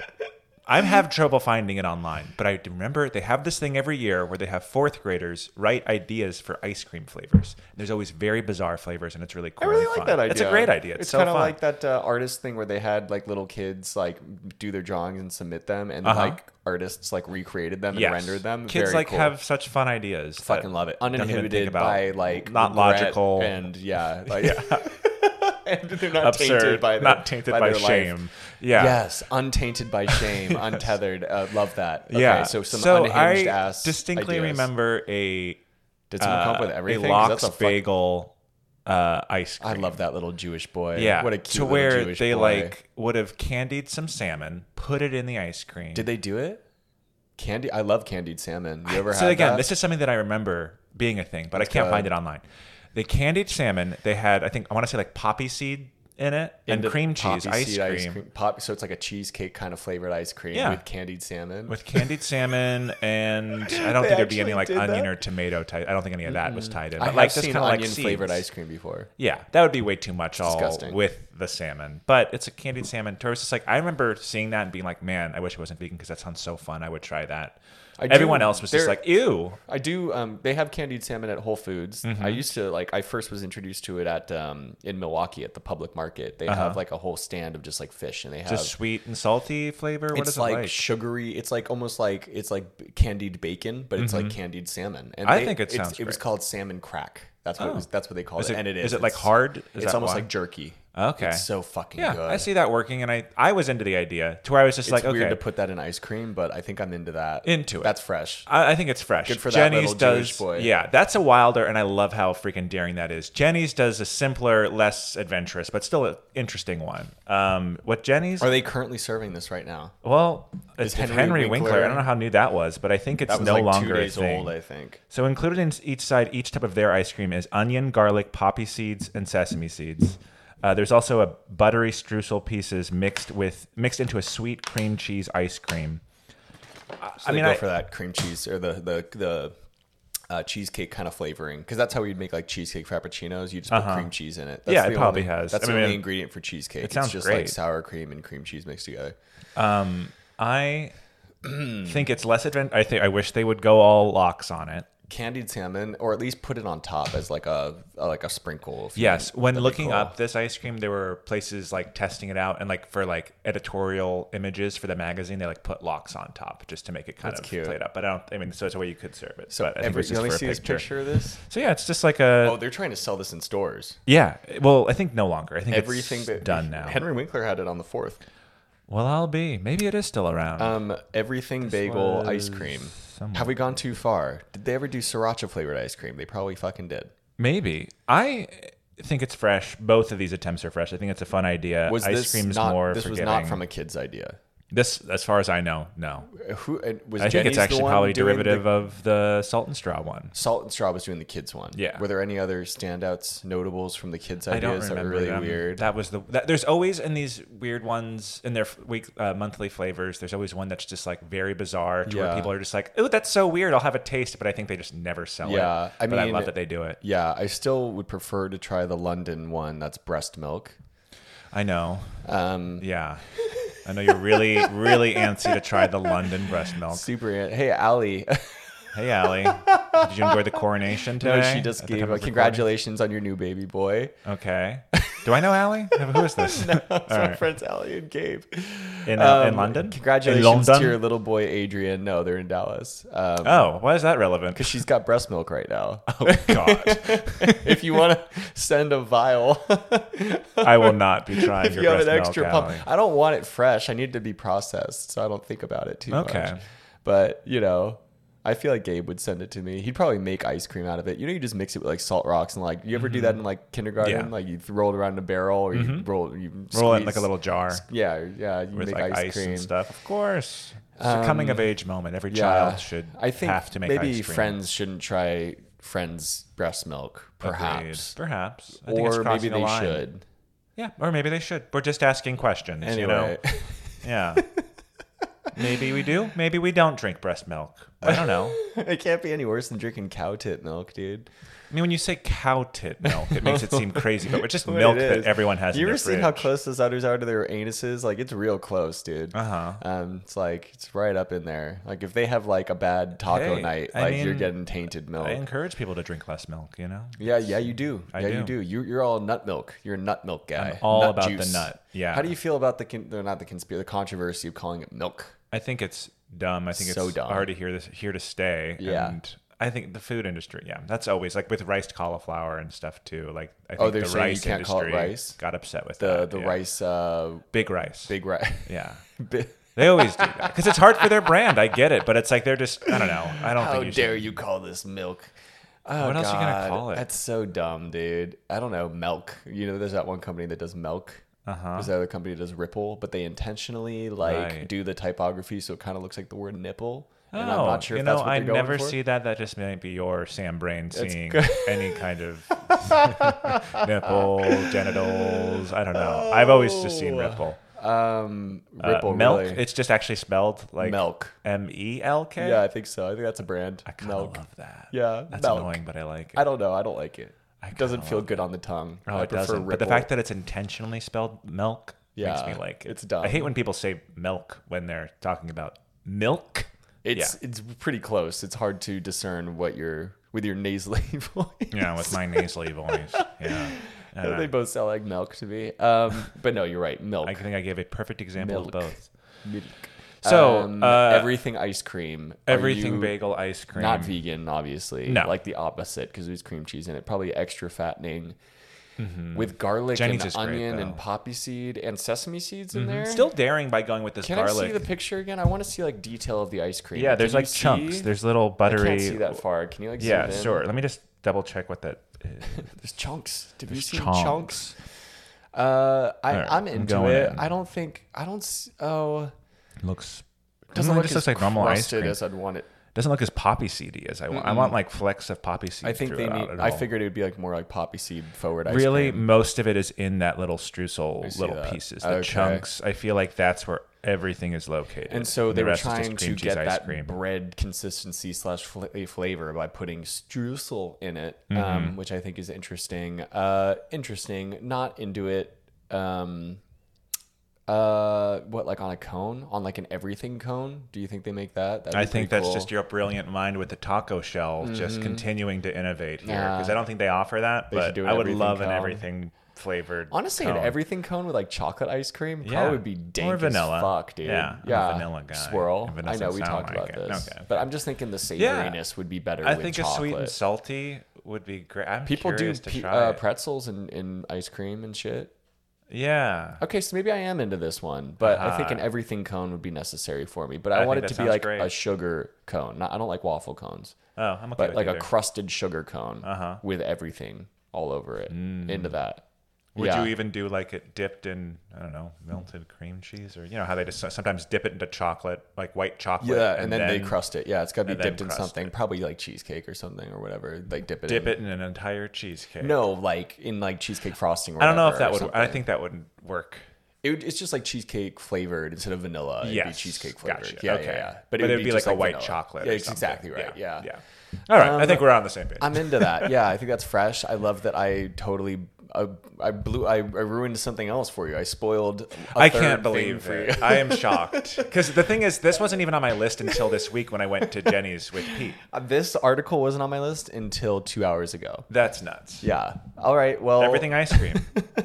Speaker 2: I have trouble finding it online, but I remember they have this thing every year where they have fourth graders write ideas for ice cream flavors. And there's always very bizarre flavors, and it's really cool.
Speaker 1: I really
Speaker 2: and
Speaker 1: like
Speaker 2: fun.
Speaker 1: that idea.
Speaker 2: It's a great idea. It's, so
Speaker 1: kind
Speaker 2: fun.
Speaker 1: of like that uh, artist thing where they had like little kids like do their drawings and submit them, and
Speaker 2: Uh-huh.
Speaker 1: like artists like recreated them
Speaker 2: Yes.
Speaker 1: and rendered them.
Speaker 2: Kids
Speaker 1: Very
Speaker 2: like
Speaker 1: cool.
Speaker 2: have such fun ideas. that
Speaker 1: fucking love it,
Speaker 2: don't even think
Speaker 1: uninhibited
Speaker 2: about
Speaker 1: by like
Speaker 2: not
Speaker 1: regret
Speaker 2: logical.
Speaker 1: and
Speaker 2: *laughs*
Speaker 1: yeah, like, *laughs* and they're not
Speaker 2: absurd,
Speaker 1: tainted by their,
Speaker 2: not tainted by,
Speaker 1: their life.
Speaker 2: shame. Yeah.
Speaker 1: Yes, untainted
Speaker 2: *laughs*
Speaker 1: by shame, untethered. Uh, love that. Okay,
Speaker 2: Yeah.
Speaker 1: so some
Speaker 2: I
Speaker 1: unhinged ass.
Speaker 2: distinctly
Speaker 1: ideas.
Speaker 2: remember a
Speaker 1: Did someone come up with
Speaker 2: uh,
Speaker 1: everything?
Speaker 2: A
Speaker 1: 'Cause
Speaker 2: lox
Speaker 1: that's a fuck-
Speaker 2: bagel uh, ice
Speaker 1: I
Speaker 2: cream.
Speaker 1: love that little Jewish boy.
Speaker 2: Yeah,
Speaker 1: what a cute
Speaker 2: to
Speaker 1: little
Speaker 2: where
Speaker 1: Jewish
Speaker 2: they
Speaker 1: boy.
Speaker 2: like would have candied some salmon, put it in the ice cream.
Speaker 1: Did they do it? Candy. I love candied salmon. You ever
Speaker 2: so
Speaker 1: had
Speaker 2: again,
Speaker 1: that?
Speaker 2: this is something that I remember being a thing, but I can't
Speaker 1: good.
Speaker 2: find it online. They candied salmon. They had, I think, I want to say like poppy seed in it and
Speaker 1: Into
Speaker 2: cream cheese
Speaker 1: poppy
Speaker 2: ice
Speaker 1: seed
Speaker 2: cream,
Speaker 1: Pop. So it's like a cheesecake kind of flavored ice cream
Speaker 2: Yeah.
Speaker 1: with candied salmon.
Speaker 2: with
Speaker 1: *laughs*
Speaker 2: candied salmon, and I don't
Speaker 1: They
Speaker 2: think there'd be
Speaker 1: actually
Speaker 2: any like
Speaker 1: did
Speaker 2: onion
Speaker 1: that?
Speaker 2: or tomato. Type. I don't think any of that was tied in.
Speaker 1: I
Speaker 2: But
Speaker 1: have
Speaker 2: like this
Speaker 1: seen
Speaker 2: kind of like
Speaker 1: onion flavored
Speaker 2: seeds.
Speaker 1: ice cream before.
Speaker 2: Yeah, that would be way too much all
Speaker 1: disgusting.
Speaker 2: with the salmon. But it's a candied salmon toast. It's like I remember seeing that and being like, "Man, I wish it wasn't vegan because that sounds so fun. I would try that."
Speaker 1: I do-
Speaker 2: Everyone else was just
Speaker 1: there-
Speaker 2: like, "Ew."
Speaker 1: I do. Um, they have candied salmon at Whole Foods.
Speaker 2: Mm-hmm.
Speaker 1: I used to like. I first was introduced to it at um, in Milwaukee at the public market. They have like a whole stand of just like fish, and they have
Speaker 2: Uh-huh. Just sweet and salty flavor. What is
Speaker 1: it's
Speaker 2: it
Speaker 1: like,
Speaker 2: like?
Speaker 1: sugary. It's like almost like it's like b- candied bacon, but it's like candied salmon. And
Speaker 2: Mm-hmm. I
Speaker 1: they-
Speaker 2: think it
Speaker 1: it's-
Speaker 2: sounds
Speaker 1: It was
Speaker 2: great. Oh.
Speaker 1: called salmon crack. That's what it was, that's what they call
Speaker 2: Is
Speaker 1: it,
Speaker 2: it-
Speaker 1: and it is.
Speaker 2: is it, like,
Speaker 1: It's-
Speaker 2: hard? Is
Speaker 1: it's
Speaker 2: that
Speaker 1: almost
Speaker 2: why?
Speaker 1: like jerky.
Speaker 2: Okay.
Speaker 1: it's so fucking
Speaker 2: yeah,
Speaker 1: good.
Speaker 2: I see that working, and I I was into the idea to where I was just
Speaker 1: It's
Speaker 2: like,
Speaker 1: weird
Speaker 2: "Okay."
Speaker 1: to put that in ice cream, but I think I'm into that.
Speaker 2: Into it.
Speaker 1: That's fresh.
Speaker 2: I, I think it's fresh.
Speaker 1: Good for that
Speaker 2: Jenny's
Speaker 1: little
Speaker 2: does,
Speaker 1: Jewish boy.
Speaker 2: Yeah, that's a wilder, and I love how freaking daring that is. Jenny's does a simpler, less adventurous, but still an interesting one. Um, what Jenny's
Speaker 1: Are they currently serving this right now?
Speaker 2: Well, it's
Speaker 1: Is
Speaker 2: Henry,
Speaker 1: Henry
Speaker 2: Winkler.
Speaker 1: Winkler-
Speaker 2: I don't know how new that was, but I think it's
Speaker 1: That was
Speaker 2: no
Speaker 1: like
Speaker 2: longer
Speaker 1: two days
Speaker 2: a thing.
Speaker 1: old, I think.
Speaker 2: so included in each side, each type of their ice cream is onion, garlic, poppy seeds, and sesame seeds. Uh, there's also a buttery streusel pieces mixed with mixed into a sweet cream cheese ice cream.
Speaker 1: I
Speaker 2: mean,
Speaker 1: mean, go
Speaker 2: I-
Speaker 1: for that cream cheese or the the the uh, cheesecake kind of flavoring because that's how we'd make like cheesecake frappuccinos. You just put
Speaker 2: Uh-huh.
Speaker 1: cream cheese in it. That's
Speaker 2: Yeah,
Speaker 1: the
Speaker 2: it probably
Speaker 1: only,
Speaker 2: has.
Speaker 1: That's
Speaker 2: I
Speaker 1: the only
Speaker 2: mean,
Speaker 1: ingredient for cheesecake.
Speaker 2: it sounds
Speaker 1: it's just like
Speaker 2: great.
Speaker 1: sour cream and cream cheese mixed together.
Speaker 2: Um,
Speaker 1: *clears throat*
Speaker 2: I think it's less advent. I think I wish they would go all locks on it.
Speaker 1: Candied salmon, or at least put it on top as like a, a like a sprinkle. if you
Speaker 2: Yes,
Speaker 1: want.
Speaker 2: when
Speaker 1: That'd be
Speaker 2: looking
Speaker 1: cool.
Speaker 2: up this ice cream, there were places like testing it out and like for like editorial images for the magazine, they like put locks on top just to make it kind
Speaker 1: That's
Speaker 2: of
Speaker 1: cute.
Speaker 2: played up. But I don't. I mean, so it's a way you could serve it.
Speaker 1: So
Speaker 2: but I think
Speaker 1: every,
Speaker 2: it's
Speaker 1: you
Speaker 2: just
Speaker 1: only
Speaker 2: for a
Speaker 1: see this picture of this.
Speaker 2: So yeah, it's just like a
Speaker 1: Oh, they're trying to sell this in stores.
Speaker 2: yeah. Well, I think no longer. I think everything
Speaker 1: Everything
Speaker 2: it's
Speaker 1: that
Speaker 2: done now.
Speaker 1: Henry Winkler had it on the fourth.
Speaker 2: well, I'll be. Maybe it is still around.
Speaker 1: Um, everything bagel ice cream.
Speaker 2: somewhere.
Speaker 1: Have we gone too far? Did they ever do sriracha flavored ice cream? They probably fucking did.
Speaker 2: Maybe I think it's fresh. Both of these attempts are fresh. I think it's a fun idea.
Speaker 1: Was
Speaker 2: ice
Speaker 1: this
Speaker 2: cream's
Speaker 1: not?
Speaker 2: more
Speaker 1: this
Speaker 2: forgiving.
Speaker 1: was not from a kid's idea. Uh,
Speaker 2: this, as far as I know, no.
Speaker 1: Who and was
Speaker 2: I think
Speaker 1: Jenny's
Speaker 2: it's
Speaker 1: the
Speaker 2: actually
Speaker 1: one
Speaker 2: probably
Speaker 1: doing
Speaker 2: derivative
Speaker 1: the-
Speaker 2: of the salt and straw one.
Speaker 1: Salt and Straw was doing the kids one.
Speaker 2: Yeah.
Speaker 1: Were there any other standouts, notables from the kids
Speaker 2: I don't
Speaker 1: ideas that
Speaker 2: remember
Speaker 1: were really
Speaker 2: them.
Speaker 1: weird?
Speaker 2: That was the that, there's always in these weird ones in their f- week uh, monthly flavors. There's always one that's just like very bizarre to where
Speaker 1: Yeah.
Speaker 2: people are just like, "Oh, that's so weird. I'll have a taste," but I think they just never sell it.
Speaker 1: Yeah, I
Speaker 2: but I
Speaker 1: mean-
Speaker 2: love that they do it.
Speaker 1: yeah, I still would prefer to try the London one. That's breast milk.
Speaker 2: I know.
Speaker 1: Um,
Speaker 2: Yeah, I know you're really really antsy to try the London breast milk.
Speaker 1: super. Hey, Allie. *laughs*
Speaker 2: Hey, Allie. Did you enjoy the coronation today?
Speaker 1: no, she just
Speaker 2: At the
Speaker 1: gave
Speaker 2: time
Speaker 1: a
Speaker 2: of recording?
Speaker 1: congratulations on your new baby boy. *laughs*
Speaker 2: Okay. Do I know Allie? Who is this?
Speaker 1: That's
Speaker 2: All
Speaker 1: my
Speaker 2: right.
Speaker 1: friends Allie and Gabe.
Speaker 2: In, uh, in
Speaker 1: Um,
Speaker 2: London?
Speaker 1: Congratulations
Speaker 2: In London?
Speaker 1: to your little boy Adrian. No, they're in Dallas. Um,
Speaker 2: Oh, why is that relevant?
Speaker 1: *laughs* Cause she's got breast milk right now.
Speaker 2: *laughs* Oh, God.
Speaker 1: *laughs* if you want to send a
Speaker 2: *laughs*
Speaker 1: vial,
Speaker 2: I will not be
Speaker 1: *laughs*
Speaker 2: trying
Speaker 1: if
Speaker 2: your
Speaker 1: you have an
Speaker 2: breast milk,
Speaker 1: extra pump,
Speaker 2: Allie.
Speaker 1: I don't want it fresh. I need it to be processed, so I don't think about it too
Speaker 2: Okay.
Speaker 1: much. But you know, I feel like Gabe would send it to me. He'd probably make ice cream out of it. You know, you just mix it with like salt rocks and like you ever do that in like kindergarten?
Speaker 2: Mm-hmm. Yeah. Mm-hmm.
Speaker 1: Like you th- roll it around in a barrel or you roll you
Speaker 2: Roll it in like a
Speaker 1: squeeze-
Speaker 2: little jar
Speaker 1: yeah yeah you
Speaker 2: with
Speaker 1: make
Speaker 2: like
Speaker 1: ice,
Speaker 2: ice,
Speaker 1: cream Um,
Speaker 2: and stuff. Of course. It's a coming of age moment. Every child should
Speaker 1: I think
Speaker 2: have to make
Speaker 1: maybe
Speaker 2: ice cream.
Speaker 1: friends shouldn't try friends breast milk
Speaker 2: Agreed.
Speaker 1: perhaps
Speaker 2: Perhaps. I think it's
Speaker 1: or maybe
Speaker 2: crossing a
Speaker 1: they
Speaker 2: line.
Speaker 1: should
Speaker 2: Yeah, or maybe they should. We're just asking questions,
Speaker 1: anyway
Speaker 2: you know? Yeah. maybe we do. Maybe we don't drink breast milk. I don't know.
Speaker 1: *laughs* it can't be any worse than drinking cow tit milk dude
Speaker 2: I mean, when you say cow tit milk, it makes
Speaker 1: *laughs*
Speaker 2: it seem crazy, but it's just
Speaker 1: What
Speaker 2: milk
Speaker 1: it
Speaker 2: that
Speaker 1: is.
Speaker 2: everyone has.
Speaker 1: you
Speaker 2: in
Speaker 1: ever
Speaker 2: their
Speaker 1: seen how close those udders are to their anuses like it's real close dude
Speaker 2: Uh huh.
Speaker 1: um, it's like it's right up in there. Like if they have like a bad taco
Speaker 2: Hey,
Speaker 1: night,
Speaker 2: I
Speaker 1: like you're
Speaker 2: mean,
Speaker 1: getting tainted milk.
Speaker 2: I encourage people to drink less milk. You know,
Speaker 1: yeah, yeah, you do.
Speaker 2: I
Speaker 1: yeah, you
Speaker 2: do.
Speaker 1: do. You, you're all nut milk. You're a nut milk guy.
Speaker 2: all
Speaker 1: Nut
Speaker 2: about
Speaker 1: juice.
Speaker 2: the nut. Yeah.
Speaker 1: How do you feel about the con- no, not the conspiracy, the controversy of calling it milk?
Speaker 2: I think it's dumb. I think
Speaker 1: So
Speaker 2: it's
Speaker 1: dumb.
Speaker 2: already here. This here to stay.
Speaker 1: Yeah.
Speaker 2: And I think the food industry. Yeah, that's always like with riced cauliflower and stuff too. Like I think
Speaker 1: Oh, they're
Speaker 2: the
Speaker 1: saying you
Speaker 2: rice
Speaker 1: can't call it
Speaker 2: industry
Speaker 1: rice?
Speaker 2: got upset with
Speaker 1: The
Speaker 2: that,
Speaker 1: the
Speaker 2: yeah.
Speaker 1: rice, uh,
Speaker 2: big rice.
Speaker 1: big rice.
Speaker 2: Yeah.
Speaker 1: *laughs* Bi-
Speaker 2: They always do that because it's hard for their brand. I get it, but it's like they're just I don't know. I don't
Speaker 1: How
Speaker 2: think you should-
Speaker 1: dare you call this milk? Oh,
Speaker 2: What else you gonna
Speaker 1: God.
Speaker 2: call it?
Speaker 1: That's so dumb, dude. I don't know. Milk. You know, there's that one company that does milk. Uh-huh. There's that other company that does Ripple, but they intentionally like
Speaker 2: Right.
Speaker 1: do the typography so it kind of looks like the word nipple.
Speaker 2: Oh,
Speaker 1: And I'm not sure
Speaker 2: you
Speaker 1: if
Speaker 2: know,
Speaker 1: that's what
Speaker 2: I
Speaker 1: they're going
Speaker 2: never
Speaker 1: for.
Speaker 2: see that. That just might be your Sam Brain seeing any
Speaker 1: *laughs*
Speaker 2: kind of *laughs* nipple, genitals. I don't know. I've always just seen
Speaker 1: Oh.
Speaker 2: Ripple.
Speaker 1: um
Speaker 2: Uh,
Speaker 1: Ripple
Speaker 2: milk.
Speaker 1: really.
Speaker 2: It's just actually spelled like
Speaker 1: Milk.
Speaker 2: M E L K.
Speaker 1: Yeah, I think so. I think that's a brand.
Speaker 2: I kind of
Speaker 1: Milk.
Speaker 2: love that.
Speaker 1: Yeah,
Speaker 2: that's
Speaker 1: milk.
Speaker 2: annoying, but I like it.
Speaker 1: I don't know. I don't like it.
Speaker 2: I
Speaker 1: It doesn't
Speaker 2: kinda
Speaker 1: feel
Speaker 2: love
Speaker 1: good on the tongue.
Speaker 2: oh,
Speaker 1: I
Speaker 2: it doesn't. But the
Speaker 1: Ripple.
Speaker 2: fact that it's intentionally spelled milk
Speaker 1: Yeah,
Speaker 2: makes me like it.
Speaker 1: it's dumb.
Speaker 2: I hate when people say milk when they're talking about milk.
Speaker 1: It's it's pretty close. It's hard to discern what your with your nasally *laughs* voice.
Speaker 2: yeah, yeah,
Speaker 1: *laughs*
Speaker 2: with my nasally voice. Yeah. I don't know.
Speaker 1: they both sound like milk to me. Um, but no, you're right. Milk.
Speaker 2: I think I gave a perfect example
Speaker 1: Milk.
Speaker 2: of both.
Speaker 1: Milk. Um,
Speaker 2: So, uh,
Speaker 1: everything ice cream. Are
Speaker 2: Everything
Speaker 1: you
Speaker 2: bagel ice cream.
Speaker 1: Not vegan, obviously.
Speaker 2: No.
Speaker 1: Like the opposite because there's cream cheese in it. Probably extra fattening. With garlic
Speaker 2: Mm-hmm. Jenny's is
Speaker 1: and
Speaker 2: great,
Speaker 1: onion
Speaker 2: though. Mm-hmm.
Speaker 1: and poppy seed and sesame seeds in there.
Speaker 2: Still daring by going with this
Speaker 1: Can
Speaker 2: garlic.
Speaker 1: I see the picture again? I want to see like detail of the ice cream.
Speaker 2: yeah, there's
Speaker 1: Can you
Speaker 2: like chunks.
Speaker 1: see?
Speaker 2: There's little
Speaker 1: I
Speaker 2: buttery.
Speaker 1: can't see that far. Can you like?
Speaker 2: Yeah,
Speaker 1: zoom in?
Speaker 2: sure. Let me just double check what that is.
Speaker 1: There's chunks. Did we
Speaker 2: There's
Speaker 1: see
Speaker 2: chunks.
Speaker 1: chunks? Uh, I,
Speaker 2: All right,
Speaker 1: I'm
Speaker 2: I'm
Speaker 1: into
Speaker 2: going
Speaker 1: it.
Speaker 2: in.
Speaker 1: I don't think I don't. s- Oh,
Speaker 2: looks
Speaker 1: doesn't
Speaker 2: Mm, it
Speaker 1: look
Speaker 2: just
Speaker 1: as
Speaker 2: looks like normal ice
Speaker 1: crusted
Speaker 2: cream.
Speaker 1: as I'd want it.
Speaker 2: Doesn't look as poppy seedy as I want. I want like flecks of poppy seed.
Speaker 1: I think they need. I figured it would be like more like poppy seed forward. Ice
Speaker 2: Really,
Speaker 1: cream.
Speaker 2: most of it is in that little streusel
Speaker 1: see
Speaker 2: little
Speaker 1: that.
Speaker 2: pieces, the
Speaker 1: Okay.
Speaker 2: chunks. I feel like that's where everything is located.
Speaker 1: And so
Speaker 2: the
Speaker 1: they were
Speaker 2: rest is just
Speaker 1: trying to
Speaker 2: cream cheese
Speaker 1: get
Speaker 2: ice
Speaker 1: that
Speaker 2: cream.
Speaker 1: bread consistency slash fla- flavor by putting streusel in it,
Speaker 2: Mm-hmm.
Speaker 1: um, which I think is interesting. Uh, interesting, not into it. Um, uh, what like on a cone, on like an everything cone? Do you think they make that? That'd
Speaker 2: I
Speaker 1: be
Speaker 2: think
Speaker 1: pretty
Speaker 2: that's
Speaker 1: cool. Mm-hmm.
Speaker 2: just your brilliant mind with the taco shell, just continuing to innovate here because
Speaker 1: Yeah.
Speaker 2: I don't think they offer that.
Speaker 1: should
Speaker 2: But
Speaker 1: do an
Speaker 2: I would
Speaker 1: everything
Speaker 2: love an
Speaker 1: cone.
Speaker 2: everything flavored.
Speaker 1: honestly
Speaker 2: cone.
Speaker 1: an everything cone with like chocolate ice cream.
Speaker 2: Yeah.
Speaker 1: Probably would be dank
Speaker 2: Or vanilla.
Speaker 1: as fuck, dude.
Speaker 2: Yeah, I'm a
Speaker 1: yeah.
Speaker 2: vanilla guy.
Speaker 1: Swirl.
Speaker 2: If it
Speaker 1: I know
Speaker 2: doesn't
Speaker 1: we
Speaker 2: sound
Speaker 1: talked
Speaker 2: like
Speaker 1: about
Speaker 2: it.
Speaker 1: this,
Speaker 2: Okay,
Speaker 1: but I'm just thinking the savoriness would be better.
Speaker 2: I
Speaker 1: with
Speaker 2: think
Speaker 1: chocolate.
Speaker 2: a sweet and salty would be great. I'm
Speaker 1: People do
Speaker 2: curious to
Speaker 1: pe-
Speaker 2: try
Speaker 1: uh,
Speaker 2: it.
Speaker 1: pretzels and, and ice cream and shit.
Speaker 2: Yeah,
Speaker 1: Okay, so maybe I am into this one, but I think an
Speaker 2: Uh-huh.
Speaker 1: everything cone would be necessary for me. But
Speaker 2: I
Speaker 1: I,
Speaker 2: think
Speaker 1: want it
Speaker 2: that
Speaker 1: to be
Speaker 2: sounds
Speaker 1: like
Speaker 2: great.
Speaker 1: a sugar cone. Not, I don't like waffle cones,
Speaker 2: oh, I'm okay
Speaker 1: but
Speaker 2: with
Speaker 1: like
Speaker 2: either.
Speaker 1: a crusted sugar cone
Speaker 2: Uh-huh. Mm.
Speaker 1: with everything all over it. Into that.
Speaker 2: Would
Speaker 1: Yeah.
Speaker 2: you even do like it dipped in I don't know melted cream cheese or you know how they just sometimes dip it into chocolate like white chocolate
Speaker 1: Yeah, and, then, they crust it. Yeah, it's got to
Speaker 2: and
Speaker 1: be
Speaker 2: then
Speaker 1: dipped in
Speaker 2: crust
Speaker 1: something, probably like cheesecake or something or whatever. Like dip it
Speaker 2: dip
Speaker 1: in.
Speaker 2: it in an entire cheesecake.
Speaker 1: No, like in like cheesecake frosting. Or
Speaker 2: I don't know if
Speaker 1: whatever
Speaker 2: that
Speaker 1: or
Speaker 2: would. I
Speaker 1: something.
Speaker 2: think that wouldn't work.
Speaker 1: It would, it's just like cheesecake flavored instead of vanilla. It'd be
Speaker 2: Yes,
Speaker 1: cheesecake flavored.
Speaker 2: gotcha.
Speaker 1: Yeah,
Speaker 2: Okay.
Speaker 1: yeah, yeah.
Speaker 2: But it would be
Speaker 1: just
Speaker 2: like a white
Speaker 1: vanilla.
Speaker 2: chocolate
Speaker 1: Yeah,
Speaker 2: or
Speaker 1: it's
Speaker 2: something.
Speaker 1: exactly right. Yeah.
Speaker 2: Yeah. All right. I
Speaker 1: Um,
Speaker 2: think we're on the same page.
Speaker 1: I'm into that. Yeah, I think that's fresh. I love that I totally uh, I blew I, I ruined something else for you. I spoiled a
Speaker 2: I
Speaker 1: third
Speaker 2: can't
Speaker 1: thing
Speaker 2: believe
Speaker 1: for
Speaker 2: it.
Speaker 1: you. *laughs*
Speaker 2: I am shocked because the thing is, this wasn't even on my list until this week when I went to Jenny's with Pete.
Speaker 1: This article wasn't on my list until 2 hours ago.
Speaker 2: That's nuts.
Speaker 1: Yeah. All right. Well,
Speaker 2: Everything ice cream.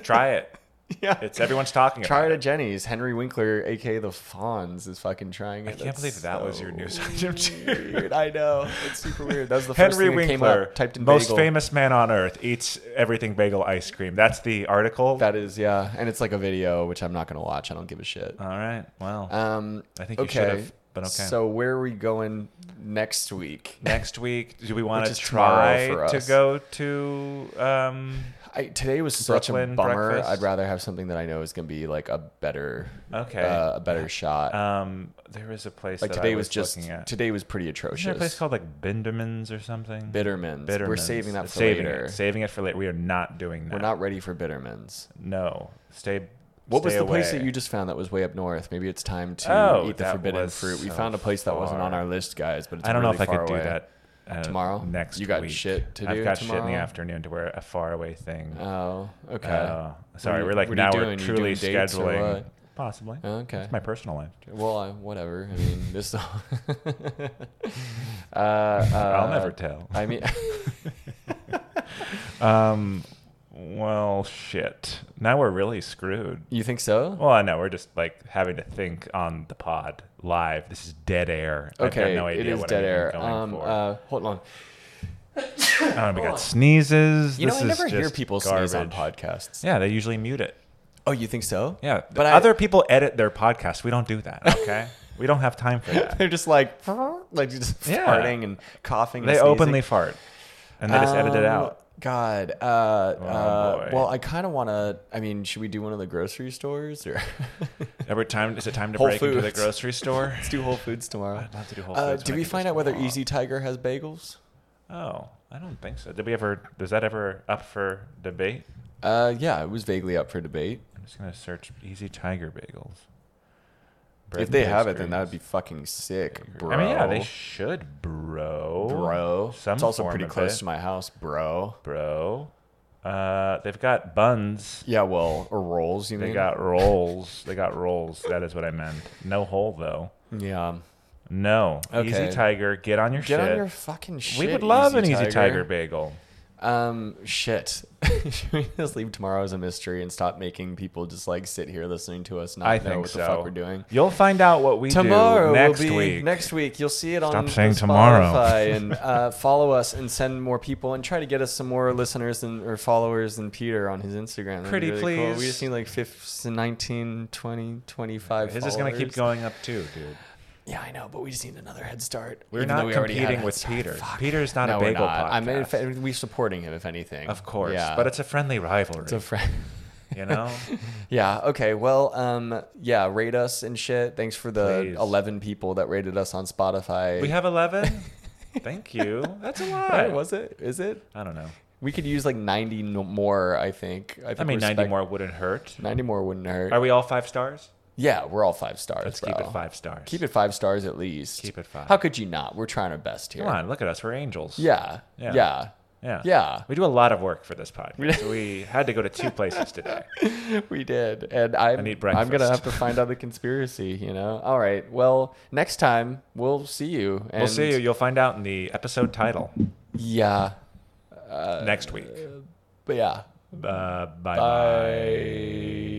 Speaker 2: Try it.
Speaker 1: *laughs* Yeah.
Speaker 2: It's everyone's talking
Speaker 1: *laughs* Try
Speaker 2: about
Speaker 1: it
Speaker 2: it.
Speaker 1: at Jenny's. Henry Winkler, aka the Fonz, is fucking trying it.
Speaker 2: I can't believe that was your news item too.
Speaker 1: Weird. I know. It's super weird. That was the first
Speaker 2: *laughs* Henry
Speaker 1: thing that came
Speaker 2: Winkler,
Speaker 1: up. Typed in
Speaker 2: most
Speaker 1: bagel.
Speaker 2: famous man on earth, eats everything bagel ice cream. That's the article.
Speaker 1: That is, yeah. And it's like a video, which I'm not gonna watch. I don't give a shit.
Speaker 2: All right. Well,
Speaker 1: Um,
Speaker 2: I think you
Speaker 1: okay.
Speaker 2: should have, but okay.
Speaker 1: So where are we going next week?
Speaker 2: next week do we want
Speaker 1: Which
Speaker 2: to
Speaker 1: is tomorrow
Speaker 2: try
Speaker 1: for
Speaker 2: to
Speaker 1: us.
Speaker 2: go to um
Speaker 1: I, today was such
Speaker 2: Brooklyn
Speaker 1: a bummer.
Speaker 2: breakfast?
Speaker 1: I'd rather have something that I know is gonna be like a better,
Speaker 2: okay
Speaker 1: uh, a better shot.
Speaker 2: um there is a place
Speaker 1: like
Speaker 2: that
Speaker 1: today
Speaker 2: I
Speaker 1: was,
Speaker 2: was,
Speaker 1: just
Speaker 2: looking at.
Speaker 1: today was pretty
Speaker 2: is there a place
Speaker 1: atrocious.
Speaker 2: called like Binderman's or something
Speaker 1: Bittermans. We're
Speaker 2: Bitterman's.
Speaker 1: saving that for
Speaker 2: saving
Speaker 1: later.
Speaker 2: it. saving it for later we are not doing that
Speaker 1: We're not ready for Bittermans.
Speaker 2: no stay
Speaker 1: What was
Speaker 2: stay
Speaker 1: the place
Speaker 2: away.
Speaker 1: that you just found that was way up north? Maybe it's time to
Speaker 2: Oh,
Speaker 1: eat the
Speaker 2: that
Speaker 1: forbidden
Speaker 2: was
Speaker 1: fruit. We
Speaker 2: so
Speaker 1: found a place that wasn't on
Speaker 2: far.
Speaker 1: our list, guys, but it's
Speaker 2: I don't know
Speaker 1: really
Speaker 2: if I could
Speaker 1: far
Speaker 2: do
Speaker 1: away.
Speaker 2: that uh,
Speaker 1: Tomorrow?
Speaker 2: next
Speaker 1: You got
Speaker 2: week.
Speaker 1: shit to
Speaker 2: I've
Speaker 1: do
Speaker 2: got shit in the
Speaker 1: tomorrow?
Speaker 2: afternoon to wear a faraway thing
Speaker 1: Oh, okay.
Speaker 2: Oh, sorry
Speaker 1: you-
Speaker 2: we're like
Speaker 1: what are you
Speaker 2: now we're
Speaker 1: doing? You
Speaker 2: truly
Speaker 1: doing dates or
Speaker 2: scheduling
Speaker 1: what?
Speaker 2: possibly
Speaker 1: Okay.
Speaker 2: it's my personal life
Speaker 1: Well, I, whatever. I mean, this. uh, *laughs* uh,
Speaker 2: I'll never tell
Speaker 1: I mean, *laughs*
Speaker 2: Um, well, shit. Now we're really screwed.
Speaker 1: you think so?
Speaker 2: Well, I know we're just like having to think on the pod live. This is dead air.
Speaker 1: okay,
Speaker 2: I've got no idea
Speaker 1: it is
Speaker 2: what
Speaker 1: dead
Speaker 2: I'm even
Speaker 1: air.
Speaker 2: Going
Speaker 1: Um,
Speaker 2: for.
Speaker 1: uh, hold on.
Speaker 2: oh, we got sneezes.
Speaker 1: You know,
Speaker 2: This
Speaker 1: I
Speaker 2: is
Speaker 1: never hear
Speaker 2: just
Speaker 1: people
Speaker 2: garbage.
Speaker 1: sneeze on podcasts.
Speaker 2: Yeah, they usually mute it.
Speaker 1: Oh, you think so?
Speaker 2: Yeah,
Speaker 1: but
Speaker 2: but
Speaker 1: I-
Speaker 2: other people edit their podcasts. We don't do that. Okay, we don't have
Speaker 1: *laughs*
Speaker 2: time for that.
Speaker 1: They're just like, like just
Speaker 2: Yeah.
Speaker 1: farting and coughing. and
Speaker 2: They openly
Speaker 1: sneezing.
Speaker 2: fart, and they just edit it
Speaker 1: Um,
Speaker 2: out. Oh,
Speaker 1: God. Uh, uh,
Speaker 2: boy.
Speaker 1: well, I kind of want to. I mean, should we do one of the grocery stores or
Speaker 2: Every time is it time to
Speaker 1: Whole
Speaker 2: break into the
Speaker 1: Foods.
Speaker 2: grocery
Speaker 1: *laughs*
Speaker 2: *laughs* store? *laughs*
Speaker 1: let's do Whole Foods tomorrow?
Speaker 2: I'd love to do Whole
Speaker 1: Uh,
Speaker 2: Foods
Speaker 1: did
Speaker 2: when I
Speaker 1: we
Speaker 2: can
Speaker 1: find
Speaker 2: just
Speaker 1: out whether
Speaker 2: walk.
Speaker 1: Easy Tiger has bagels?
Speaker 2: Oh, I don't think so. Did we ever? Was that ever up for debate?
Speaker 1: Uh, yeah, it was vaguely up for debate.
Speaker 2: I'm just gonna search Easy Tiger Bagels.
Speaker 1: if they have it, then that would be fucking sick, bro.
Speaker 2: I mean, yeah, they should, bro.
Speaker 1: bro.
Speaker 2: some
Speaker 1: it's also
Speaker 2: form
Speaker 1: pretty
Speaker 2: of
Speaker 1: close
Speaker 2: it.
Speaker 1: to my house, bro.
Speaker 2: bro. Uh, they've got buns.
Speaker 1: Yeah, well, or rolls, you
Speaker 2: They
Speaker 1: mean?
Speaker 2: got rolls. they got rolls. That is what I meant. No hole though.
Speaker 1: yeah.
Speaker 2: No.
Speaker 1: Okay.
Speaker 2: Easy Tiger, get on your
Speaker 1: Get
Speaker 2: shit.
Speaker 1: on your fucking shit.
Speaker 2: we would love an Easy
Speaker 1: Tiger
Speaker 2: Tiger bagel.
Speaker 1: Um, shit. *laughs* Should we just leave tomorrow as a mystery and stop making people just like sit here listening to us not
Speaker 2: I
Speaker 1: know
Speaker 2: think
Speaker 1: what
Speaker 2: so.
Speaker 1: the fuck we're doing?
Speaker 2: You'll find out what we
Speaker 1: Tomorrow
Speaker 2: do next
Speaker 1: will be
Speaker 2: week.
Speaker 1: next week. You'll see it on
Speaker 2: Stop saying
Speaker 1: Spotify
Speaker 2: tomorrow. *laughs*
Speaker 1: and uh, follow us and send more people and try to get us some more listeners and or followers than Peter on his Instagram. That'd be
Speaker 2: Pretty
Speaker 1: really Cool. We
Speaker 2: please.
Speaker 1: just need like 15, 19, 20, 25
Speaker 2: His is gonna keep
Speaker 1: followers.
Speaker 2: going up too, dude.
Speaker 1: Yeah, I know, but we just need another head start.
Speaker 2: We're
Speaker 1: Even though
Speaker 2: not
Speaker 1: we already had a
Speaker 2: competing
Speaker 1: head
Speaker 2: with
Speaker 1: start.
Speaker 2: Peter.
Speaker 1: Fuck.
Speaker 2: Peter's not
Speaker 1: no,
Speaker 2: a
Speaker 1: we're
Speaker 2: bagel
Speaker 1: not.
Speaker 2: podcast.
Speaker 1: I mean, in fact, we're supporting him if anything.
Speaker 2: Of course,
Speaker 1: Yeah.
Speaker 2: but it's a friendly rivalry.
Speaker 1: *laughs* it's a friend.
Speaker 2: *laughs* you know,
Speaker 1: *laughs* Yeah. Okay. Well, um, yeah, rate us and shit. Thanks for the
Speaker 2: Please.
Speaker 1: 11 people that rated us on Spotify.
Speaker 2: we
Speaker 1: *laughs*
Speaker 2: have eleven. Thank you. That's a lot.
Speaker 1: Right, was it? Is it?
Speaker 2: I don't know.
Speaker 1: We could use like 90 no more, I think. I, think
Speaker 2: I mean,
Speaker 1: we're
Speaker 2: ninety
Speaker 1: spec-
Speaker 2: more wouldn't hurt.
Speaker 1: 90 more wouldn't hurt.
Speaker 2: Are we all five stars?
Speaker 1: Yeah, we're all five stars.
Speaker 2: Let's
Speaker 1: bro.
Speaker 2: keep it five stars.
Speaker 1: Keep it five stars at least.
Speaker 2: Keep it five.
Speaker 1: How could you not? We're trying our best here.
Speaker 2: Come on, look at us. We're angels.
Speaker 1: Yeah.
Speaker 2: Yeah.
Speaker 1: Yeah. Yeah.
Speaker 2: Yeah. We do a lot of work for this podcast. *laughs* we had to go to two places today.
Speaker 1: *laughs* We did. And I'm, I
Speaker 2: need breakfast.
Speaker 1: I'm going to have to find out the conspiracy, you know? All right. Well, next time we'll see you. And
Speaker 2: We'll see you. You'll find out in the episode title
Speaker 1: Yeah. Uh,
Speaker 2: next week.
Speaker 1: But yeah.
Speaker 2: Uh, bye.
Speaker 1: Bye.